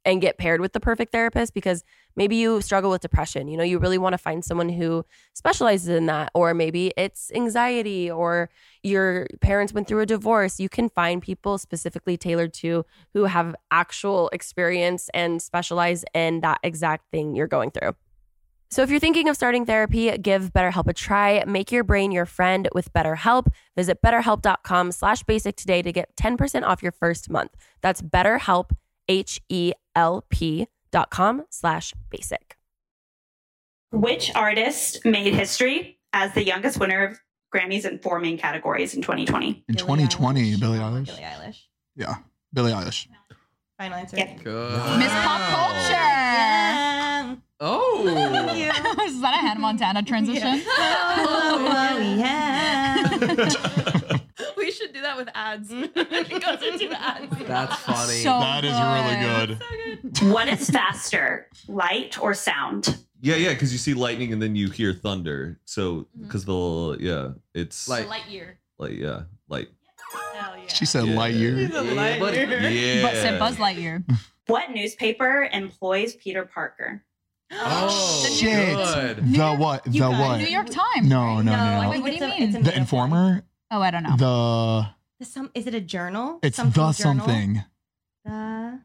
Speaker 11: and get paired with the perfect therapist because maybe you struggle with depression. You know, you really want to find someone who specializes in that, or maybe it's anxiety, or your parents went through a divorce. You can find people specifically tailored to who have actual experience and specialize in that exact thing you're going through. So if you're thinking of starting therapy, give BetterHelp a try. Make your brain your friend with BetterHelp. Visit betterhelp.com slash basic today to get 10% off your first month. That's betterhelp, H-E-L-P dot com slash basic.
Speaker 9: Which artist made history as the youngest winner of Grammys in four main categories in 2020?
Speaker 4: In 2020, Billie Eilish.
Speaker 1: Billie Eilish.
Speaker 4: Yeah, Billie Eilish.
Speaker 2: Final answer.
Speaker 5: Good.
Speaker 7: Miss Pop Culture.
Speaker 5: Oh.
Speaker 7: Is that a Hannah Montana transition?
Speaker 8: Oh,
Speaker 2: we should do that with ads. it goes into the ads.
Speaker 5: That's funny.
Speaker 9: So
Speaker 5: That is
Speaker 9: really good. what is faster, light or sound?
Speaker 3: Yeah, yeah, because you see lightning and then you hear thunder. So because the yeah, it's
Speaker 9: Light. Light year.
Speaker 3: Like yeah, light.
Speaker 4: She said light year.
Speaker 3: Yeah, but- yeah.
Speaker 7: Lightyear.
Speaker 9: What newspaper employs Peter Parker?
Speaker 4: Oh, shit.
Speaker 7: good.
Speaker 4: The what?
Speaker 7: You
Speaker 4: The
Speaker 7: guys-
Speaker 4: what?
Speaker 7: New York Times.
Speaker 4: No, no,
Speaker 7: right?
Speaker 4: no.
Speaker 7: Wait, what do you
Speaker 8: it's a-
Speaker 7: mean?
Speaker 8: it's a
Speaker 4: The Informer.
Speaker 7: oh, I don't know.
Speaker 4: The
Speaker 8: The some is it a journal?
Speaker 4: it's
Speaker 8: Something
Speaker 4: the
Speaker 8: journal?
Speaker 4: something.
Speaker 8: The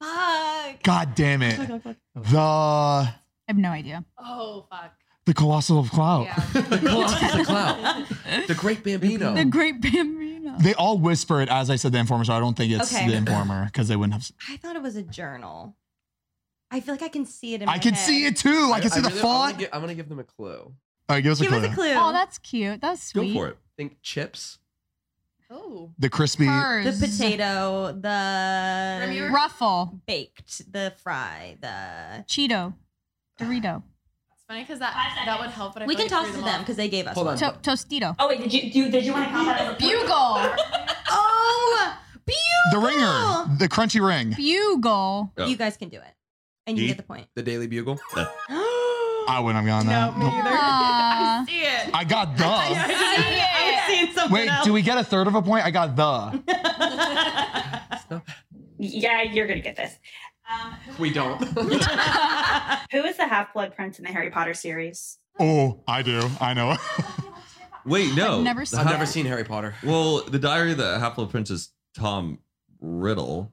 Speaker 8: fuck.
Speaker 4: God damn it.
Speaker 8: Fuck, fuck, fuck.
Speaker 4: The
Speaker 7: I have no idea.
Speaker 2: Oh fuck.
Speaker 4: the colossal of clout.
Speaker 5: the Colossus of Clout. The Great Bambino.
Speaker 7: The Great Bambino.
Speaker 4: They all whisper it as I said the informer, so I don't think it's
Speaker 8: Okay.
Speaker 4: the informer because they wouldn't have. s-
Speaker 8: I thought it was a journal. I feel like I can see it in my
Speaker 4: I can see it too. I can see the
Speaker 5: really- I'm gonna
Speaker 4: font.
Speaker 5: gi- I'm gonna give them a clue.
Speaker 4: All right, give us a clue.
Speaker 7: Oh, that's cute. That's sweet.
Speaker 5: Think chips.
Speaker 8: Oh.
Speaker 4: The crispy.
Speaker 8: The potato, the
Speaker 7: ruffle,
Speaker 8: baked, the fry, the
Speaker 7: Cheeto, Dorito.
Speaker 2: It's funny because that that would help. But I
Speaker 8: We
Speaker 2: feel
Speaker 8: can
Speaker 2: like
Speaker 8: toss
Speaker 2: threw them
Speaker 8: to them
Speaker 2: off.
Speaker 8: because they gave us
Speaker 7: To-
Speaker 8: one.
Speaker 7: Tostito.
Speaker 9: Oh wait, did you do? Did you want to count that as a
Speaker 7: bugle?
Speaker 8: oh,
Speaker 4: The ringer. The crunchy ring.
Speaker 7: bugle.
Speaker 4: Yeah.
Speaker 8: You guys can do it, and you
Speaker 4: Yeet.
Speaker 8: get the point.
Speaker 5: The Daily Bugle.
Speaker 4: I wouldn't have gone that. Nope.
Speaker 2: I see it.
Speaker 4: I got the.
Speaker 2: I see it.
Speaker 4: Wait, do we get a third of a point? I got the.
Speaker 9: Yeah, you're gonna get this.
Speaker 5: We don't.
Speaker 9: Who is the half blood prince in the Harry Potter series?
Speaker 4: Oh, I do. I know.
Speaker 3: Wait, no.
Speaker 9: I've never seen that.
Speaker 3: Harry Potter. Well, the Diary of the Half-Blood Prince is Tom Riddle.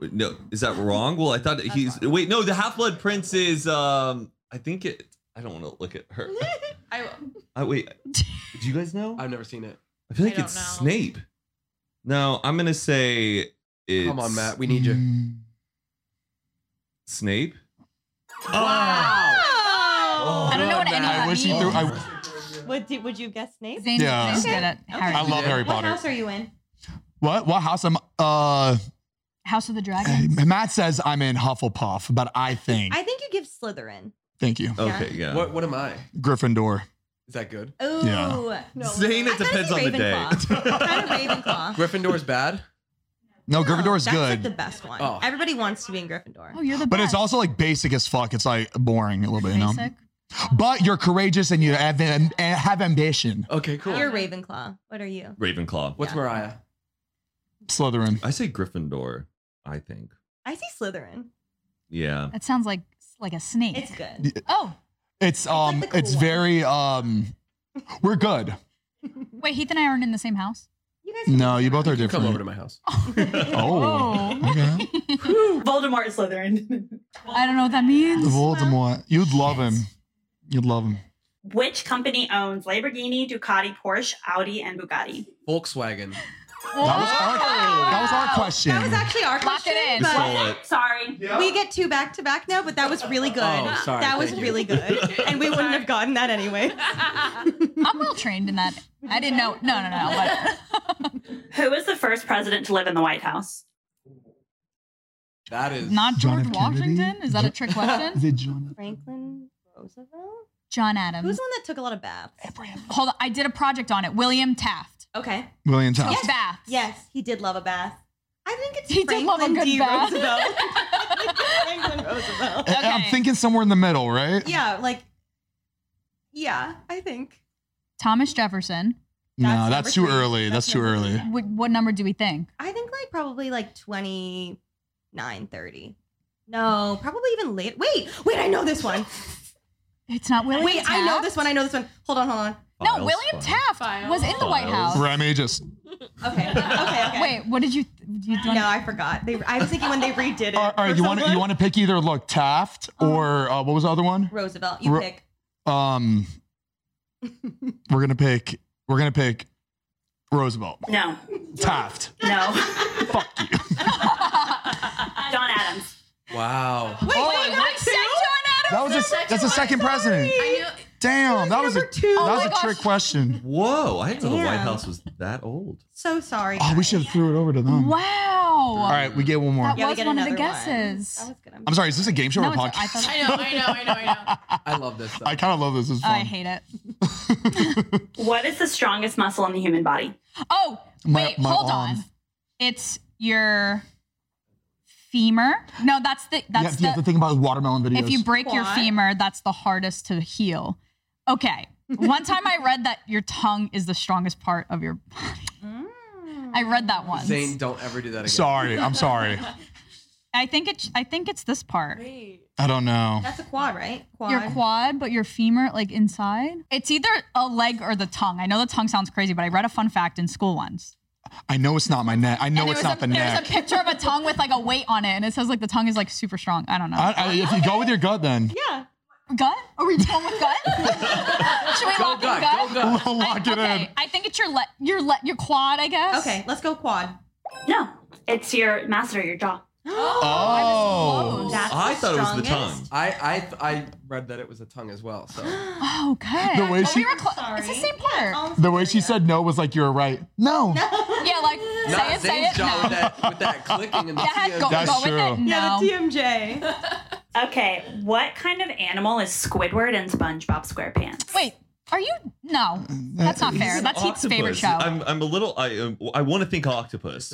Speaker 3: Wait, No, is that wrong? Well, I thought he's wait. No, the Half-Blood Prince is. Um, I think it. I don't want to look at her.
Speaker 2: I
Speaker 3: I wait. Do you guys know?
Speaker 5: I've never seen it.
Speaker 3: I feel like it's Snape. No, I'm gonna say it's. Mm.
Speaker 5: Come on, Matt. We need you.
Speaker 3: Snape.
Speaker 7: I don't know what any of that
Speaker 4: I wish he
Speaker 7: means.
Speaker 4: threw. I,
Speaker 8: What did, would you guess, Snape?
Speaker 7: Zane's-
Speaker 4: Yeah. Zane's
Speaker 7: good at Harry.
Speaker 4: I love Harry
Speaker 8: What
Speaker 4: Potter.
Speaker 8: house are you in?
Speaker 4: what? What house am? Uh,
Speaker 7: House of the Dragon.
Speaker 4: Matt says I'm in Hufflepuff, but I think.
Speaker 8: I think you give Slytherin.
Speaker 4: Thank you.
Speaker 3: Okay, yeah.
Speaker 5: What What am I?
Speaker 4: Gryffindor.
Speaker 5: Is that good?
Speaker 8: Ooh.
Speaker 4: Yeah.
Speaker 3: Zane, it depends on the day.
Speaker 5: Gryffindor's bad.
Speaker 4: No, Gryffindor is
Speaker 8: That's
Speaker 4: good,
Speaker 8: like the best one.
Speaker 4: Oh.
Speaker 8: Everybody wants to be in Gryffindor.
Speaker 7: Oh, you're the
Speaker 4: but it's also like basic as fuck. It's like boring a little bit, you know.
Speaker 8: Basic.
Speaker 4: But you're courageous and you have, am- have ambition.
Speaker 5: Okay,
Speaker 8: You're Ravenclaw. What are you?
Speaker 3: Ravenclaw.
Speaker 5: What's Mariah?
Speaker 4: Slytherin.
Speaker 3: I say Gryffindor. I think.
Speaker 8: I see Slytherin.
Speaker 3: Yeah.
Speaker 7: That sounds like like a snake. It's
Speaker 4: good.
Speaker 7: Oh,
Speaker 4: It's um, it's very um, we're good.
Speaker 7: wait, Heath and I aren't in the same house.
Speaker 4: No, you both are different.
Speaker 5: Come over to my house.
Speaker 4: Oh, okay.
Speaker 9: Voldemort is Slytherin.
Speaker 7: I don't know what that means.
Speaker 4: Voldemort. You'd love him. You'd love him.
Speaker 9: Which company owns Lamborghini, Ducati, Porsche, Audi, and Bugatti?
Speaker 5: Volkswagen.
Speaker 8: Oh!
Speaker 5: Oh.
Speaker 4: That was our question.
Speaker 8: That was actually our
Speaker 7: Lock
Speaker 8: question.
Speaker 7: it in.
Speaker 8: but-
Speaker 5: Stole it.
Speaker 9: Sorry.
Speaker 8: We get two back to back now, but that was really good.
Speaker 5: Oh, sorry,
Speaker 8: that was
Speaker 5: thank you.
Speaker 8: really good. And we wouldn't have gotten that anyway.
Speaker 7: I'm well trained in that. I didn't know. No, no, no. But
Speaker 9: Who was the first president to live in the White House?
Speaker 5: That is
Speaker 7: not George Washington. Is that a trick question?
Speaker 8: Franklin Roosevelt?
Speaker 7: John Adams.
Speaker 8: Who's the one that took a lot of baths?
Speaker 7: Hold on. I did a project on it. William Taft.
Speaker 8: Okay.
Speaker 4: William Taft.
Speaker 7: Yes. Bath.
Speaker 8: Yes, he did love a bath. I think it's
Speaker 7: He did
Speaker 8: Franklin
Speaker 7: love a good
Speaker 8: D.
Speaker 7: bath.
Speaker 8: Roosevelt. Franklin Roosevelt.
Speaker 4: I- I'm thinking somewhere in the middle, right?
Speaker 8: Yeah, like, yeah, I think.
Speaker 7: Thomas Jefferson.
Speaker 4: no, that's too early. That's, too early.
Speaker 7: What, what number do we think?
Speaker 8: I think like probably like 29, 30. No, probably even later. Wait, wait, I know this one.
Speaker 7: It's not William
Speaker 8: Wait, I know
Speaker 7: Taft?
Speaker 8: this one. I know this one. Hold on, hold on.
Speaker 7: No, William Taft was in the White House.
Speaker 4: Remy just.
Speaker 8: Okay, okay, okay.
Speaker 7: Wait, what did you? you
Speaker 8: no, I forgot. They, I was thinking when they redid it.
Speaker 4: All right, you want to you want to pick either look Taft or uh, what was the other one?
Speaker 8: Um, Roosevelt, you
Speaker 4: Ro-
Speaker 8: pick.
Speaker 4: Um, we're gonna pick. We're gonna pick Roosevelt.
Speaker 9: No.
Speaker 4: Taft.
Speaker 9: No. Fuck you. John Adams.
Speaker 5: Wow.
Speaker 4: Oh, That was a, that's the second president.
Speaker 2: I knew
Speaker 4: Damn, that was a
Speaker 1: two.
Speaker 4: that
Speaker 1: Oh
Speaker 4: was
Speaker 1: my
Speaker 4: a
Speaker 1: gosh.
Speaker 4: trick question.
Speaker 3: Whoa, I didn't know the White
Speaker 1: Damn.
Speaker 3: House was that old.
Speaker 1: So sorry.
Speaker 4: Oh, we should have threw it over to them.
Speaker 7: Wow.
Speaker 4: All right, we get one more.
Speaker 7: That was one of the guesses.
Speaker 4: I'm sorry, is this a game show
Speaker 7: No,
Speaker 4: or a
Speaker 7: it's-
Speaker 4: podcast?
Speaker 7: thought-
Speaker 5: I love this.
Speaker 4: I kind of love this. It's
Speaker 7: I
Speaker 4: fun.
Speaker 7: hate it.
Speaker 9: What is the strongest muscle in the human body?
Speaker 7: Oh,
Speaker 4: My-
Speaker 7: wait,
Speaker 4: my
Speaker 7: hold
Speaker 4: arm.
Speaker 7: on. It's your femur. No, that's the
Speaker 4: You have,
Speaker 7: that's
Speaker 4: you have to
Speaker 7: the,
Speaker 4: think about watermelon videos.
Speaker 7: if you break your femur, that's the hardest to heal. Okay. One time I read that your tongue is the strongest part of your body. I read that once.
Speaker 5: Zane, don't ever do that again.
Speaker 4: Sorry, I'm sorry.
Speaker 7: I think it I think it's this part.
Speaker 4: I don't know.
Speaker 7: That's a quad, right?
Speaker 1: Quad.
Speaker 7: Your quad, but your femur, like inside. It's either a leg or the tongue. I know the tongue sounds crazy, but I read a fun fact in school once.
Speaker 4: I know it's not my neck. I know
Speaker 7: And there
Speaker 4: it's
Speaker 7: was
Speaker 4: not
Speaker 7: a,
Speaker 4: the
Speaker 7: There's
Speaker 4: neck.
Speaker 7: a picture of a tongue with like a weight on it, and it says like the tongue is like super strong. I don't know.
Speaker 4: I- I- if you go with your gut, then
Speaker 7: yeah. Gut? Are we going with gut? Should we
Speaker 4: Go
Speaker 7: lock
Speaker 4: gut,
Speaker 7: in gut?
Speaker 4: go gut. We'll lock
Speaker 7: I,
Speaker 4: it
Speaker 7: okay,
Speaker 4: in.
Speaker 7: I think it's your le- your le- your quad, I guess.
Speaker 1: Okay, let's go quad.
Speaker 9: No, it's your mouth or your jaw.
Speaker 7: Oh,
Speaker 5: Oh,
Speaker 9: That's
Speaker 5: I
Speaker 9: the
Speaker 5: thought it was the
Speaker 9: strongest.
Speaker 5: tongue. I I I read that it was the tongue as well. So
Speaker 7: Okay.
Speaker 4: The way
Speaker 7: But Oh, we
Speaker 4: she-
Speaker 7: were clo- it's the same part.
Speaker 4: the way she said no was like you were right. No.
Speaker 1: um,
Speaker 7: yeah, like say it, say it. No.
Speaker 5: with that with that clicking and the
Speaker 7: Yeah,
Speaker 5: TMJ.
Speaker 7: go- That's go with true. it.
Speaker 1: Yeah, the TMJ.
Speaker 9: Okay, what kind of animal is Squidward and SpongeBob SquarePants?
Speaker 7: Wait, are you? No, that's not fair. That's Heath's favorite show.
Speaker 3: I'm, I'm a little. I um, I want to think octopus,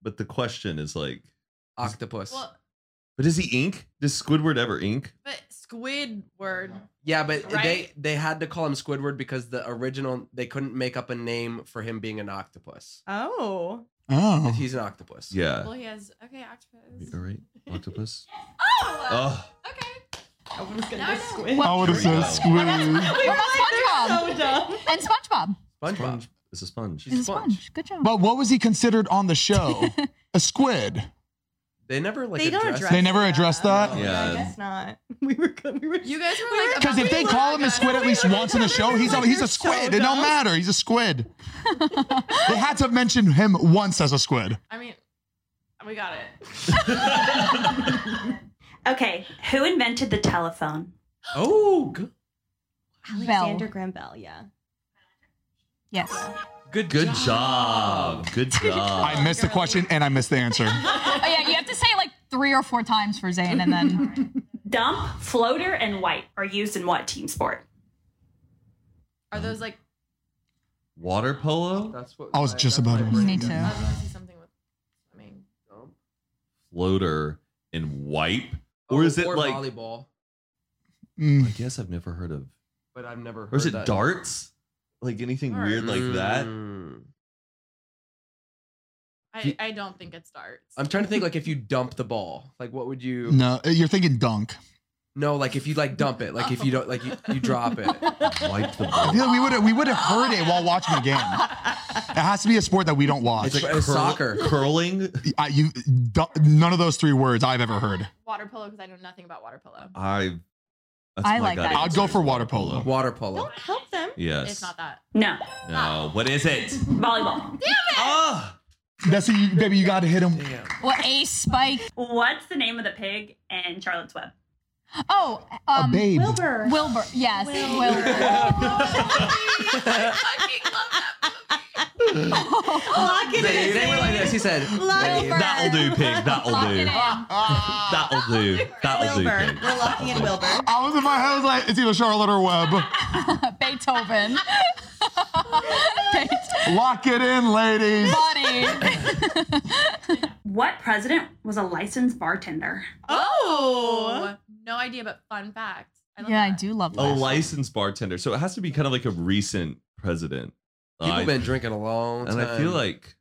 Speaker 3: but the question is like
Speaker 5: octopus.
Speaker 2: Well-
Speaker 3: but does he ink? Does Squidward ever ink?
Speaker 2: But squid word.
Speaker 5: Yeah, but
Speaker 2: Right?
Speaker 5: they they had to call him Squidward because the original they couldn't make up a name for him being an octopus.
Speaker 1: Oh.
Speaker 4: Oh,
Speaker 5: he's an octopus.
Speaker 3: Yeah.
Speaker 2: Well, he has okay octopus.
Speaker 3: All right, octopus.
Speaker 2: Oh.
Speaker 3: Oh,
Speaker 1: I was gonna go squid.
Speaker 4: I would have
Speaker 3: Here we
Speaker 4: said
Speaker 3: go.
Speaker 4: squid.
Speaker 7: What about SpongeBob?
Speaker 1: so dumb.
Speaker 7: And SpongeBob.
Speaker 3: SpongeBob. It's a sponge.
Speaker 7: He's a sponge. Good job.
Speaker 4: But what was he considered on the show? a squid.
Speaker 5: They never like
Speaker 1: They don't
Speaker 5: addressed
Speaker 1: address
Speaker 4: They never addressed that.
Speaker 1: I
Speaker 3: Yeah.
Speaker 1: guess not. We were good. We were.
Speaker 2: You guys were like
Speaker 4: Because if they call him a squid at least once in the show, he's a, he's a squid. It don't matter. He's a squid. they had to mention him once as a squid.
Speaker 2: I mean, we got it.
Speaker 9: Okay, who invented the telephone?
Speaker 5: Oh, good.
Speaker 1: Alexander Graham Bell. Yeah.
Speaker 7: Yes.
Speaker 3: Good, good job. Good job.
Speaker 4: I missed the question and I missed the answer.
Speaker 7: Oh yeah, you have to say it like three or four times for Zayn, and then
Speaker 9: Dump, floater, and white are used in what team sport?
Speaker 2: Are those like?
Speaker 3: Water polo,
Speaker 5: That's what
Speaker 4: I was just about to.
Speaker 7: me too.
Speaker 2: I was gonna say something with. I mean,
Speaker 3: floater, and wipe. Or is it
Speaker 5: or
Speaker 3: like?
Speaker 5: volleyball?
Speaker 3: I guess I've never heard of.
Speaker 5: But I've never. Heard
Speaker 3: Or is it
Speaker 5: that.
Speaker 3: darts? Like anything
Speaker 2: Darts.
Speaker 3: weird like that?
Speaker 5: Mm.
Speaker 2: I I don't think it starts.
Speaker 5: I'm trying to think like if you dump the ball, like what would you?
Speaker 4: No, you're thinking dunk.
Speaker 5: No, like if you like dump it, like if you don't like you, you drop it.
Speaker 3: Wipe the
Speaker 4: I
Speaker 3: ball.
Speaker 4: feel like we would have we would have heard it while watching the game. It has to be a sport that we don't watch.
Speaker 5: It's like soccer.
Speaker 3: curling.
Speaker 4: I, you, du- none of those three words I've ever heard.
Speaker 2: water polo because I know nothing about water polo.
Speaker 3: I. That's
Speaker 7: I
Speaker 3: my
Speaker 7: like
Speaker 3: gut
Speaker 7: that.
Speaker 4: I'd
Speaker 3: answer.
Speaker 4: go for water polo.
Speaker 5: Water polo.
Speaker 1: Help them.
Speaker 3: Yes.
Speaker 2: It's not that.
Speaker 9: No,
Speaker 3: No. What is it?
Speaker 9: volleyball.
Speaker 3: Ah.
Speaker 4: That's it, you- baby. You got to hit him.
Speaker 7: what a spike.
Speaker 9: What's the name of the pig in Charlotte's Web?
Speaker 7: Oh,
Speaker 4: A
Speaker 7: um,
Speaker 4: babe.
Speaker 1: Wilbur.
Speaker 7: Wilbur. Yes, Wilbur.
Speaker 1: Lock it
Speaker 5: They,
Speaker 1: in.
Speaker 5: they were like this. He said,
Speaker 1: Lock-
Speaker 5: "Babe."
Speaker 3: That'll do, pig. That'll
Speaker 7: Lock it
Speaker 3: do.
Speaker 7: in.
Speaker 3: That'll do. That'll do,
Speaker 1: Wilbur.
Speaker 3: pig.
Speaker 1: We're locking in Wilbur.
Speaker 4: I was in my head. I was like, it's either Charlotte or Webb.
Speaker 7: Beethoven. Beethoven.
Speaker 4: Lock it in, ladies.
Speaker 9: What president was a licensed bartender?
Speaker 2: Oh. No idea, but fun fact. I love
Speaker 7: Yeah, I
Speaker 2: that.
Speaker 7: do love
Speaker 3: A
Speaker 7: that.
Speaker 3: licensed bartender. So it has to be kind of like a recent president.
Speaker 5: People
Speaker 3: I-
Speaker 5: been drinking a long
Speaker 3: and
Speaker 5: time.
Speaker 3: I feel like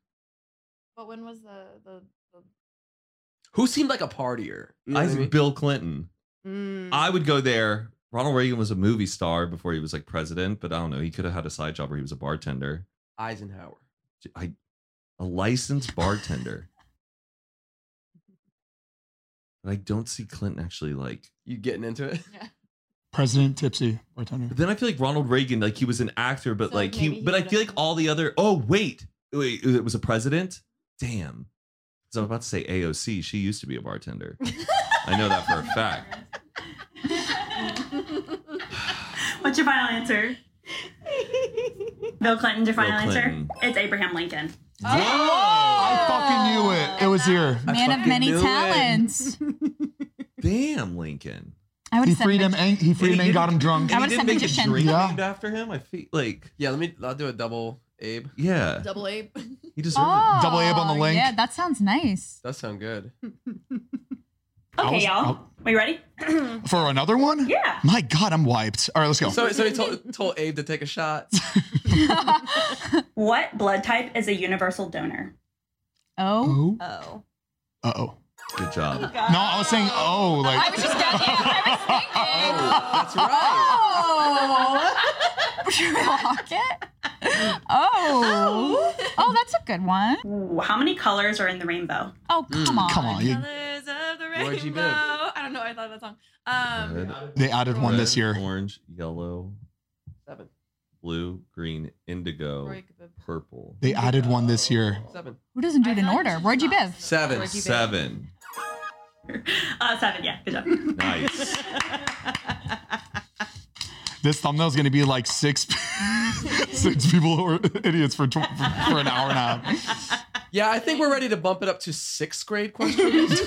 Speaker 2: But when was the the? the
Speaker 5: who seemed like a partier. You know
Speaker 3: I
Speaker 5: what I mean?
Speaker 3: Bill Clinton.
Speaker 1: Mm.
Speaker 3: I would go there. Ronald Reagan was a movie star before he was like president, but I don't know. He could have had a side job where he was a bartender.
Speaker 5: Eisenhower.
Speaker 3: I, a licensed bartender. but I don't see Clinton actually like.
Speaker 5: You getting into it?
Speaker 4: President Tipsy bartender.
Speaker 3: But then I feel like Ronald Reagan, like he was an actor, but
Speaker 2: So
Speaker 3: like
Speaker 2: maybe
Speaker 3: he,
Speaker 2: he
Speaker 3: but I
Speaker 2: would've
Speaker 3: feel like
Speaker 2: been-
Speaker 3: all the other. Oh wait, wait, it was a president. Damn, because I was about to say AOC. She used to be a bartender. I know that for a fact.
Speaker 9: What What's your final answer? Bill Clinton's your final
Speaker 4: Bill
Speaker 9: answer?
Speaker 4: Clinton.
Speaker 9: It's Abraham Lincoln.
Speaker 3: Oh!
Speaker 4: I knew it. It was here.
Speaker 7: Man of many talents.
Speaker 3: Damn, Lincoln.
Speaker 7: I would
Speaker 4: he
Speaker 7: have said
Speaker 4: freed him. And, he freed him and
Speaker 7: didn't-
Speaker 4: got him drunk.
Speaker 7: I would have said magician.
Speaker 4: Yeah.
Speaker 5: after him. I feel like yeah. Let me. I'll do a double Abe.
Speaker 3: Yeah.
Speaker 2: Double ape.
Speaker 3: He
Speaker 5: deserved it. Double Abe on the link.
Speaker 7: Oh, Yeah, that sounds nice.
Speaker 5: That sound good.
Speaker 9: Okay,
Speaker 4: was-
Speaker 9: y'all. Are you ready?
Speaker 4: Oh. For another one?
Speaker 9: Yeah.
Speaker 4: My God, I'm wiped. All right, let's go.
Speaker 5: So, so he told, told Abe to take a shot.
Speaker 9: what blood type is a universal donor?
Speaker 7: Oh.
Speaker 9: Oh.
Speaker 4: Uh oh.
Speaker 3: Good job.
Speaker 4: No, I was saying oh, like
Speaker 7: I was just yeah, I was thinking. right.
Speaker 5: that's
Speaker 7: Oh. Should we lock it? Oh. Oh, that's a good one.
Speaker 9: How many colors are in the rainbow?
Speaker 7: Oh, come on.
Speaker 4: Mm, Come on. you-
Speaker 2: Colors of the
Speaker 4: Where'd you
Speaker 2: rainbow. I don't know. I thought of that song. Um,
Speaker 4: they added one this year.
Speaker 3: Orange, yellow,
Speaker 5: seven,
Speaker 3: blue, green, indigo,
Speaker 2: Roy
Speaker 3: purple.
Speaker 4: They added one this year.
Speaker 5: Seven.
Speaker 7: Who doesn't do it in order? Roy G. Biv.
Speaker 3: Seven.
Speaker 7: Where'd you be?
Speaker 3: Seven.
Speaker 9: Uh, seven, yeah. Good job.
Speaker 3: Nice.
Speaker 4: This thumbnail's gonna be like six, six people who are idiots for, tw- for for an hour and a half.
Speaker 5: Yeah, I think we're ready to bump it up to sixth grade questions.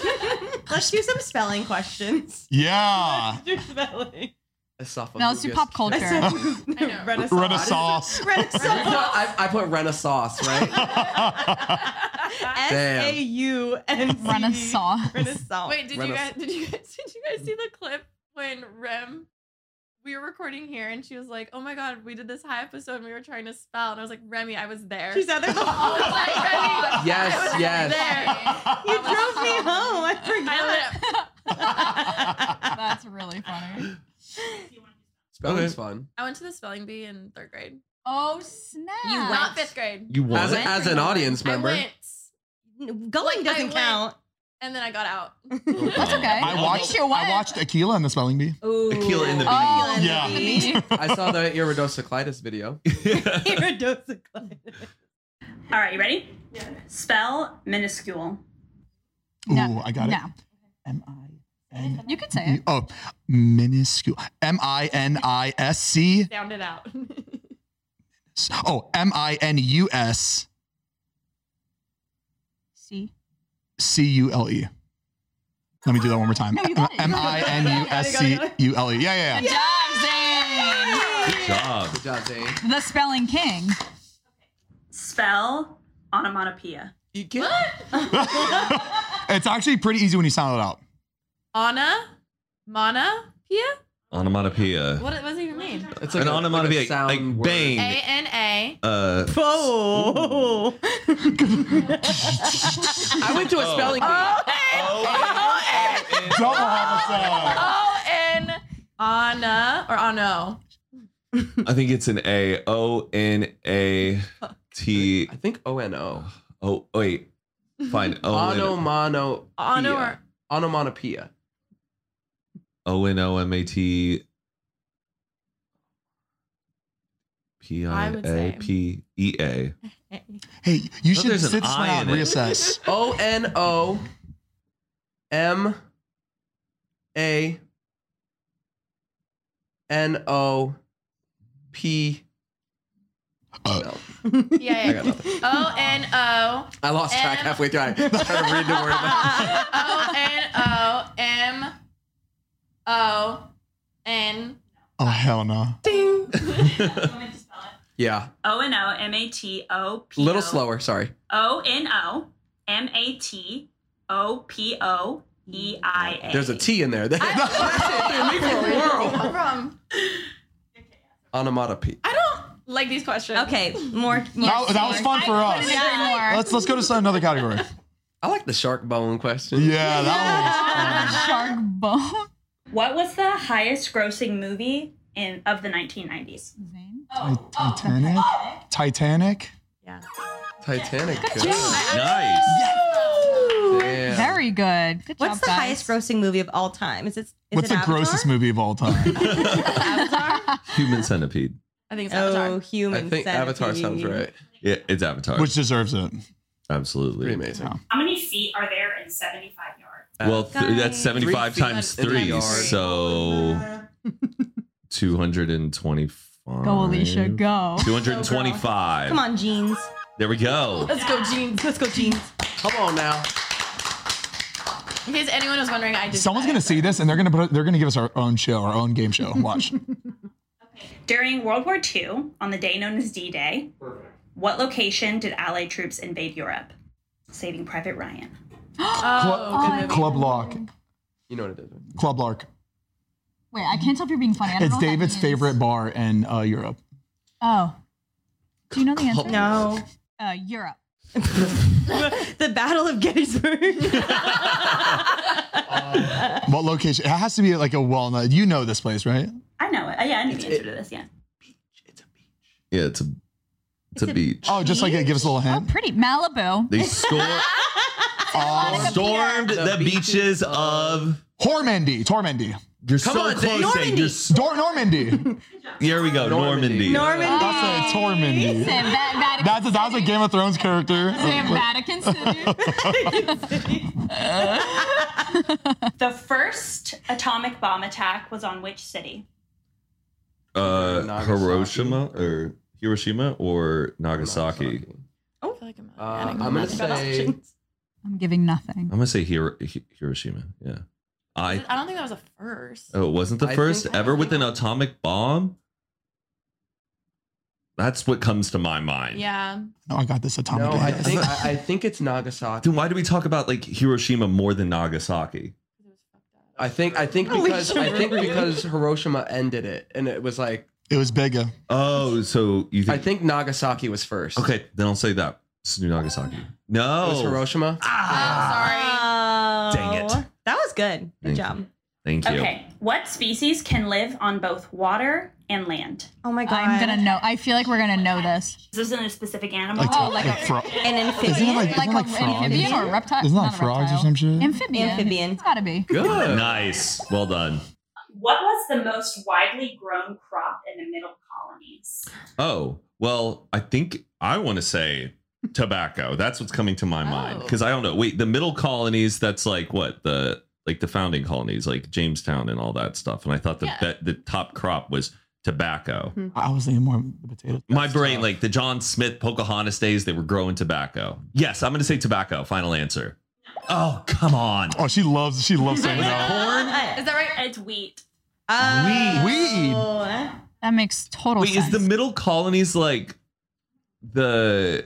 Speaker 1: Let's do some spelling questions.
Speaker 4: Yeah.
Speaker 1: Do spelling.
Speaker 7: No, let's do pop culture.
Speaker 1: Renaissance.
Speaker 4: Renaissance.
Speaker 5: I, I put Renaissance, right?
Speaker 1: S A U N C.
Speaker 7: Renaissance.
Speaker 1: Renaissance.
Speaker 2: Wait, did you guys?
Speaker 1: Renaissance.
Speaker 2: Did you guys? Did you guys see the clip when Rem? We were recording here, and she was like, "Oh my god, we did this high episode, and we were trying to spell." And I was like, "Remy, I was there."
Speaker 1: She said
Speaker 2: I
Speaker 1: there's
Speaker 2: was
Speaker 1: a whole
Speaker 2: like, Remy, I
Speaker 5: Yes,
Speaker 2: was
Speaker 5: yes.
Speaker 2: There. You
Speaker 1: drove me home. I
Speaker 2: forgot.
Speaker 7: That's really funny.
Speaker 5: Spelling's fun.
Speaker 2: I went to the spelling bee in third grade.
Speaker 7: Oh snap!
Speaker 1: You
Speaker 2: Not
Speaker 1: went.
Speaker 2: fifth grade.
Speaker 5: You won. As a- as an audience member.
Speaker 2: I went.
Speaker 1: Going
Speaker 2: Like, I
Speaker 1: doesn't
Speaker 2: went,
Speaker 1: count.
Speaker 2: and then I got out.
Speaker 5: Oh,
Speaker 7: That's okay.
Speaker 4: I watched. I watched Aquila in the spelling bee.
Speaker 1: Ooh.
Speaker 5: Aquila in the
Speaker 7: Oh,
Speaker 5: Bee.
Speaker 4: Aquila in the
Speaker 7: Yeah.
Speaker 5: I saw the iridocyclitis video.
Speaker 9: All right, you ready? Yeah. Spell minuscule.
Speaker 4: Ooh, I got it.
Speaker 7: You could say
Speaker 4: You- Oh, minuscule. M I N I S C.
Speaker 2: Sound it out.
Speaker 4: Oh, M I N U S
Speaker 7: See.
Speaker 4: C U L E. Let me do that one more time.
Speaker 7: No, you got it.
Speaker 4: M I N U S C U L E. Yeah, yeah,
Speaker 7: Good
Speaker 4: yeah.
Speaker 7: job, Zane.
Speaker 4: job.
Speaker 5: Good job, Zane.
Speaker 7: The spelling king.
Speaker 9: Spell onomatopoeia.
Speaker 5: You can
Speaker 4: It's actually pretty easy when you sound it out.
Speaker 2: Anna, Mana, Pia.
Speaker 5: Uh,
Speaker 3: Onomatopoeia.
Speaker 2: What does it even mean?
Speaker 5: It's
Speaker 3: an onomatopoeia, like,
Speaker 2: A
Speaker 3: bang.
Speaker 2: N A.
Speaker 3: Uh,
Speaker 1: Oh.
Speaker 5: I went to a spelling bee.
Speaker 4: Oh. Double homicide.
Speaker 2: O N Anna or Ano.
Speaker 3: I think it's an A O N A T. I
Speaker 5: think O N O.
Speaker 3: Oh wait, fine.
Speaker 4: Oh,
Speaker 3: O N
Speaker 5: Onomano.
Speaker 2: Ono or-
Speaker 5: Onomatopoeia.
Speaker 3: O N O M A T P I
Speaker 5: I would
Speaker 3: A
Speaker 5: say.
Speaker 3: P E A.
Speaker 4: Hey, you
Speaker 3: Thought
Speaker 4: should
Speaker 3: there's an
Speaker 4: sit this one
Speaker 3: I
Speaker 4: out and
Speaker 3: in it.
Speaker 4: reassess.
Speaker 5: O N O M A N O P. No. I
Speaker 2: Yeah.
Speaker 5: got nothing.
Speaker 2: O N O
Speaker 5: I lost track
Speaker 2: M-
Speaker 5: halfway through. I tried to read the word.
Speaker 2: O N O M O N.
Speaker 4: Oh hell no.
Speaker 2: Ding.
Speaker 5: Yeah,
Speaker 9: O N O M A T O
Speaker 5: a little slower. Sorry.
Speaker 9: O N O M A T O P O E I A.
Speaker 5: There's a T in there. Oh,
Speaker 2: From
Speaker 5: Onomatopoeia.
Speaker 2: like these questions.
Speaker 1: Okay, more. more
Speaker 4: That, that was fun for
Speaker 1: I
Speaker 4: us.
Speaker 1: couldn't agree more.
Speaker 4: Let's let's go to another category.
Speaker 5: I like the shark bone question.
Speaker 4: Yeah,
Speaker 7: Shark bone.
Speaker 9: Uh, What was the highest grossing movie in of the 1990s?
Speaker 4: Ti-
Speaker 7: Oh,
Speaker 4: Titanic. Titanic.
Speaker 5: Titanic.
Speaker 7: Good job.
Speaker 5: Damn.
Speaker 7: Very good. Good
Speaker 1: What's
Speaker 7: job,
Speaker 1: the
Speaker 7: guys.
Speaker 1: highest grossing movie of all time? Is it? Is
Speaker 4: What's
Speaker 1: it
Speaker 4: the
Speaker 1: Avatar?
Speaker 4: grossest movie of all time?
Speaker 3: Human centipede.
Speaker 2: I think it's
Speaker 1: Oh, human.
Speaker 5: I think Avatar sounds
Speaker 1: centipede.
Speaker 5: right.
Speaker 3: Yeah, it's Avatar.
Speaker 4: Which deserves it.
Speaker 3: Absolutely.
Speaker 5: Pretty amazing.
Speaker 9: How many feet are there in 75 yards?
Speaker 3: Well, th- Uh, that's 75
Speaker 5: Three feet
Speaker 3: times
Speaker 5: in the
Speaker 3: three,
Speaker 5: yard.
Speaker 3: so 225.
Speaker 7: Go, Alicia, go.
Speaker 3: 225.
Speaker 1: Come on, jeans.
Speaker 3: There we go.
Speaker 1: Let's go, jeans. Let's go, jeans.
Speaker 5: Come on now.
Speaker 2: In case anyone was wondering, I did.
Speaker 4: Someone's gonna see this and they're gonna put, they're gonna give us our own show, our own game show. Watch.
Speaker 9: During World War II, on the day known as D Day, what location did Allied troops invade Europe? Saving Private Ryan.
Speaker 7: Oh,
Speaker 3: Oh,
Speaker 9: Oh,
Speaker 4: Club, Club Lock.
Speaker 5: You know what it is.
Speaker 4: Club Lark.
Speaker 7: Wait, I can't tell if you're being funny. I don't
Speaker 4: It's
Speaker 7: know what that
Speaker 4: David's
Speaker 7: means.
Speaker 4: favorite bar in uh, Europe.
Speaker 7: Oh. Do you know the answer?
Speaker 4: No.
Speaker 7: Uh, Europe.
Speaker 1: the Battle of Gettysburg.
Speaker 4: What location? It has to be like a well known. You know this place, right?
Speaker 9: I know it. Uh, Yeah, I knew the answer to this. Yeah.
Speaker 3: Yeah, it's a it's, a, beach.
Speaker 4: Oh, just like it gives us a little hint.
Speaker 7: Pretty. Malibu.
Speaker 3: They score. stormed the beaches of
Speaker 4: Hormandy. Tormandy.
Speaker 3: You're Come so on, Dave. close, Dave. You're so-
Speaker 4: Dor- Normandy.
Speaker 3: Here we go, Normandy.
Speaker 4: That's a Tormandy.
Speaker 7: Said Va- Vatican
Speaker 4: That's a, that was a Game of Thrones character.
Speaker 7: Said Vatican
Speaker 9: the first atomic bomb attack was on which city?
Speaker 3: Uh, Hiroshima or Hiroshima or Nagasaki.
Speaker 9: Oh, I
Speaker 2: feel like I'm
Speaker 5: Uh, I'm gonna say.
Speaker 7: I'm giving nothing.
Speaker 3: I'm gonna say Hiro- Hi- Hiroshima. Yeah. I
Speaker 2: I don't think that was a first.
Speaker 3: oh, it wasn't the
Speaker 2: I
Speaker 3: first
Speaker 2: think-
Speaker 3: ever with an atomic bomb. That's what comes to my mind.
Speaker 2: Yeah.
Speaker 4: No, I got this atomic.
Speaker 5: No, I think I, I think it's Nagasaki.
Speaker 3: Then why do we talk about like Hiroshima more than Nagasaki?
Speaker 5: I think I think
Speaker 3: Alicia,
Speaker 5: because I think
Speaker 3: really?
Speaker 5: because Hiroshima ended it, and it was like
Speaker 4: It was bigger.
Speaker 3: Oh, so you
Speaker 5: I think Nagasaki was first.
Speaker 3: Okay, then I'll say that. It's New Nagasaki. No.
Speaker 5: It was Hiroshima.
Speaker 9: Sorry.
Speaker 3: Dang it.
Speaker 9: Oh. That was good.
Speaker 3: Thank- Thank you.
Speaker 9: Okay. What species can live on both water and land?
Speaker 7: Oh my god. I'm gonna know. I feel like we're gonna know this.
Speaker 9: Is this an specific animal?
Speaker 7: Like- Oh, like like a- fro-
Speaker 9: an
Speaker 7: Isn't it like- isn't it like
Speaker 9: a-
Speaker 7: frog? amphibian or a reptile?
Speaker 4: Isn't that
Speaker 7: Not a
Speaker 4: frogs or
Speaker 7: reptile.
Speaker 4: some shit?
Speaker 7: Amphibian. Amphibian. It's gotta be.
Speaker 3: Good. nice. Well done.
Speaker 9: What was the most widely grown crop in the middle colonies?
Speaker 3: Oh, well, I think I want to say tobacco. That's what's coming to my mind
Speaker 7: Oh.
Speaker 3: because I don't know. Wait, the middle colonies, that's like what the like the founding colonies, like Jamestown and all that stuff. And I thought the that the top crop was tobacco.
Speaker 4: I was thinking more of the potatoes.
Speaker 7: Hmm.
Speaker 3: my brain, like the John Smith Pocahontas days, they were growing tobacco. Yes, I'm going to say tobacco. Final answer. Oh, come on.
Speaker 4: Oh, she loves she loves saying that.
Speaker 3: Corn?
Speaker 9: Is that right? It's wheat.
Speaker 4: Weed.
Speaker 7: That makes total
Speaker 3: Wait,
Speaker 7: sense.
Speaker 3: is the middle colonies like the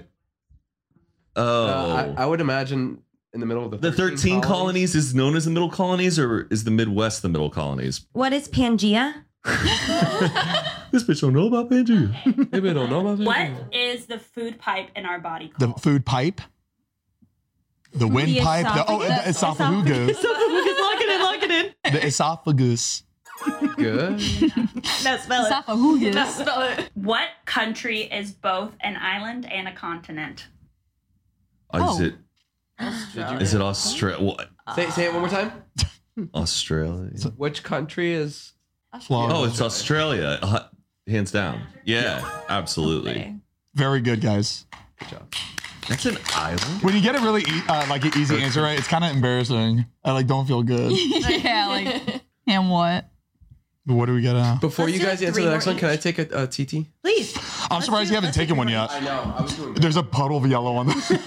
Speaker 3: oh
Speaker 5: Uh, I, I would imagine in the middle of the
Speaker 3: the 13 colonies. is known as the middle colonies or is the Midwest the middle colonies?
Speaker 1: what is Pangea?
Speaker 3: This bitch don't know about Pangea. Maybe don't know about
Speaker 9: What is the food pipe in our body called?
Speaker 4: The food pipe. The windpipe. The, oh, the esophagus.
Speaker 1: lock it in, lock it in.
Speaker 4: The esophagus.
Speaker 5: Good.
Speaker 1: No, spell it.
Speaker 7: Esophagus.
Speaker 1: No, spell it.
Speaker 9: What country is both an island and a continent?
Speaker 3: Is it is it Australia? What?
Speaker 5: Say, say it one more time.
Speaker 3: Australia.
Speaker 5: Which country is?
Speaker 3: Oh, it's Australia. Uh, hands down. Yeah, absolutely.
Speaker 4: Very good, guys.
Speaker 3: That's an island.
Speaker 4: When you get a really e- uh, like an easy answer right, it's kind of embarrassing. I like don't feel good.
Speaker 7: yeah, like and what?
Speaker 4: What do we get uh? now?
Speaker 5: Before you guys answer the next one, can I take a, a TT?
Speaker 1: Please.
Speaker 4: I'm surprised you haven't taken one yet. I
Speaker 5: know. I was doing.
Speaker 4: There's a puddle of yellow on the.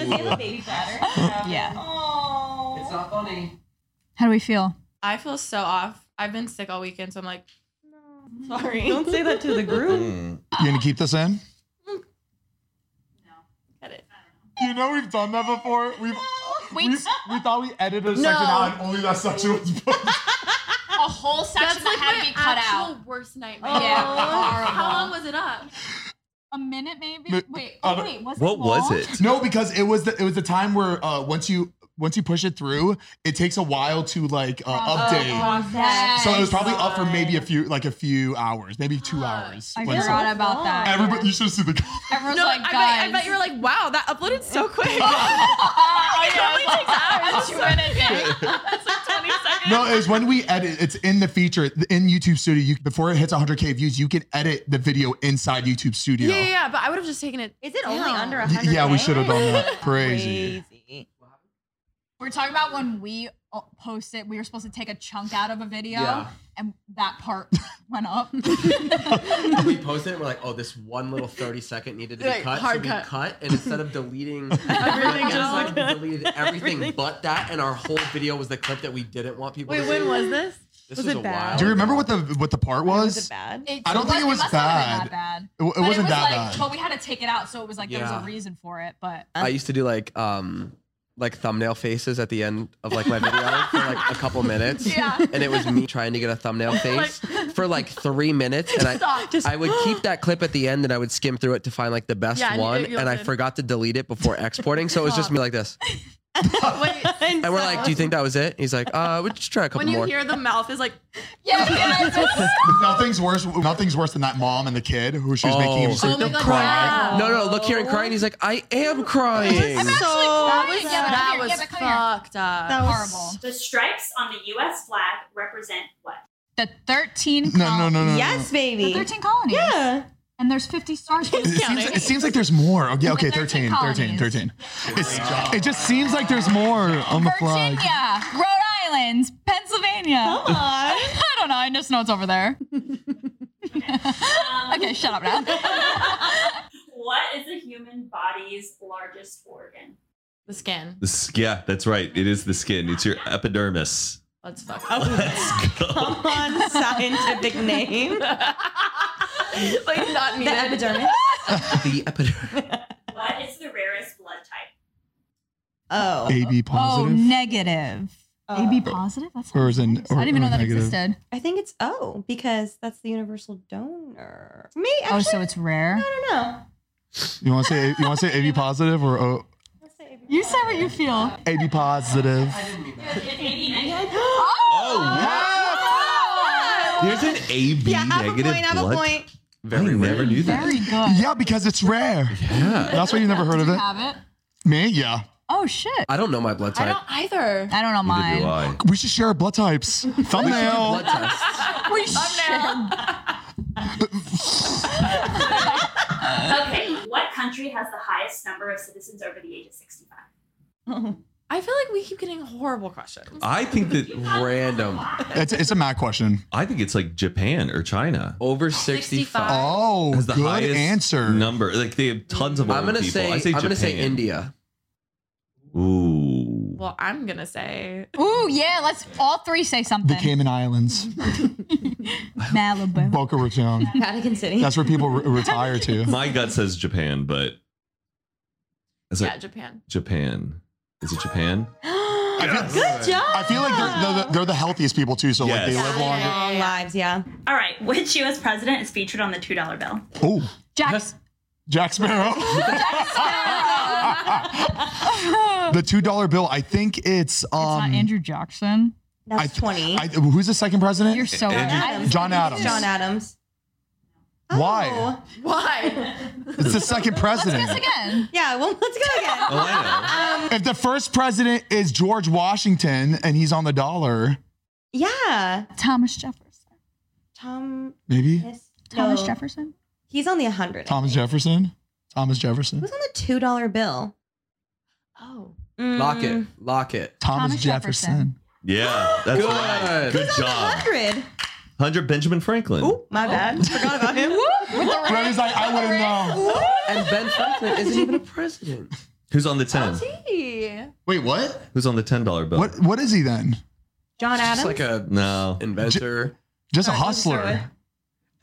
Speaker 7: Yeah.
Speaker 5: It's not funny.
Speaker 7: How do we feel?
Speaker 2: I feel so off. I've been sick all weekend, so I'm like, no, sorry.
Speaker 1: Don't say that to the group.
Speaker 4: Mm. You gonna keep this in?
Speaker 2: Cut it.
Speaker 4: You know we've done that before. We've
Speaker 7: Wait.
Speaker 4: we, we thought we edited a
Speaker 7: No.
Speaker 4: section out and only that section was.
Speaker 7: A whole
Speaker 2: That's like
Speaker 7: section that
Speaker 2: my
Speaker 7: had to be cut
Speaker 2: actual
Speaker 7: out.
Speaker 2: worst nightmare.
Speaker 7: Yeah. Horrible.
Speaker 2: How long was it up?
Speaker 7: A minute maybe?
Speaker 4: Mi-
Speaker 7: Wait,
Speaker 4: I
Speaker 7: oh,
Speaker 4: don't-
Speaker 7: wait, was it long?
Speaker 4: No, because Uh, it was the it was the time where uh, once you once you push it through, it takes a while to like uh,
Speaker 7: Oh,
Speaker 4: update. so it was probably up for maybe a few like a few hours, maybe two hours.
Speaker 7: I
Speaker 4: When-
Speaker 7: forgot about that.
Speaker 4: Everybody, you should have seen the.
Speaker 7: Everyone's
Speaker 2: no,
Speaker 7: like,
Speaker 2: I, bet,
Speaker 7: guys. Oh,
Speaker 2: I bet you were like, wow, that uploaded so quick. it
Speaker 7: probably
Speaker 2: takes hours.
Speaker 4: No, it's when we edit. It's in the feature in YouTube Studio. You, before it hits 100k views, you can edit the video inside YouTube
Speaker 2: Yeah,
Speaker 4: Studio.
Speaker 2: yeah, yeah, but I would have just taken it.
Speaker 1: Is it only under
Speaker 4: Y- Yeah, we should have done that. Crazy.
Speaker 7: We're talking about when we uh, post it. We were supposed to take a chunk out of a video,
Speaker 5: Yeah.
Speaker 7: and that part went up.
Speaker 5: we posted it. We're like, oh, this one little thirty second needed to be
Speaker 7: Like,
Speaker 5: cut.
Speaker 7: hard
Speaker 5: so we
Speaker 7: cut.
Speaker 5: cut, and instead of deleting
Speaker 2: Everything
Speaker 5: just
Speaker 2: else.
Speaker 5: like deleted everything,
Speaker 2: Everything.
Speaker 5: but that, and our whole video was the clip that we didn't want people.
Speaker 2: Wait,
Speaker 5: to
Speaker 2: when
Speaker 5: see.
Speaker 2: was this?
Speaker 5: This was, a while.
Speaker 4: Do you remember what the what the part was?
Speaker 7: bad?
Speaker 4: I don't think it was
Speaker 7: must not have been that
Speaker 4: bad.
Speaker 7: bad.
Speaker 4: It w- it
Speaker 7: But
Speaker 4: wasn't
Speaker 7: was
Speaker 4: that
Speaker 7: like,
Speaker 4: bad.
Speaker 7: But we had to take it out, so it was like there was
Speaker 5: Yeah.
Speaker 7: a reason for it. But
Speaker 5: I used to do like um like thumbnail faces at the end of like my video for like a couple minutes.
Speaker 7: Yeah.
Speaker 5: And it was me trying to get a thumbnail face for like three minutes. And I
Speaker 2: Stop, just-
Speaker 5: I would keep that clip at the end and I would skim through it to find like the best
Speaker 2: Yeah, and you-
Speaker 5: one.
Speaker 2: you'll
Speaker 5: And I
Speaker 2: good.
Speaker 5: forgot to delete it before exporting. So it was just me like this.
Speaker 2: and
Speaker 5: And we're like, Do you think that was it? He's like, uh we'll just try a couple
Speaker 2: when you
Speaker 5: more.
Speaker 2: hear the mouth is like,
Speaker 7: yeah,
Speaker 4: nothing's worse. Nothing's worse than that mom and the kid who she was making him
Speaker 5: Oh.
Speaker 4: just like,
Speaker 5: Oh my God,
Speaker 4: cry.
Speaker 5: no, no, look here and cry. And he's like, I am crying.
Speaker 2: that
Speaker 7: was-
Speaker 2: was, that
Speaker 7: yeah, but come here,
Speaker 2: was
Speaker 7: yeah, but come here.
Speaker 2: fucked up.
Speaker 7: That was- Horrible.
Speaker 9: The stripes on the U.S. flag represent what?
Speaker 7: the thirteen.
Speaker 4: No, no, no, no, no, Yes,
Speaker 7: Yes,
Speaker 4: no.
Speaker 7: baby. The thirteen colonies. Yeah. And there's fifty stars. for
Speaker 4: It
Speaker 7: each
Speaker 4: seems,
Speaker 7: state.
Speaker 4: it seems like there's more. Okay, okay, 13, 13,
Speaker 7: colonies.
Speaker 4: 13. It's, it just seems like there's more on the flag.
Speaker 7: Virginia, Rhode Island, Pennsylvania. Come on. I don't know. I just know it's over there. okay, shut up now.
Speaker 9: What is the human body's largest organ?
Speaker 2: the skin.
Speaker 3: The s- yeah, that's right. It is the skin. It's your epidermis.
Speaker 2: Let's fuck
Speaker 8: Come on, scientific name.
Speaker 2: like not needed.
Speaker 8: The epidermis.
Speaker 5: the epidermis.
Speaker 9: What is the rarest blood type?
Speaker 8: Oh.
Speaker 4: AB
Speaker 7: Oh,
Speaker 4: positive?
Speaker 7: negative. AB positive? That's
Speaker 4: or is it? Or,
Speaker 7: I didn't even
Speaker 4: or
Speaker 7: know that
Speaker 4: negative?
Speaker 7: existed.
Speaker 8: I think it's O because that's the universal donor. Me,
Speaker 7: Oh, so it's rare.
Speaker 8: I don't know.
Speaker 4: You want to say you want to say AB positive or O-
Speaker 7: You say what you feel.
Speaker 4: AB positive?
Speaker 7: Oh!
Speaker 4: Oh,
Speaker 3: There's an AB
Speaker 8: Yeah, have a
Speaker 3: negative
Speaker 8: point, have a
Speaker 3: blood.
Speaker 8: point.
Speaker 3: Very I never knew that.
Speaker 7: good.
Speaker 4: Yeah, because it's rare.
Speaker 3: Yeah.
Speaker 4: That's why you never heard of it.
Speaker 7: Have it.
Speaker 4: Me? Yeah.
Speaker 7: Oh shit.
Speaker 5: I don't know my blood
Speaker 7: I
Speaker 5: type.
Speaker 7: don't either. I don't know
Speaker 5: Neither do
Speaker 7: mine.
Speaker 5: I.
Speaker 4: We should share blood types. Thumbnail.
Speaker 7: We should.
Speaker 9: Okay, what country has the highest number of citizens over the age of 65?
Speaker 2: I feel like we keep getting horrible questions.
Speaker 3: I think that random.
Speaker 4: It's, it's a mad question.
Speaker 3: I think it's like Japan or China.
Speaker 5: Over
Speaker 2: 65.
Speaker 4: Oh,
Speaker 3: Has the
Speaker 4: good
Speaker 3: highest
Speaker 4: answer.
Speaker 3: Number like they have tons of.
Speaker 5: I'm
Speaker 3: old
Speaker 5: gonna
Speaker 3: people.
Speaker 5: say-
Speaker 3: I say
Speaker 5: I'm gonna say
Speaker 3: Japan.
Speaker 5: India.
Speaker 3: Ooh.
Speaker 2: Well, I'm gonna say
Speaker 7: Ooh, yeah. Let's all three say
Speaker 4: The
Speaker 7: something.
Speaker 4: Cayman Islands,
Speaker 7: Malibu.
Speaker 4: Boca Raton.
Speaker 8: Vatican City.
Speaker 4: That's where people re- retire to.
Speaker 3: My gut says Japan, but it's like
Speaker 2: yeah, Japan.
Speaker 3: Japan. Is it Japan?
Speaker 8: Good job.
Speaker 4: I feel like they're, they're, the, they're the healthiest people too, so like they
Speaker 3: Yes.
Speaker 4: live longer.
Speaker 8: Long lives, yeah.
Speaker 9: All right, which U.S. president is featured on the $2 bill?
Speaker 4: Oh,
Speaker 7: Jack.
Speaker 4: Jack Sparrow.
Speaker 7: That's
Speaker 4: the two dollar bill. I think it's
Speaker 7: not
Speaker 4: um.
Speaker 7: Andrew Jackson.
Speaker 4: I th-
Speaker 8: twenty.
Speaker 4: I, who's the second president?
Speaker 7: You're so
Speaker 4: Andrew-
Speaker 7: right.
Speaker 4: John Adams.
Speaker 8: John Oh. Adams.
Speaker 4: Why?
Speaker 2: Why?
Speaker 4: It's the second president.
Speaker 7: Guess again.
Speaker 8: Yeah, well, let's go again.
Speaker 3: I
Speaker 8: Um,
Speaker 4: If the first president is George Washington and he's on the dollar,
Speaker 8: Yeah.
Speaker 7: Thomas Jefferson.
Speaker 8: Tom.
Speaker 4: maybe
Speaker 7: Thomas
Speaker 8: Um, No.
Speaker 7: Jefferson.
Speaker 8: He's on the 100.
Speaker 4: Thomas Jefferson. Thomas Jefferson.
Speaker 8: Who's on the $2 bill?
Speaker 2: Oh,
Speaker 5: Lock it. Lock it.
Speaker 4: Thomas,
Speaker 7: Mm. Thomas
Speaker 4: Jefferson.
Speaker 7: Jefferson.
Speaker 3: Yeah, that's
Speaker 5: Good.
Speaker 3: right. Good job.
Speaker 8: 100.
Speaker 3: Hundred Benjamin Franklin.
Speaker 8: My
Speaker 7: Oh.
Speaker 8: bad. Forgot about him.
Speaker 4: Brady's like, I wouldn't know.
Speaker 5: And Ben Franklin isn't even a president.
Speaker 3: Who's on the ten?
Speaker 8: Oh,
Speaker 4: Wait, what?
Speaker 3: Who's on the ten dollar bill?
Speaker 4: What? What is he then?
Speaker 8: John
Speaker 5: Just
Speaker 8: Adams.
Speaker 5: like a
Speaker 3: No.
Speaker 5: inventor.
Speaker 4: Just a
Speaker 8: All right, we'll start
Speaker 4: hustler.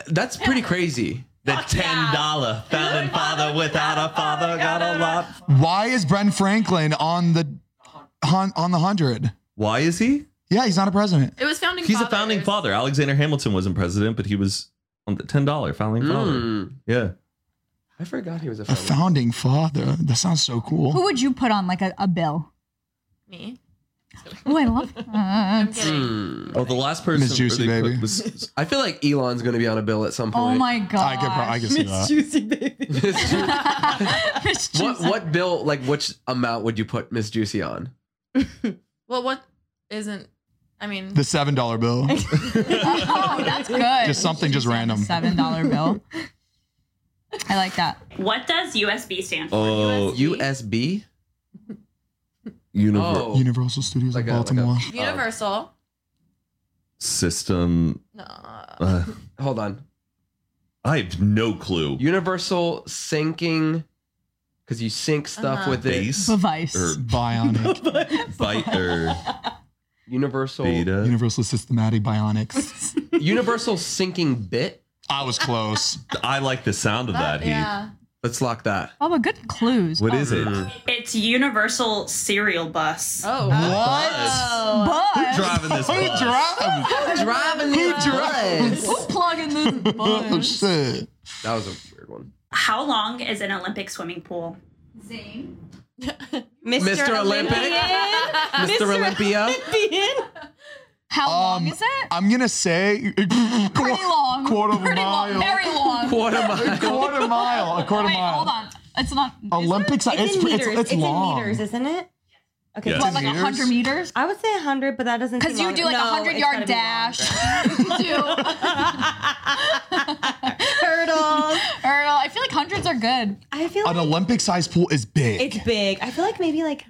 Speaker 5: That's pretty crazy.
Speaker 3: The ten dollar founding father without a father got a lot.
Speaker 4: Why is Ben Franklin on the on, on the hundred?
Speaker 3: Why is he?
Speaker 4: Yeah, he's not a president.
Speaker 2: it was founding.
Speaker 3: He's a
Speaker 2: fathers.
Speaker 3: founding father. Alexander Hamilton wasn't president, but he was on the ten dollar founding father.
Speaker 5: Mm.
Speaker 3: Yeah.
Speaker 5: I forgot he was a
Speaker 4: A
Speaker 5: founder.
Speaker 4: founding father. That sounds so
Speaker 7: Who
Speaker 4: cool.
Speaker 7: would you put on like a, a bill?
Speaker 2: Me.
Speaker 7: Oh, I love that.
Speaker 5: Mm.
Speaker 3: Oh, the last person
Speaker 4: Miss Juicy
Speaker 3: they put
Speaker 4: Baby.
Speaker 3: was
Speaker 5: I feel like Elon's gonna be on a bill at some
Speaker 7: Oh
Speaker 5: point.
Speaker 7: my
Speaker 4: I
Speaker 7: god.
Speaker 4: could probably I could see that.
Speaker 7: Miss
Speaker 5: what
Speaker 7: Juicy.
Speaker 5: what bill like which amount would you put Miss Juicy on?
Speaker 2: Well, what isn't? I mean,
Speaker 4: The seven dollar bill.
Speaker 7: Oh, that's good.
Speaker 4: Just something just random.
Speaker 7: Seven dollar bill. I like that.
Speaker 9: What does USB stand for?
Speaker 3: oh
Speaker 5: USB?
Speaker 3: Uh, Univer-
Speaker 4: Univer-
Speaker 5: Oh.
Speaker 4: Universal Studios in Baltimore.
Speaker 2: Universal.
Speaker 3: system.
Speaker 5: Uh. Hold on.
Speaker 3: Uh, I have no clue.
Speaker 5: Universal sinking, because you sink stuff
Speaker 7: Uh-huh.
Speaker 5: with it.
Speaker 7: Base? Bevice.
Speaker 4: or bionic.
Speaker 3: Bite or
Speaker 5: Universal.
Speaker 4: Universal Systematic Bionics.
Speaker 5: Universal sinking bit.
Speaker 4: I was close.
Speaker 3: I like the sound of that. Heath.
Speaker 9: yeah.
Speaker 5: Let's lock that.
Speaker 7: Oh, but good clues.
Speaker 3: What is it?
Speaker 9: It's Universal Cereal Bus.
Speaker 2: Oh,
Speaker 7: Bus.
Speaker 3: Who driving this
Speaker 7: Who
Speaker 3: bus?
Speaker 7: drive-
Speaker 4: Who
Speaker 7: driving
Speaker 4: Who
Speaker 7: this
Speaker 4: drives?
Speaker 7: bus? Who plugging this
Speaker 4: Oh,
Speaker 7: bus?
Speaker 4: shit.
Speaker 5: That was a weird one.
Speaker 9: How long is an Olympic swimming pool?
Speaker 7: Zane.
Speaker 5: Mr. Olympic?
Speaker 4: Mr. Olympia?
Speaker 7: How long
Speaker 4: Um,
Speaker 7: is it?
Speaker 4: I'm gonna say
Speaker 7: Pretty long.
Speaker 4: quarter of a
Speaker 7: Pretty long.
Speaker 4: mile.
Speaker 7: Very long.
Speaker 4: Quarter mile. A quarter mile, a quarter
Speaker 7: Wait,
Speaker 4: mile.
Speaker 7: Hold on. It's not.
Speaker 4: Olympics. It's it's, it's, it's long.
Speaker 8: isn't it?
Speaker 4: Okay, Yes.
Speaker 7: What, like
Speaker 4: Meters?
Speaker 7: 100 meters?
Speaker 8: I would say 100, but that doesn't
Speaker 7: Because
Speaker 8: seem
Speaker 7: you do like a
Speaker 8: long. No,
Speaker 7: 100
Speaker 8: it's
Speaker 7: yard
Speaker 8: gotta be
Speaker 7: dash.
Speaker 8: Hurdle.
Speaker 7: Hurdle. I feel like hundreds are good.
Speaker 8: I feel
Speaker 4: An Olympic sized pool is big.
Speaker 8: It's big. I feel like maybe like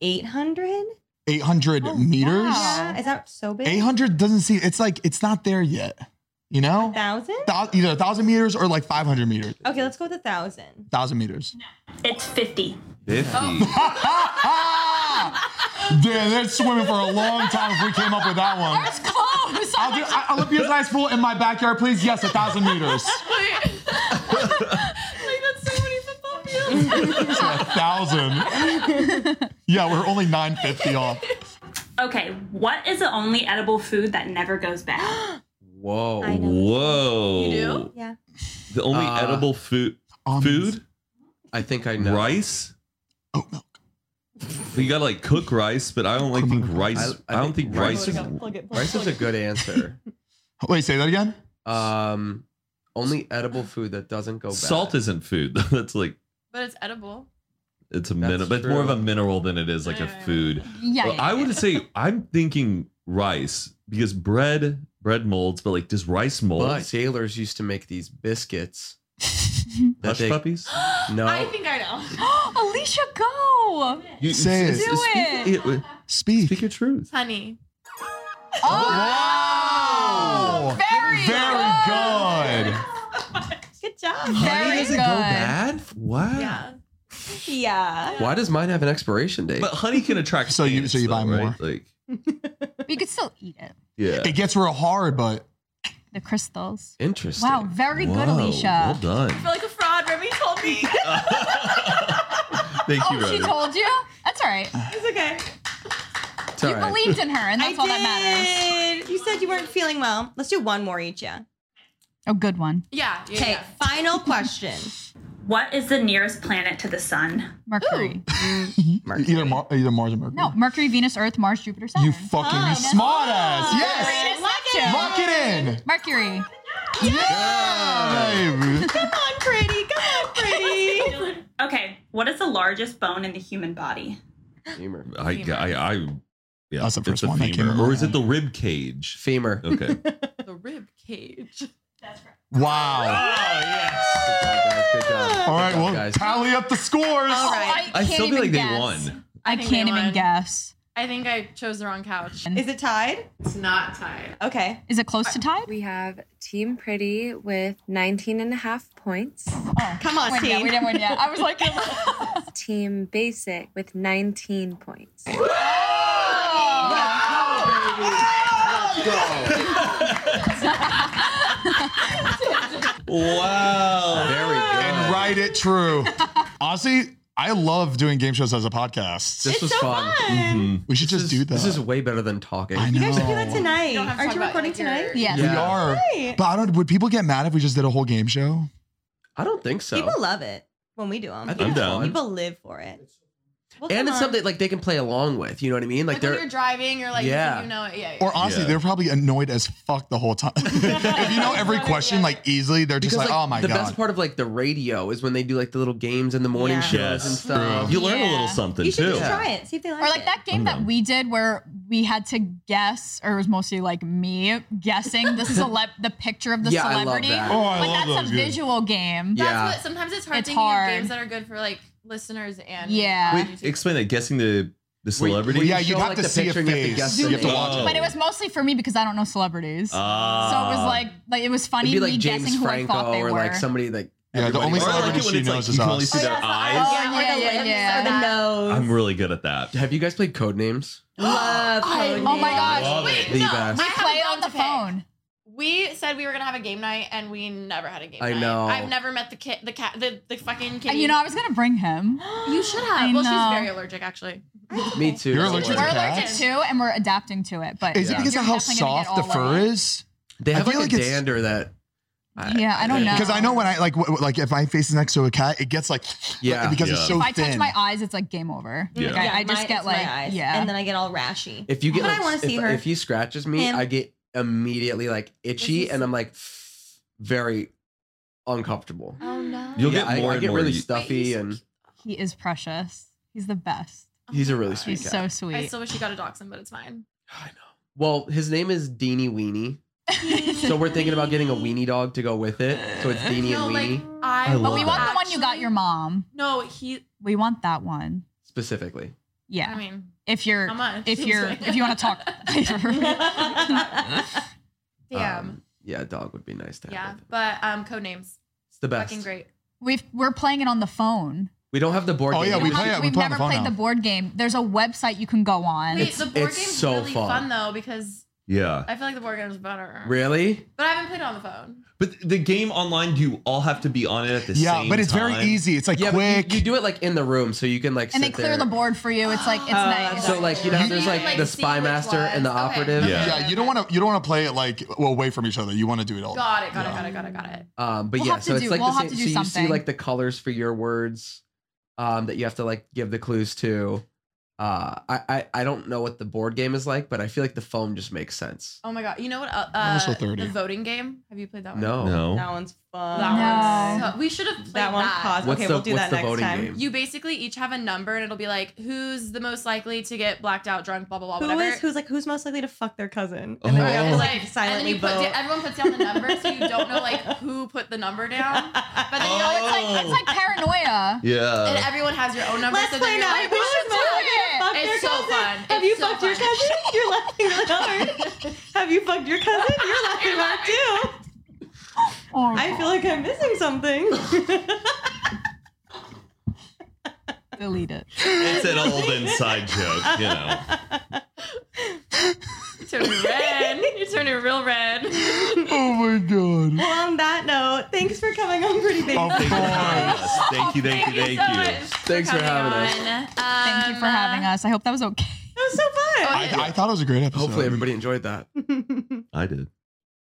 Speaker 8: 800.
Speaker 4: 800 meters.
Speaker 8: Oh, Yeah. Is that so big?
Speaker 4: 800 doesn't seem, it's like, it's not there yet. You know?
Speaker 8: Thousand?
Speaker 4: Thou- either a 1,000 meters or like 500 meters.
Speaker 8: Okay, let's go with a thousand.
Speaker 4: 1,000 meters.
Speaker 9: It's 50.
Speaker 3: 50.
Speaker 7: Oh.
Speaker 4: Damn, they're swimming for a long time if we came up with that one.
Speaker 7: That's close.
Speaker 4: I'll do I- Olympia's ice pool in my backyard, please. Yes, a 1,000 meters. A 1,000. Yeah, we're only 950 off.
Speaker 9: Okay, what is the only edible food that never goes bad?
Speaker 5: Whoa.
Speaker 3: Whoa.
Speaker 9: Yeah.
Speaker 3: The only
Speaker 5: Uh,
Speaker 3: edible food. Food?
Speaker 5: I think I know.
Speaker 3: Rice? Oat milk. You gotta like cook rice, but I don't like think rice. I, don't think, rice. is-
Speaker 5: rice is a good answer.
Speaker 4: Wait, say that again?
Speaker 5: Um, only edible food that doesn't go bad.
Speaker 3: Salt isn't food. That's like
Speaker 2: But it's edible.
Speaker 3: it's a mineral, but it's more of a mineral than it is like a food.
Speaker 2: Yeah,
Speaker 3: Well,
Speaker 2: yeah,
Speaker 3: I would say I'm thinking rice because bread bread molds, but like does rice mold?
Speaker 5: But sailors used to make these biscuits.
Speaker 3: Hush puppies?
Speaker 5: No.
Speaker 2: I think I know.
Speaker 7: Alicia, go.
Speaker 3: You-
Speaker 4: Say
Speaker 3: s-
Speaker 4: it.
Speaker 7: Do
Speaker 3: speak
Speaker 7: it.
Speaker 4: Speak.
Speaker 3: Speak your truth.
Speaker 2: Honey.
Speaker 4: Oh,
Speaker 7: very,
Speaker 4: good.
Speaker 8: Good job.
Speaker 7: Very
Speaker 3: doesn't
Speaker 7: good.
Speaker 3: go bad. Wow.
Speaker 8: Yeah.
Speaker 2: Uh,
Speaker 5: Why does mine have an expiration date?
Speaker 3: But honey can attract.
Speaker 4: So you so you buy more.
Speaker 3: Like
Speaker 7: But you could still eat it.
Speaker 3: yeah.
Speaker 4: It gets real hard, but
Speaker 7: The crystals.
Speaker 5: Interesting.
Speaker 7: Wow, very good,
Speaker 4: Whoa,
Speaker 7: Alicia.
Speaker 4: well
Speaker 3: done.
Speaker 2: I feel like a fraud. Remy told me.
Speaker 3: Thank you,
Speaker 7: Oh, She
Speaker 3: Remy.
Speaker 7: told you? That's all right.
Speaker 8: It's okay.
Speaker 3: It's all
Speaker 7: you
Speaker 3: right.
Speaker 7: believed in her, and that's
Speaker 8: I
Speaker 7: all that matters.
Speaker 8: did. You said you weren't feeling well. Let's do one more each, yeah.
Speaker 7: Oh, good one.
Speaker 2: Yeah.
Speaker 8: Okay, final question.
Speaker 9: What is the nearest planet to the sun?
Speaker 7: Mercury.
Speaker 4: E-, either Mar- either Mars or Mercury.
Speaker 7: No, Mercury, Venus, Earth, Mars, Jupiter, Saturn.
Speaker 4: You fucking you smart ass. Yes.
Speaker 7: Venus, Neptune.
Speaker 4: Lock it in.
Speaker 7: Mercury.
Speaker 4: Yeah, baby.
Speaker 8: Come on, pretty. Come on, pretty.
Speaker 9: okay, what is the largest bone in the human body?
Speaker 5: Femur.
Speaker 3: I, I, I, yeah.
Speaker 4: That's the
Speaker 3: it's
Speaker 4: first
Speaker 3: a
Speaker 4: one that
Speaker 3: femur.
Speaker 4: came to
Speaker 3: Or
Speaker 4: my
Speaker 3: is it the rib cage?
Speaker 5: Femur.
Speaker 3: Okay.
Speaker 2: the rib cage.
Speaker 4: Wow.
Speaker 3: Oh,
Speaker 5: Good job.
Speaker 4: All right,
Speaker 5: Good job,
Speaker 4: well,
Speaker 5: guys.
Speaker 4: tally up the scores.
Speaker 2: All right.
Speaker 7: I
Speaker 3: I
Speaker 7: can't
Speaker 3: still feel
Speaker 7: even
Speaker 3: like they
Speaker 7: guess.
Speaker 3: won.
Speaker 7: I,
Speaker 2: I think
Speaker 7: can't
Speaker 2: they
Speaker 7: even
Speaker 2: won.
Speaker 7: guess.
Speaker 2: I think I chose the wrong couch.
Speaker 8: Is it tied?
Speaker 2: It's not tied.
Speaker 8: Okay.
Speaker 7: Is it close to tied?
Speaker 12: We have Team Pretty with 19 and a half points.
Speaker 8: Come on,
Speaker 7: Wait, yeah,
Speaker 8: team.
Speaker 7: we didn't win yet. I was like,
Speaker 12: Team Basic with 19 points.
Speaker 3: Wow.
Speaker 5: Very good.
Speaker 4: And write it true. Honestly, I love doing game shows as a podcast.
Speaker 5: This was fun. Mm-hmm.
Speaker 4: We should just do that.
Speaker 5: This is way better than talking.
Speaker 4: I
Speaker 8: You
Speaker 4: know.
Speaker 8: guys should do that tonight.
Speaker 2: don't have to
Speaker 8: Aren't
Speaker 2: talk
Speaker 8: you
Speaker 2: about,
Speaker 8: recording
Speaker 2: like,
Speaker 8: tonight?
Speaker 2: your-
Speaker 7: yeah.
Speaker 4: We are. But I don't would people get mad if we just did a whole game show?
Speaker 5: I don't think so.
Speaker 8: People love it when we do them.
Speaker 5: I think it's fun.
Speaker 8: People live for it. Well,
Speaker 5: and
Speaker 8: come
Speaker 5: it's
Speaker 8: on.
Speaker 5: something like they can play along with. You know what I mean? Like,
Speaker 2: Like when
Speaker 5: they're
Speaker 2: you're driving, you're like,
Speaker 5: Yeah.
Speaker 2: you know it. Yeah. yeah.
Speaker 4: Or honestly,
Speaker 3: Yeah.
Speaker 4: they're probably annoyed as fuck the whole time. if you know every question like easily, they're just like, "Oh my
Speaker 5: the
Speaker 4: god."
Speaker 5: best part of like the radio is when they do like the little games in the morning
Speaker 8: Yeah.
Speaker 5: shows
Speaker 3: Yes.
Speaker 5: and stuff.
Speaker 3: You learn a
Speaker 7: Yeah.
Speaker 3: little something
Speaker 8: You should
Speaker 3: too.
Speaker 8: just try it. See if they like,
Speaker 7: Or like
Speaker 8: it.
Speaker 7: that game that we did where we had to guess, or it was mostly like me guessing the celeb, the picture of the
Speaker 5: Yeah, I love
Speaker 7: celebrity.
Speaker 5: that. Oh,
Speaker 4: I
Speaker 7: but
Speaker 4: love
Speaker 7: that's a
Speaker 4: those games.
Speaker 7: visual game.
Speaker 2: That's
Speaker 3: Yeah.
Speaker 2: what sometimes it's hard
Speaker 7: It's
Speaker 2: thinking
Speaker 7: hard.
Speaker 2: of games that are good for like listeners and
Speaker 7: Yeah.
Speaker 2: on
Speaker 3: Wait,
Speaker 2: YouTube.
Speaker 3: explain that. Guessing the The
Speaker 4: Were you-
Speaker 3: celebrity?
Speaker 4: yeah, you'd have to see a face. You have to watch
Speaker 7: But it was mostly for me because I don't know celebrities. so it was
Speaker 5: Ah.
Speaker 7: like, like it was funny
Speaker 5: It'd be
Speaker 7: me
Speaker 5: like James
Speaker 7: guessing
Speaker 5: Franco
Speaker 7: who I thought they
Speaker 5: or
Speaker 7: were.
Speaker 5: like somebody like
Speaker 4: Yeah, the only celebrity she knows is
Speaker 5: you can
Speaker 4: us.
Speaker 5: only see
Speaker 4: Oh,
Speaker 5: their
Speaker 4: yeah,
Speaker 5: eyes.
Speaker 7: yeah, yeah, yeah, yeah.
Speaker 1: nose.
Speaker 3: I'm really good at that.
Speaker 5: Have you guys played Code Names?
Speaker 1: Love.
Speaker 7: Oh
Speaker 1: Codename.
Speaker 7: my gosh.
Speaker 5: Love it. The
Speaker 7: we
Speaker 5: best.
Speaker 7: play on the phone.
Speaker 2: We said we were gonna have a game night, and we never had a game
Speaker 5: I
Speaker 2: night.
Speaker 5: know.
Speaker 2: I've never met the kid, the cat, the, the fucking kid.
Speaker 7: You know, I was gonna bring him.
Speaker 2: You should
Speaker 7: I
Speaker 2: have. Well,
Speaker 7: know.
Speaker 2: she's very allergic, actually.
Speaker 5: Me too.
Speaker 4: You're allergic to
Speaker 7: We're allergic
Speaker 4: cats?
Speaker 7: too, and we're adapting to it. But
Speaker 4: Is it because
Speaker 7: you're
Speaker 4: of how
Speaker 7: definitely gonna get
Speaker 4: soft the
Speaker 7: all over
Speaker 4: fur
Speaker 7: it.
Speaker 4: is?
Speaker 5: They
Speaker 4: I
Speaker 5: have like,
Speaker 4: feel
Speaker 5: a
Speaker 4: like it's-
Speaker 5: dander that.
Speaker 7: Yeah, I don't know.
Speaker 4: Because I know when I like w- w- like if my face is next to a cat, it gets like
Speaker 5: Yeah.
Speaker 4: because
Speaker 5: Yeah.
Speaker 4: it's so
Speaker 7: if I
Speaker 4: thin.
Speaker 7: touch my eyes, it's like game over.
Speaker 5: Yeah.
Speaker 7: Like, I-
Speaker 5: Yeah,
Speaker 7: I, just
Speaker 1: my-
Speaker 7: get
Speaker 1: it's my
Speaker 7: like,
Speaker 1: eyes,
Speaker 7: yeah.
Speaker 1: and then I get all rashy.
Speaker 5: If you get,
Speaker 1: but
Speaker 5: like,
Speaker 1: I want to see
Speaker 5: if,
Speaker 1: her.
Speaker 5: if he scratches me,
Speaker 1: Him.
Speaker 5: I get immediately like itchy, and I'm like very uncomfortable.
Speaker 7: oh no,
Speaker 3: You'll
Speaker 5: Yeah,
Speaker 3: get
Speaker 5: I-
Speaker 3: more
Speaker 5: I,
Speaker 3: and
Speaker 5: get
Speaker 3: more
Speaker 5: really
Speaker 3: you-
Speaker 5: stuffy, and
Speaker 7: he is precious. He's the best.
Speaker 5: he's a really sweet
Speaker 7: He's
Speaker 5: cat.
Speaker 7: so sweet.
Speaker 2: I still wish you got a dachshund, but it's fine.
Speaker 5: well, his name is Deanie Weenie, so we're thinking about getting a weenie dog to go with it. So it's Deanie
Speaker 2: No,
Speaker 5: and Weenie
Speaker 2: like I.
Speaker 5: I
Speaker 7: but
Speaker 5: love
Speaker 7: we
Speaker 5: that.
Speaker 7: want the one you got your mom.
Speaker 2: No, he.
Speaker 7: We want that one.
Speaker 5: specifically.
Speaker 7: Yeah.
Speaker 2: I mean,
Speaker 7: if you're
Speaker 2: how much?
Speaker 7: if you're if you want to talk
Speaker 2: Damn.
Speaker 5: Um, yeah, a dog would be nice to have.
Speaker 2: yeah, but um, code names.
Speaker 5: It's the best.
Speaker 2: Fucking great.
Speaker 7: We've we're playing it on the phone.
Speaker 5: We don't have the board.
Speaker 4: Oh,
Speaker 5: game
Speaker 4: yeah,
Speaker 5: yet.
Speaker 4: we play it.
Speaker 7: We've never played the board game. There's a website you can go on.
Speaker 2: Wait,
Speaker 5: It's-
Speaker 2: the board
Speaker 5: it's
Speaker 2: game's
Speaker 5: so
Speaker 2: really
Speaker 5: fun.
Speaker 2: fun. though because
Speaker 3: Yeah.
Speaker 2: I feel like the board game is better.
Speaker 5: Really?
Speaker 2: But I haven't played it on the phone.
Speaker 3: But the game online, do you all have to be on it at the same time?
Speaker 4: yeah, but it's very easy. It's like
Speaker 5: Yeah,
Speaker 4: quick.
Speaker 5: but you, you do it like in the room, so you can like.
Speaker 7: and they
Speaker 5: sit
Speaker 7: clear
Speaker 5: there.
Speaker 7: the board for you. It's like
Speaker 2: Oh.
Speaker 7: it's nice.
Speaker 5: So like you know, how there's like, the spy master and the operative.
Speaker 4: yeah, you don't want to you don't want to play it like well, away from each other. You want to do it all.
Speaker 2: Got it. Got it. Got it. Got it. Got it.
Speaker 5: Um, but
Speaker 7: We'll
Speaker 5: yeah,
Speaker 7: have to
Speaker 5: so it's
Speaker 7: do-
Speaker 5: like
Speaker 7: we'll
Speaker 5: the
Speaker 7: have
Speaker 5: same.
Speaker 7: to
Speaker 5: So
Speaker 7: do
Speaker 5: you see
Speaker 7: something.
Speaker 5: like the colors for your words, um, that you have to like give the clues to. Uh, I, I I don't know what the board game is like, but I feel like the phone just makes sense.
Speaker 2: Oh my god! You know what? Uh,
Speaker 5: I'm also
Speaker 2: uh,
Speaker 5: 30.
Speaker 2: The voting game. Have you played that one?
Speaker 5: No. No.
Speaker 1: That one's fun.
Speaker 2: That one. So, we should have played
Speaker 1: That
Speaker 2: that.
Speaker 1: one caused-
Speaker 5: What's
Speaker 1: okay,
Speaker 5: the-
Speaker 1: we'll do
Speaker 5: what's
Speaker 1: that
Speaker 5: the
Speaker 1: next
Speaker 5: voting
Speaker 1: time.
Speaker 5: game?
Speaker 2: You basically each have a number, and it'll be like, who's the most likely to get blacked out, drunk, blah blah blah,
Speaker 1: Who
Speaker 2: whatever.
Speaker 1: is- who's like who's most likely to fuck their cousin?
Speaker 3: Oh.
Speaker 1: And then we have
Speaker 2: And,
Speaker 1: to
Speaker 2: like,
Speaker 1: like
Speaker 2: and then
Speaker 1: silently
Speaker 2: you put
Speaker 1: vote.
Speaker 2: da- everyone puts down the number, so you don't know like who put the number down. But then you know
Speaker 7: it's like
Speaker 5: Oh.
Speaker 7: it's like paranoia.
Speaker 3: Yeah.
Speaker 2: and everyone has your own number.
Speaker 1: Let's
Speaker 2: so
Speaker 1: play
Speaker 2: then you're
Speaker 1: now.
Speaker 2: like,
Speaker 1: Who's most
Speaker 2: "Who's doing
Speaker 1: likely to
Speaker 2: it?"
Speaker 1: fuck
Speaker 2: It's
Speaker 1: their
Speaker 2: so
Speaker 1: cousin?
Speaker 2: fun.
Speaker 1: Have
Speaker 2: It's
Speaker 1: you
Speaker 2: so
Speaker 1: fucked your
Speaker 2: fun.
Speaker 1: cousin? You're laughing really hard. Have you fucked your cousin? You're laughing hard too.
Speaker 4: Oh.
Speaker 1: I feel like I'm missing something.
Speaker 7: Delete it.
Speaker 3: Oh, It's an old inside joke, you know.
Speaker 2: You're turning red. You're turning real red.
Speaker 4: oh my god.
Speaker 1: Well, on that note, thanks for coming on Pretty Baby.
Speaker 3: Oh, thank you for having us. Thank you, thank you, thank you.
Speaker 5: Thanks for having us.
Speaker 7: Thank you for having us. I hope that was okay.
Speaker 1: Um, That was so fun.
Speaker 4: I, I thought it was a great episode.
Speaker 5: Hopefully, everybody enjoyed that.
Speaker 3: I did.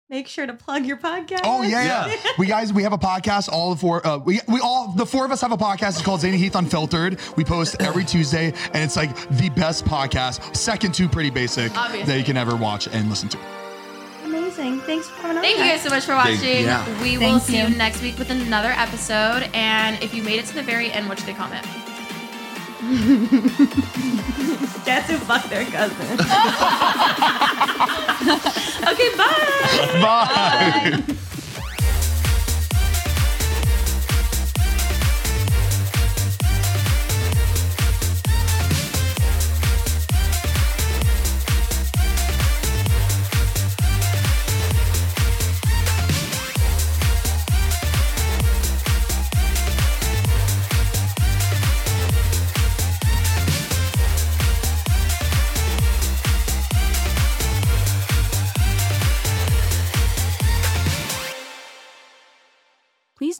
Speaker 1: Make sure to plug your podcast.
Speaker 4: Oh yeah, yeah. we guys, we have a podcast. All the four, uh, we we all the four of us have a podcast. It's called Zany Heath Unfiltered. We post every Tuesday, and it's like the best podcast, second to Pretty Basic, that
Speaker 2: Obviously.
Speaker 4: you can ever watch and listen to.
Speaker 1: Amazing. Thanks for coming on.
Speaker 2: Thank you guys so much for
Speaker 4: Thank-
Speaker 2: watching.
Speaker 4: yeah.
Speaker 2: We
Speaker 1: Thank
Speaker 2: will see
Speaker 1: you.
Speaker 2: you next week with another episode. And if you made it to the very end, what should they comment?
Speaker 1: Cats who fuck their cousin. okay, bye.
Speaker 4: Bye.
Speaker 13: Please